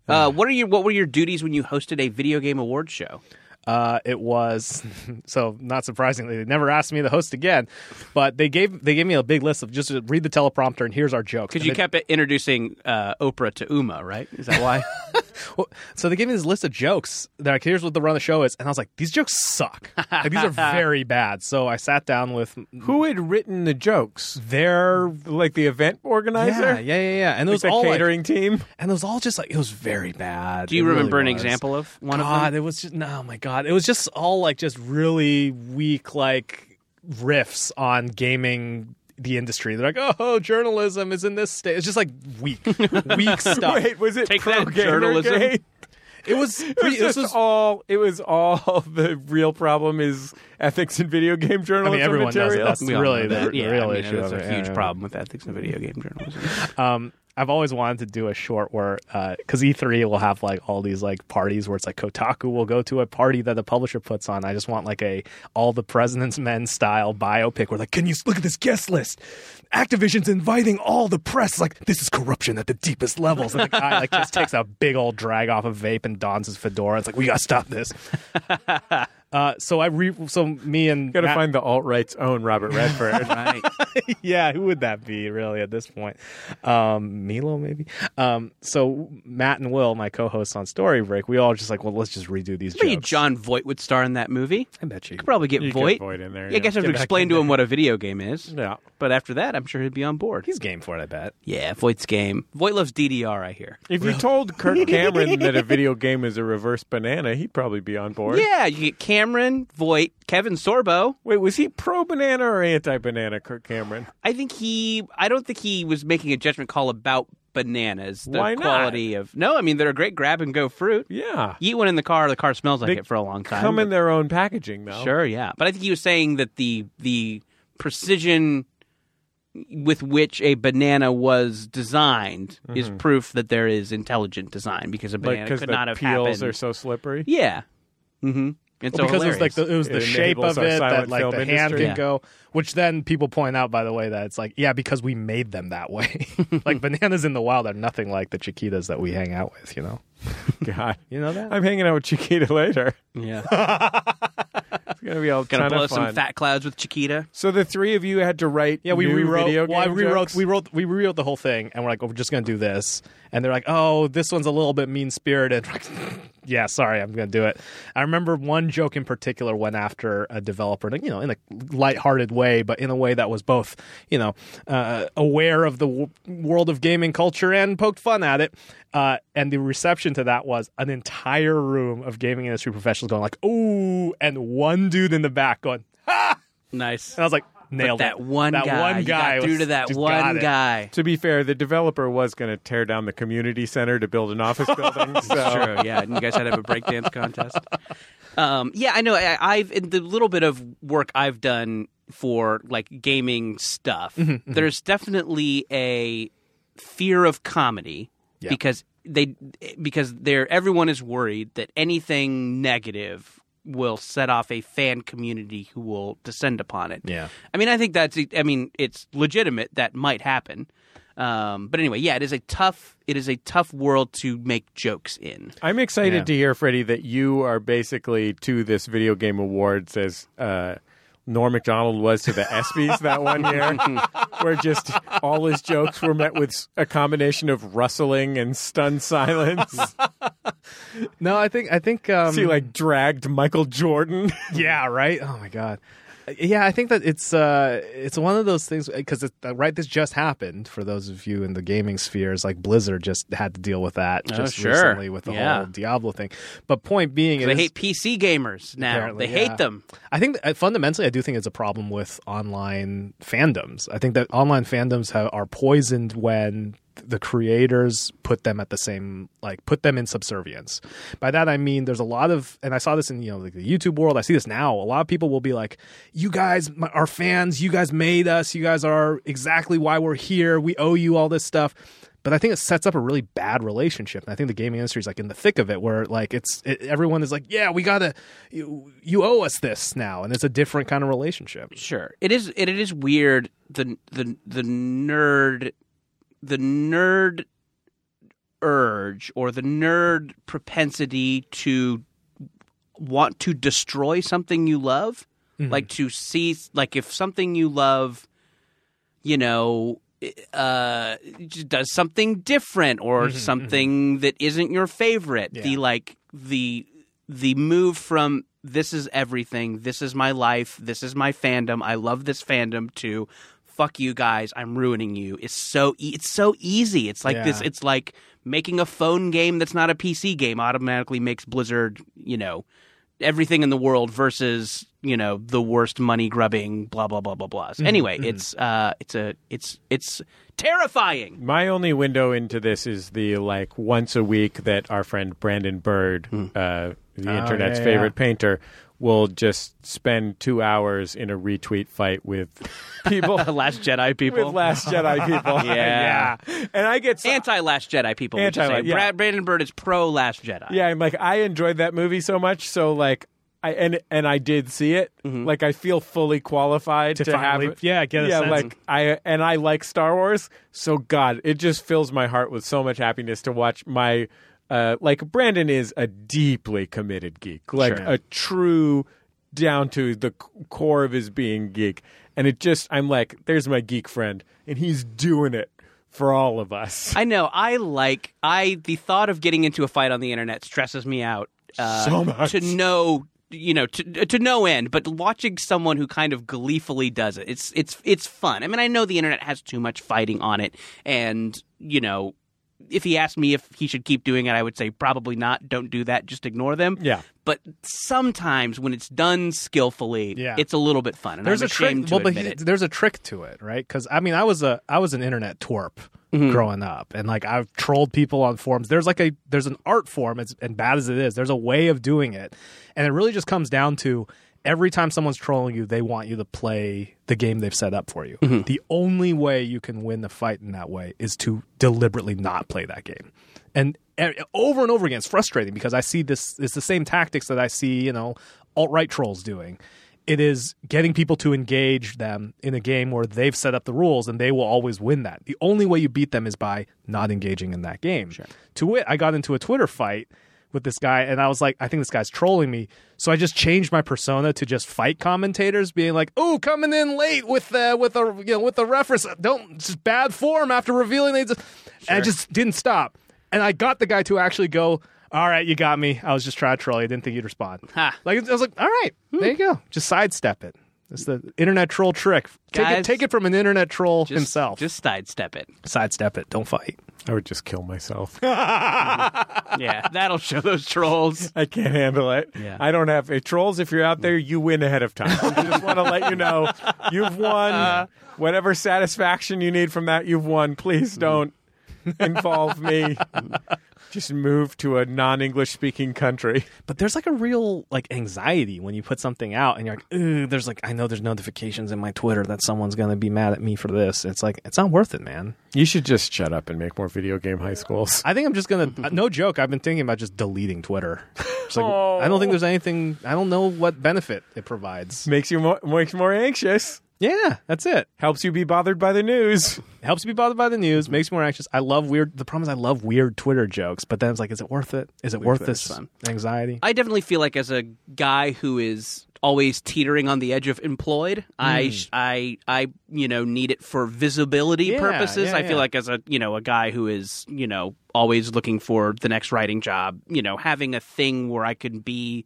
C: uh, what are your What were your duties when you hosted a video game awards show?
D: uh, it was so not surprisingly they never asked me to host again, but they gave they gave me a big list of just read the teleprompter and here's our joke.
C: Because
D: And
C: you
D: they-
C: kept introducing uh, Oprah to Uma, right? Is that why?
D: Well, so they gave me this list of jokes. They're like, here's what the run of the show is, and I was like, these jokes suck. Like, these are very bad. So I sat down with
B: Who had written the jokes?
D: their
B: Like the event organizer?
D: yeah, yeah, yeah, yeah, and it
B: Like
D: was
B: the
D: all like,
B: catering team?
D: and it was all just like it was very bad.
C: Do you
D: It really
C: remember an
D: was.
C: example of one
D: God,
C: of them?
D: it was just no, my God, it was just all like just really weak like riffs on gaming the industry. They're like, oh, journalism is in this state. It's just like weak, weak stuff.
B: Wait, was it
C: Take
B: pro
C: that, journalism.
B: Gamergate?
D: It was,
B: It was
D: pre- this
B: just
D: was.
B: all. It was all. The real problem is ethics in video game
D: I
B: journalism.
D: mean, everyone knows that
B: material.
D: that's
C: We all
D: really
C: know
D: the,
C: that.
D: the
C: yeah,
D: real
C: I mean,
D: issue.
C: That's
D: of
C: a
D: it.
C: huge
D: Yeah.
C: problem with ethics in video game journalism.
D: Um, I've always wanted to do a short where, uh, because E3 will have like all these like parties where it's like Kotaku will go to a party that the publisher puts on. I just want like a all the president's men style biopic where like, can you s- look at this guest list? Activision's inviting all the press. Like this is corruption at the deepest levels. And the guy like just takes a big old drag off a vape and dons his fedora. It's like we gotta stop this. Uh, so I re- so me and
B: Got to
D: Matt-
B: find the alt right's own Robert Redford.
C: right.
D: yeah, who would that be really at this point? Um, Milo, maybe. Um, so Matt and Will, my co-hosts on Story Break, we all just like, well, let's just redo these
C: Maybe
D: jokes.
C: John Voight would star in that movie.
D: I bet you.
C: Could probably get
B: You get
C: Voight.
B: Voight in there,
C: Yeah, I guess I
B: yeah.
C: have to
B: Get back
C: explain
B: in
C: to him
B: there.
C: what a video game is.
B: yeah.
C: But after that, I'm sure he'd be on board.
D: He's game for it, I bet.
C: yeah, Voight's game. Voight loves DDR, I hear.
B: If you told Kirk Cameron that a video game is a reverse banana, he'd probably be on board.
C: Yeah, you get Cameron, Voight, Kevin Sorbo.
B: Wait, was he pro banana or anti banana, Kirk Cameron?
C: I think he. I don't think he was making a judgment call about bananas. The
B: Why not?
C: quality of no. I mean, they're a great grab and go fruit.
B: Yeah.
C: You eat one in the car. The car smells like
B: They
C: it for a long time.
B: Come
C: but-
B: in their own packaging, though.
C: Sure, yeah. But I think he was saying that the the precision with which a banana was designed is proof that there is intelligent design because a
B: Mm-hmm. Like,
C: banana
B: because
C: could
B: the
C: not have
B: peels
C: happened.
B: are so slippery.
C: Yeah. Mm-hmm. And so
D: Well, because it was
C: hilarious.
D: like the, it was the
B: It
D: shape
B: enables
D: of
B: our
D: it that
B: silent
D: like
B: film
D: the hand
B: industry.
D: can
C: Yeah.
D: go, which then people point out by the way that it's like yeah because we made them that way. like bananas in the wild are nothing like the chiquitas that we hang out with. You know,
B: God.
D: you know that.
B: I'm hanging out with Chiquita later.
C: yeah.
B: It's going to be all
C: Gonna
B: ton
C: blow
B: of
C: some
B: fun.
C: fat clouds with Chiquita.
B: so the three of you had to write
D: Yeah, we
B: new
D: rewrote.
B: video
D: well, I
B: game
D: rewrote.
B: jokes?
D: We wrote. We rewrote the whole thing, and we're like, oh, we're just gonna do this. And they're like, oh, this one's a little bit mean spirited. yeah, sorry, I'm gonna do it. I remember one joke in particular went after a developer, like, you know, in a lighthearted way, but in a way that was both, you know, uh, aware of the w- world of gaming culture and poked fun at it. Uh, and the reception to that was an entire room of gaming industry professionals going like, ooh, and one dude in the back going,
C: Nice.
D: and I was like. Nailed
C: but that
D: it.
C: one
D: that
C: guy.
D: one guy
C: you got through
D: was-
C: to that
D: just got
C: one
D: it.
C: guy.
B: to be fair, the developer was going to tear down the community center to build an office building. so
C: That's true. Yeah, and you guys had to have a breakdance contest. Um, yeah, I know. I, I've in the little bit of work I've done for like gaming stuff.
D: Mm-hmm,
C: There's definitely a fear of comedy
D: Yeah.
C: because they because they're everyone is worried that anything negative will set off a fan community who will descend upon it.
D: Yeah.
C: I mean, I think that's. I mean, it's legitimate that might happen. Um, but anyway, yeah, it is a tough. It is a tough world to make jokes in.
B: I'm excited
D: Yeah.
B: to hear, Freddie, that you are basically to this video game awards as uh, Norm Macdonald was to the ESPYS that one year, where just all his jokes were met with a combination of rustling and stunned silence.
D: No, I think I think um,
B: he like dragged Michael Jordan.
D: yeah, right. Oh my god. Yeah, I think that it's uh, it's one of those things because right this just happened for those of you in the gaming spheres like Blizzard just had to deal with that
C: Oh,
D: just
C: sure.
D: recently with the
C: Yeah.
D: whole Diablo thing. But point being, it
C: They
D: is-
C: hate PC gamers now.
D: Apparently,
C: They hate
D: yeah.
C: them.
D: I think that, uh, fundamentally, I do think it's a problem with online fandoms. I think that online fandoms have, are poisoned when the creators put them at the same like put them in subservience. By that I mean there's a lot of and I saw this in you know like the YouTube world. I see this now. A lot of people will be like, "You guys my- are fans. You guys made us. You guys are exactly why we're here. We owe you all this stuff." but I think it sets up a really bad relationship. And I think the gaming industry is like in the thick of it, where like it's it, everyone is like, yeah, we gotta, you, you owe us this now, and it's a different kind of relationship.
C: Sure, it is. It, it is weird. The the the nerd, the nerd urge or the nerd propensity to want to destroy something you love,
D: Mm-hmm.
C: like to see, like if something you love, you know. Uh, just does something different or
D: Mm-hmm.
C: something that isn't your favorite. The
D: Yeah.
C: like the the move from this is everything, this is my life, this is my fandom, I love this fandom to fuck you guys, I'm ruining you is so e- it's so easy. It's like this
D: Yeah.
C: it's like making a phone game that's not a PC game automatically makes Blizzard, you know, everything in the world versus, you know, the worst money grubbing blah blah blah blah blah.
D: Mm-hmm.
C: Anyway, it's uh it's a it's it's terrifying.
B: My only window into this is the like once a week that our friend Brandon Bird, uh, the
D: Oh,
B: internet's
D: yeah, yeah.
B: favorite painter, will just spend two hours in a retweet fight with people.
C: Last Jedi people.
B: With Last Jedi people.
C: Yeah.
B: And I get so,
C: Anti Last Jedi people.
B: Anti-
C: Anti.
B: yeah.
C: Brad Brandon Bird is pro Last Jedi.
B: yeah, I'm like I enjoyed that movie so much, so like I and and I did see it. Like I feel fully qualified to,
D: Mm-hmm. To finally-
B: have it.
D: yeah, get a
B: yeah.
D: sense.
B: Like I and I like Star Wars, so God, it just fills my heart with so much happiness to watch my. Uh, like Brandon is a deeply committed geek, like
D: Sure.
B: a true down to the c- core of his being geek, and it just I'm like, there's my geek friend, and he's doing it for all of us.
C: I know. I like I the thought of getting into a fight on the internet stresses me out uh,
B: So much.
C: to no you know to uh, to no end. But watching someone who kind of gleefully does it, it's it's it's fun. I mean, I know the internet has too much fighting on it, and you know. If he asked me if he should keep doing it, I would say probably not. Don't do that. Just ignore them.
B: Yeah.
C: But sometimes when it's done skillfully,
D: Yeah.
C: it's a little bit fun. And
D: there's
C: I'm
D: a trick.
C: ashamed to
D: Well, but
C: admit
D: he-
C: it.
D: there's a trick to it, right? Because I mean, I was a I was an internet twerp
C: Mm-hmm.
D: growing up, and like I've trolled people on forums. There's like a there's an art form, as and bad as it is, there's a way of doing it, and it really just comes down to every time someone's trolling you, they want you to play the game they've set up for you.
C: Mm-hmm.
D: The only way you can win the fight in that way is to deliberately not play that game, and. eh, and Over and over again, it's frustrating because I see this. It's the same tactics that I see, you know, alt right trolls doing it is getting people to engage them in a game where they've set up the rules and they will always win that. The only way you beat them is by not engaging in that game. To wit, I got into a Twitter fight with this guy and I was like, I think this guy's trolling me. So I just changed my persona to just fight commentators, being like, "Oh, coming in late with uh, with a you know with a reference, don't it's just bad form after revealing these." And I just didn't stop, and I got the guy to actually go. All right, you got me. I was just trying to troll you. I didn't think you'd respond.
C: Ha.
D: Like I was like, all right, there you go. Just sidestep it. It's the internet troll trick. Take it,
C: Guys,
D: take it from an internet troll
C: Just-
D: himself.
C: Just sidestep it.
D: sidestep it. Don't fight.
B: I would just kill myself.
C: Yeah, that'll show those trolls.
B: I can't handle it.
C: Yeah.
B: I don't have it. Trolls, if you're out there, you win ahead of time. I just want to let you know you've won. Whatever satisfaction you need from that, you've won. Please don't involve me. Just move to a non English speaking country.
D: But there's like a real like anxiety when you put something out and you're like, ooh, there's like I know there's notifications in my Twitter that someone's gonna be mad at me for this. It's like it's not worth it, man.
B: You should just shut up and make more video game high schools.
D: I think I'm just gonna uh, no joke. I've been thinking about just deleting Twitter. It's like I don't think there's anything. I don't know what benefit it provides.
B: Makes you more, makes more anxious.
D: Yeah, that's it.
B: Helps you be bothered by the news.
D: helps me be bothered by the news, makes me more anxious. I love weird. The problem is I love weird Twitter jokes, but then it's like, is it worth it? Is it worth
C: Twitter's
D: this
C: fun.
D: anxiety?
C: I definitely feel like as a guy who is always teetering on the edge of employed,
D: Hmm.
C: I sh- I I you know need it for visibility
D: Yeah,
C: purposes.
D: yeah,
C: I
D: yeah.
C: feel like as a you know a guy who is you know always looking for the next writing job, you know having a thing where I can be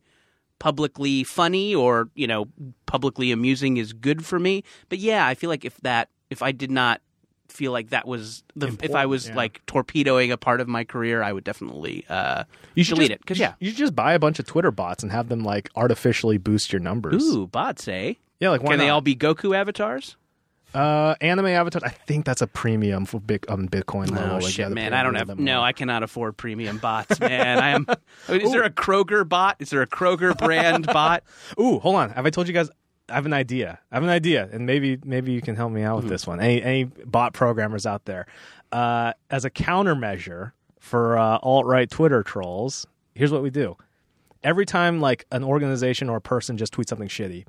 C: publicly funny or you know publicly amusing is good for me. But yeah, I feel like if that if I did not feel like that was the if I
D: Important,
C: was
D: yeah.
C: like torpedoing a part of my career, I would definitely uh
D: You should
C: delete
D: just-
C: it because
D: you
C: yeah.
D: should- you should just buy a bunch of Twitter bots and have them like artificially boost your numbers.
C: Ooh, bots, eh?
D: Yeah, like why
C: Can they
D: not?
C: all be Goku avatars?
D: uh, anime avatars? I think that's a premium for big on Bitcoin level.
C: oh
D: Like, yeah,
C: shit,
D: the
C: man!
D: premium
C: I don't have.
D: of them
C: No,
D: all.
C: I cannot afford premium bots, man. I am. I mean, is there a Kroger bot? Is there a Kroger brand bot?
D: Ooh, hold on. Have I told you guys? I have an idea. I have an idea, and maybe maybe you can help me out with this one. Any any bot programmers out there? Uh, as a countermeasure for uh, alt right Twitter trolls, here's what we do: every time like an organization or a person just tweets something shitty,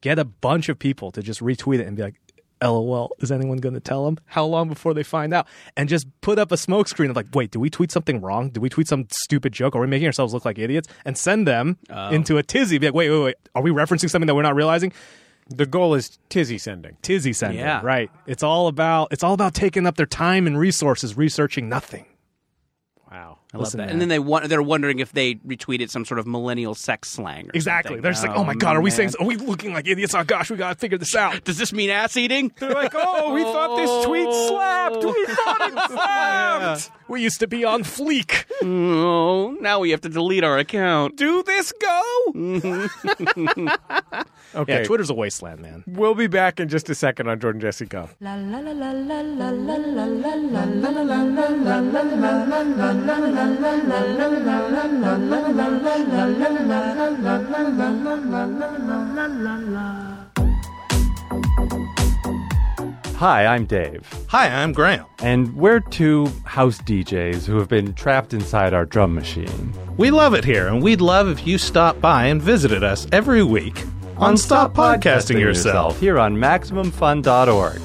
D: get a bunch of people to just retweet it and be like. LOL, is anyone going to tell them? How long before they find out? And just put up a smoke screen of like, wait, did we tweet something wrong? Did we tweet some stupid joke? Are we making ourselves look like idiots? And send them
B: Oh.
D: into a tizzy. Be like, wait, wait, wait. Are we referencing something that we're not realizing?
B: The goal is tizzy sending.
D: Tizzy sending,
C: Yeah.
D: right? It's all about it's all about taking up their time and resources researching nothing.
B: Wow.
D: I
C: Love that. And then they want, they're wondering if they retweeted some sort of millennial sex slang. Or
D: exactly.
C: something.
D: They're just like, oh my god, are we saying?
C: man.
D: Are we looking like idiots? Oh gosh, we gotta figure this out.
C: Does this mean ass eating?
B: They're like, oh, we thought this tweet slapped. We thought it slapped.
K: Oh.
D: We used to be on fleek.
C: oh, now we have to delete our account.
B: do this go? okay.
D: Yeah, Twitter's a wasteland, man.
B: We'll be back in just a second on Jordan Jesse Go.
L: Hi, I'm Dave.
K: Hi, I'm Graham.
L: And we're two house DJs who have been trapped inside our drum machine.
K: We love it here, and we'd love if you stopped by and visited us every week on Stop Podcasting Yourself.
L: here on MaximumFun.org.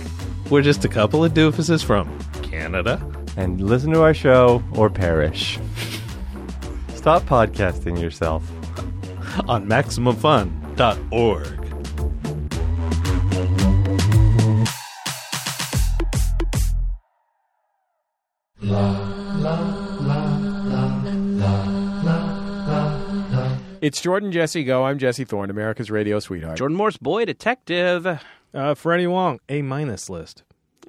K: We're just a couple of doofuses from Canada.
L: And listen to our show or perish. Stop podcasting yourself.
K: on MaximumFun.org.
B: It's Jordan Jesse Go. I'm Jesse Thorne, America's radio sweetheart.
C: Jordan Morse, boy detective.
D: Uh, Freddie Wong, A minus list.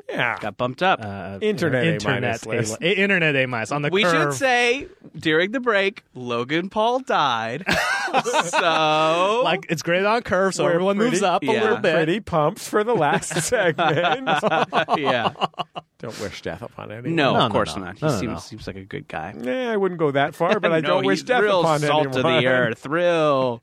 B: Yeah.
C: Got bumped up.
D: Uh,
B: Internet A
D: internet
B: minus list.
D: A- internet A minus on the
C: we
D: curve.
C: should say during the break, Logan Paul died. so
D: like it's graded on curve, so
B: We're
D: everyone moves
B: pretty-
D: up a
C: yeah.
D: little bit.
B: Pretty pumped for the last segment.
C: yeah.
B: Don't wish death upon anyone.
C: No,
D: No,
C: of
D: no,
C: course
D: no.
C: not. He
D: No, no,
C: seems
D: no.
C: seems like a good guy.
B: Yeah, I wouldn't go that far, but I
C: No,
B: don't wish
C: he's
B: death
C: real
B: upon
C: salt
B: anyone.
C: to the earth, real.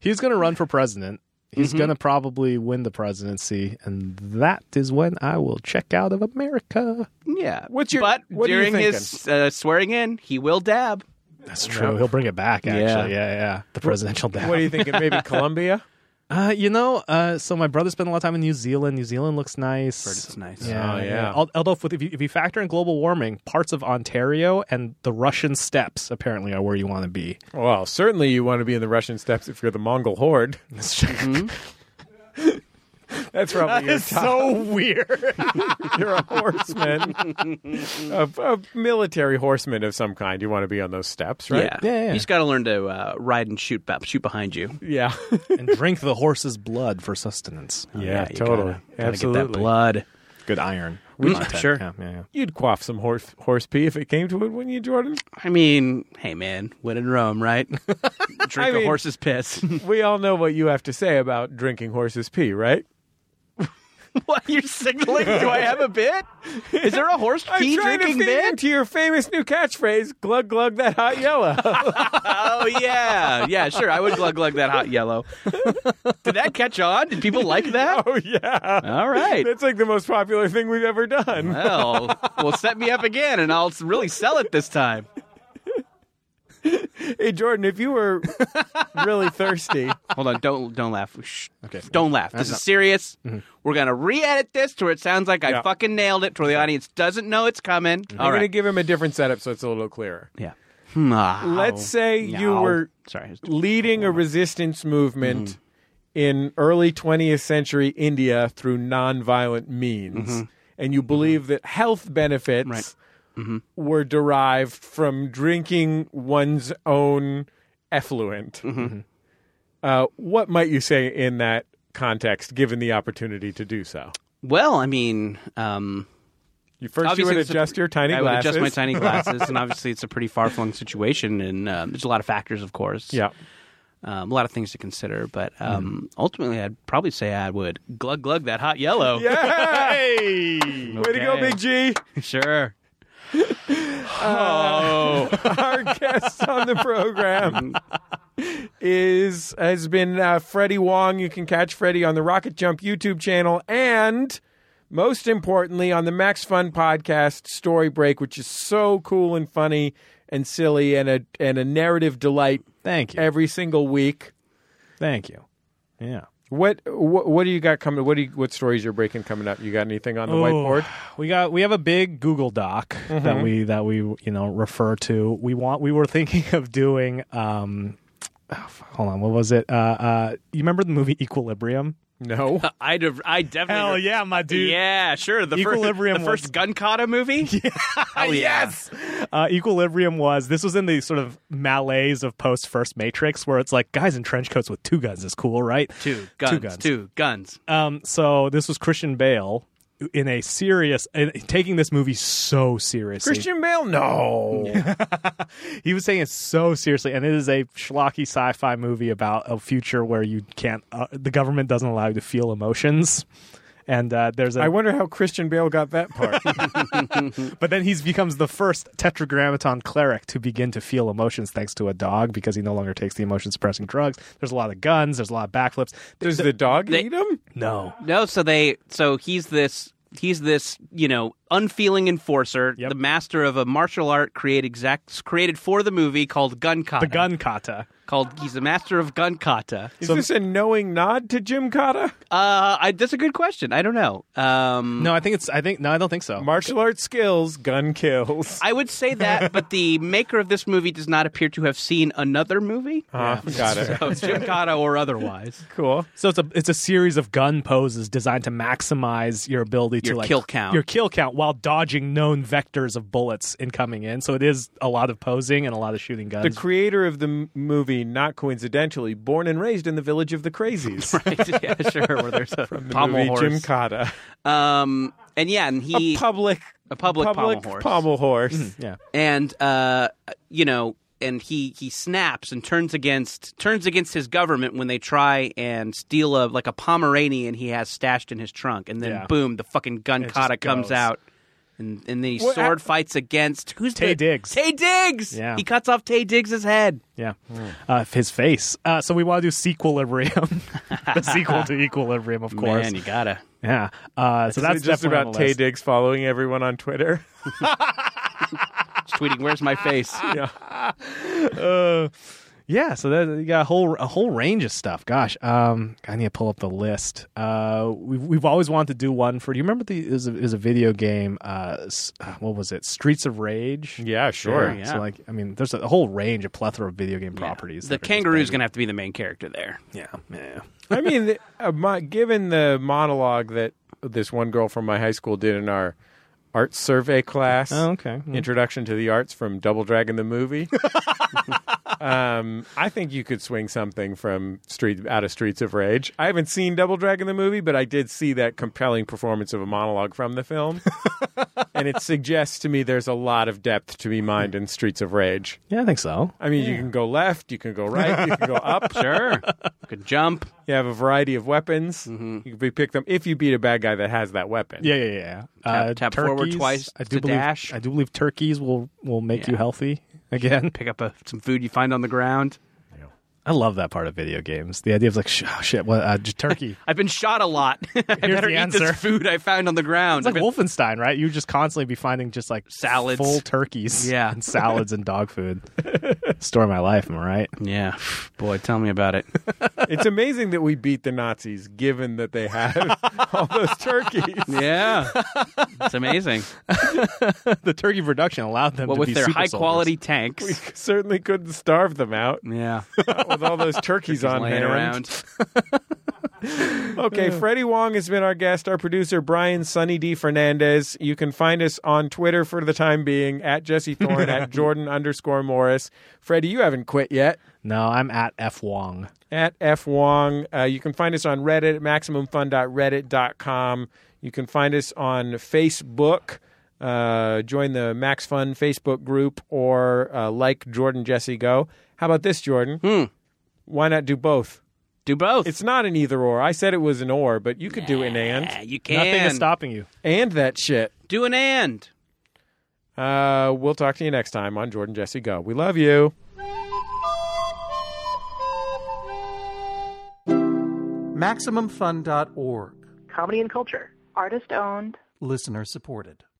D: He's going to run for president. He's going to probably win the presidency, and that is when I will check out of America.
C: Yeah.
B: What's your-
C: but
B: what are you
C: during his uh, swearing in, he will dab.
D: That's true. He'll bring it back. Actually, yeah, yeah. The presidential dad.
B: What are you thinking? Maybe Colombia?
D: Uh, you know, uh, so my brother spent a lot of time in New Zealand. New Zealand looks nice.
C: Heard it's nice.
D: Yeah,
B: Oh,
D: yeah.
B: yeah.
D: Al- Although, if, if, you, if you factor in global warming, parts of Ontario and the Russian steppes apparently are where you want to be.
B: Well, certainly you want to be in the Russian steppes if you're the Mongol horde.
D: Mm-hmm.
B: That's probably your top.
D: weird.
B: you're a horseman, a, a military horseman of some kind. You want to be on those steps, right?
C: Yeah.
D: Yeah, yeah.
C: You just got to learn to uh, ride and shoot, ba- shoot behind you.
B: Yeah.
D: and drink the horse's blood for sustenance.
B: Yeah,
C: Oh, you
B: totally.
C: gotta- gotta
B: Absolutely.
C: get that blood.
D: Good iron. content.
C: sure.
D: Yeah, yeah, yeah.
B: You'd quaff some horse horse pee if it came to it, wouldn't you, Jordan?
C: I mean, hey man, when in Rome, right? Drink a
B: mean-
C: horse's piss.
B: We all know what you have to say about drinking horses pee, right?
C: what you're signaling? Do I have a bit? Is there a horse
B: I'm
C: pee
B: trying to
C: drinking
B: feed
C: bit?
B: into your famous new catchphrase, glug glug that hot yellow.
C: Oh yeah, yeah, sure. I would glug glug that hot yellow. Did that catch on? Did people like that?
B: oh yeah.
C: All right.
B: That's like the most popular thing we've ever done.
C: Well, well, set me up again, and I'll really sell it this time.
B: Hey Jordan, if you were really thirsty,
C: Hold on, don't don't laugh. Shh. Okay, don't laugh. This is serious. We're gonna re-edit this to where it sounds like I
B: Yeah.
C: fucking nailed it, to where the audience doesn't know it's coming. All
B: I'm going to
C: right.
B: give him a different setup so it's a little clearer.
C: Yeah. Hmm, ah,
B: Let's say you
C: ow.
B: were
C: Sorry. I was-
B: leading a resistance movement
C: Mm-hmm.
B: in early 20th century India through nonviolent means, and you believe that health benefits
C: Mm-hmm. Right. Mm-hmm.
B: were derived from drinking one's own effluent.
C: Mm-hmm.
B: Uh, what might you say in that context, given the opportunity to do so?
C: Well, I mean, um,
B: You first you would
C: it's a-
B: adjust your tiny
C: I would
B: glasses.
C: adjust my tiny glasses, and obviously it's a pretty far flung situation, and um, there's a lot of factors, of course.
B: yeah. Hmm.
C: um, a lot of things to consider, but um, ultimately I'd probably say I would glug glug that hot yellow.
B: Yeah.
D: Hey!
B: Way to go,
C: Okay.
B: Big G.
C: sure. Oh,
B: Our guest on the program is has been uh, Freddie Wong. You can catch Freddie on the Rocket Jump YouTube channel and most importantly on the Max Fun podcast Story Break, which is so cool and funny and silly and a and a narrative delight
D: Thank you.
B: every single week.
D: Thank you. Yeah.
B: What what, what do you got coming? What do you, what stories you're breaking coming up? You got anything on the
D: Ooh.
B: whiteboard?
D: We got we have a big Google Doc that we that we you know refer to. We want we were thinking of doing um oh, fuck, hold on, what was it? Uh uh you remember the movie Equilibrium?
B: No.
C: I I definitely
D: Hell yeah, my dude.
C: yeah, sure. The first
D: Equilibrium
C: the first
D: was-
C: gun kata movie. Yeah. Hell yeah. Yes.
D: Uh, Equilibrium was this was in the sort of malaise of post First Matrix, where it's like guys in trench coats with two guns is cool, right?
C: Two guns.
D: Two guns.
C: Two guns.
D: Um, so this was Christian Bale in a serious, in, taking this movie so seriously.
B: Christian Bale? No.
D: he was taking it so seriously, and it is a schlocky sci-fi movie about a future where you can't, uh, the government doesn't allow you to feel emotions. And uh, there's a.
B: I wonder how Christian Bale got that part.
D: but then he becomes the first tetragrammaton cleric to begin to feel emotions thanks to a dog because he no longer takes the emotion suppressing drugs. There's a lot of guns. There's a lot of backflips.
B: Does the dog eat him?
D: No.
C: No, so they so he's this he's this, you know, unfeeling enforcer, the master of a martial art create exact created for the movie called Gun Kata. The
D: Gun Kata.
C: Called he's the master of Gun Kata.
B: Is this a knowing nod to Jim Cotta?
C: Uh, I, that's a good question. I don't know. Um,
D: no, I think it's. I think no, I don't think so.
B: Martial arts skills, gun kills.
C: I would say that, but the maker of this movie does not appear to have seen another movie.
B: Ah, got it.
C: So it's Jim Cotta or otherwise.
B: Cool.
D: So it's a it's a series of gun poses designed to maximize your ability to
C: Your
D: like
C: kill count.
D: your kill count while dodging known vectors of bullets incoming in. So it is a lot of posing and a lot of shooting guns.
B: The creator of the m- movie, not coincidentally, born and raised in the village of the crazies.
C: right. Yeah, sure. Where there's a
B: From the
C: pommel
B: movie
C: horse.
B: Jim Cotta.
C: Um, and yeah, and he
B: a public,
C: a public,
B: public
C: pommel horse.
B: pommel horse.
D: yeah.
C: and uh, you know, and he he snaps and turns against turns against his government when they try and steal a like a Pomeranian he has stashed in his trunk, and then
D: Yeah.
C: boom, the fucking gun
D: It just
C: kata comes
D: goes.
C: out. And, and then he
B: Well,
C: sword
B: I-
C: fights against who's
D: Tay
C: the-
D: Diggs.
C: Tay Diggs.
D: Yeah.
C: he cuts off Tay Diggs's head.
D: Yeah, uh, his face. Uh, so we want to do Sequilibrium, the sequel to Equilibrium, of course.
C: Man, you gotta.
D: yeah, uh, so
B: Is
D: that's
B: it just
D: definitely on
B: about
D: the
B: Tay
D: list.
B: Diggs following everyone on Twitter.
C: Just tweeting, "Where's my face?"
D: Uh, yeah, so that, you got a whole a whole range of stuff. Gosh, um, I need to pull up the list. Uh, we've we've always wanted to do one for. Do you remember the is a, it was a video game? Uh, s- uh, what was it? Streets of Rage.
B: Yeah, sure.
C: Yeah.
D: So like, I mean, there's a whole range, a plethora of video game properties.
C: The
D: that are just
C: kangaroo's
D: big.
C: gonna have to be the main character there.
D: Yeah, yeah.
B: I mean, the, uh, my, given the monologue that this one girl from my high school did in our art survey class,
D: Oh, okay. Mm.
B: Introduction to the Arts from Double Dragon the movie. um, I think you could swing something from Street out of Streets of Rage. I haven't seen Double Dragon the movie, but I did see that compelling performance of a monologue from the film, and it suggests to me there's a lot of depth to be mined in Streets of Rage.
D: Yeah, I think so.
B: I mean, you can go left, you can go right, you can go up.
C: Sure, could jump.
B: You have a variety of weapons. You can be- pick them if you beat a bad guy that has that weapon.
D: Yeah, yeah, yeah. Uh,
C: Tap- tap forward twice
D: I do
C: to
D: believe,
C: dash.
D: I do believe turkeys will will make you
C: Yeah.
D: healthy again.
C: Pick up a, some food you find on the ground.
D: I love that part of video games. The idea of like, sh- oh, shit, what uh, j- turkey?
C: I've been shot a lot. I better
D: the
C: eat
D: answer.
C: this food I found on the ground.
D: It's like
C: I've been-
D: Wolfenstein, right? You just constantly be finding just like
C: Salads.
D: full turkeys,
C: Yeah.
D: and salads and dog food. Story of my life, am I right?
C: Yeah, boy, tell me about it.
B: It's amazing that we beat the Nazis given that they have all those turkeys.
C: yeah, it's amazing.
D: the turkey production allowed them
C: Well,
D: to
C: with
D: be
C: their
D: super
C: high
D: soldiers.
C: quality
B: We
C: tanks.
B: certainly couldn't starve them out
C: Yeah,
B: with all those turkeys
C: Just
B: on
C: laying
B: hand.
C: around.
B: Okay, Freddie Wong has been our guest, our producer, Brian Sunny D. Fernandez. You can find us on Twitter for the time being at Jesse Thorne, at Jordan underscore Morris. Freddie, you haven't quit yet.
D: No, I'm at F Wong.
B: at F Wong. Uh, you can find us on Reddit at maximumfun.reddit.com. You can find us on Facebook. Uh, join the Max Fun Facebook group or uh, like Jordan Jesse Go. How about this, Jordan? Why not do both?
C: Do both.
B: It's not an either or. I said it was an or, but you could do an
C: yeah,
B: and.
C: you
D: Nothing
C: can
D: is stopping you.
B: And that shit.
C: do an and.
B: Uh, we'll talk to you next time on Jordan Jesse Go. We love you.
M: MaximumFun.org.
J: Comedy and culture.
M: Listener supported.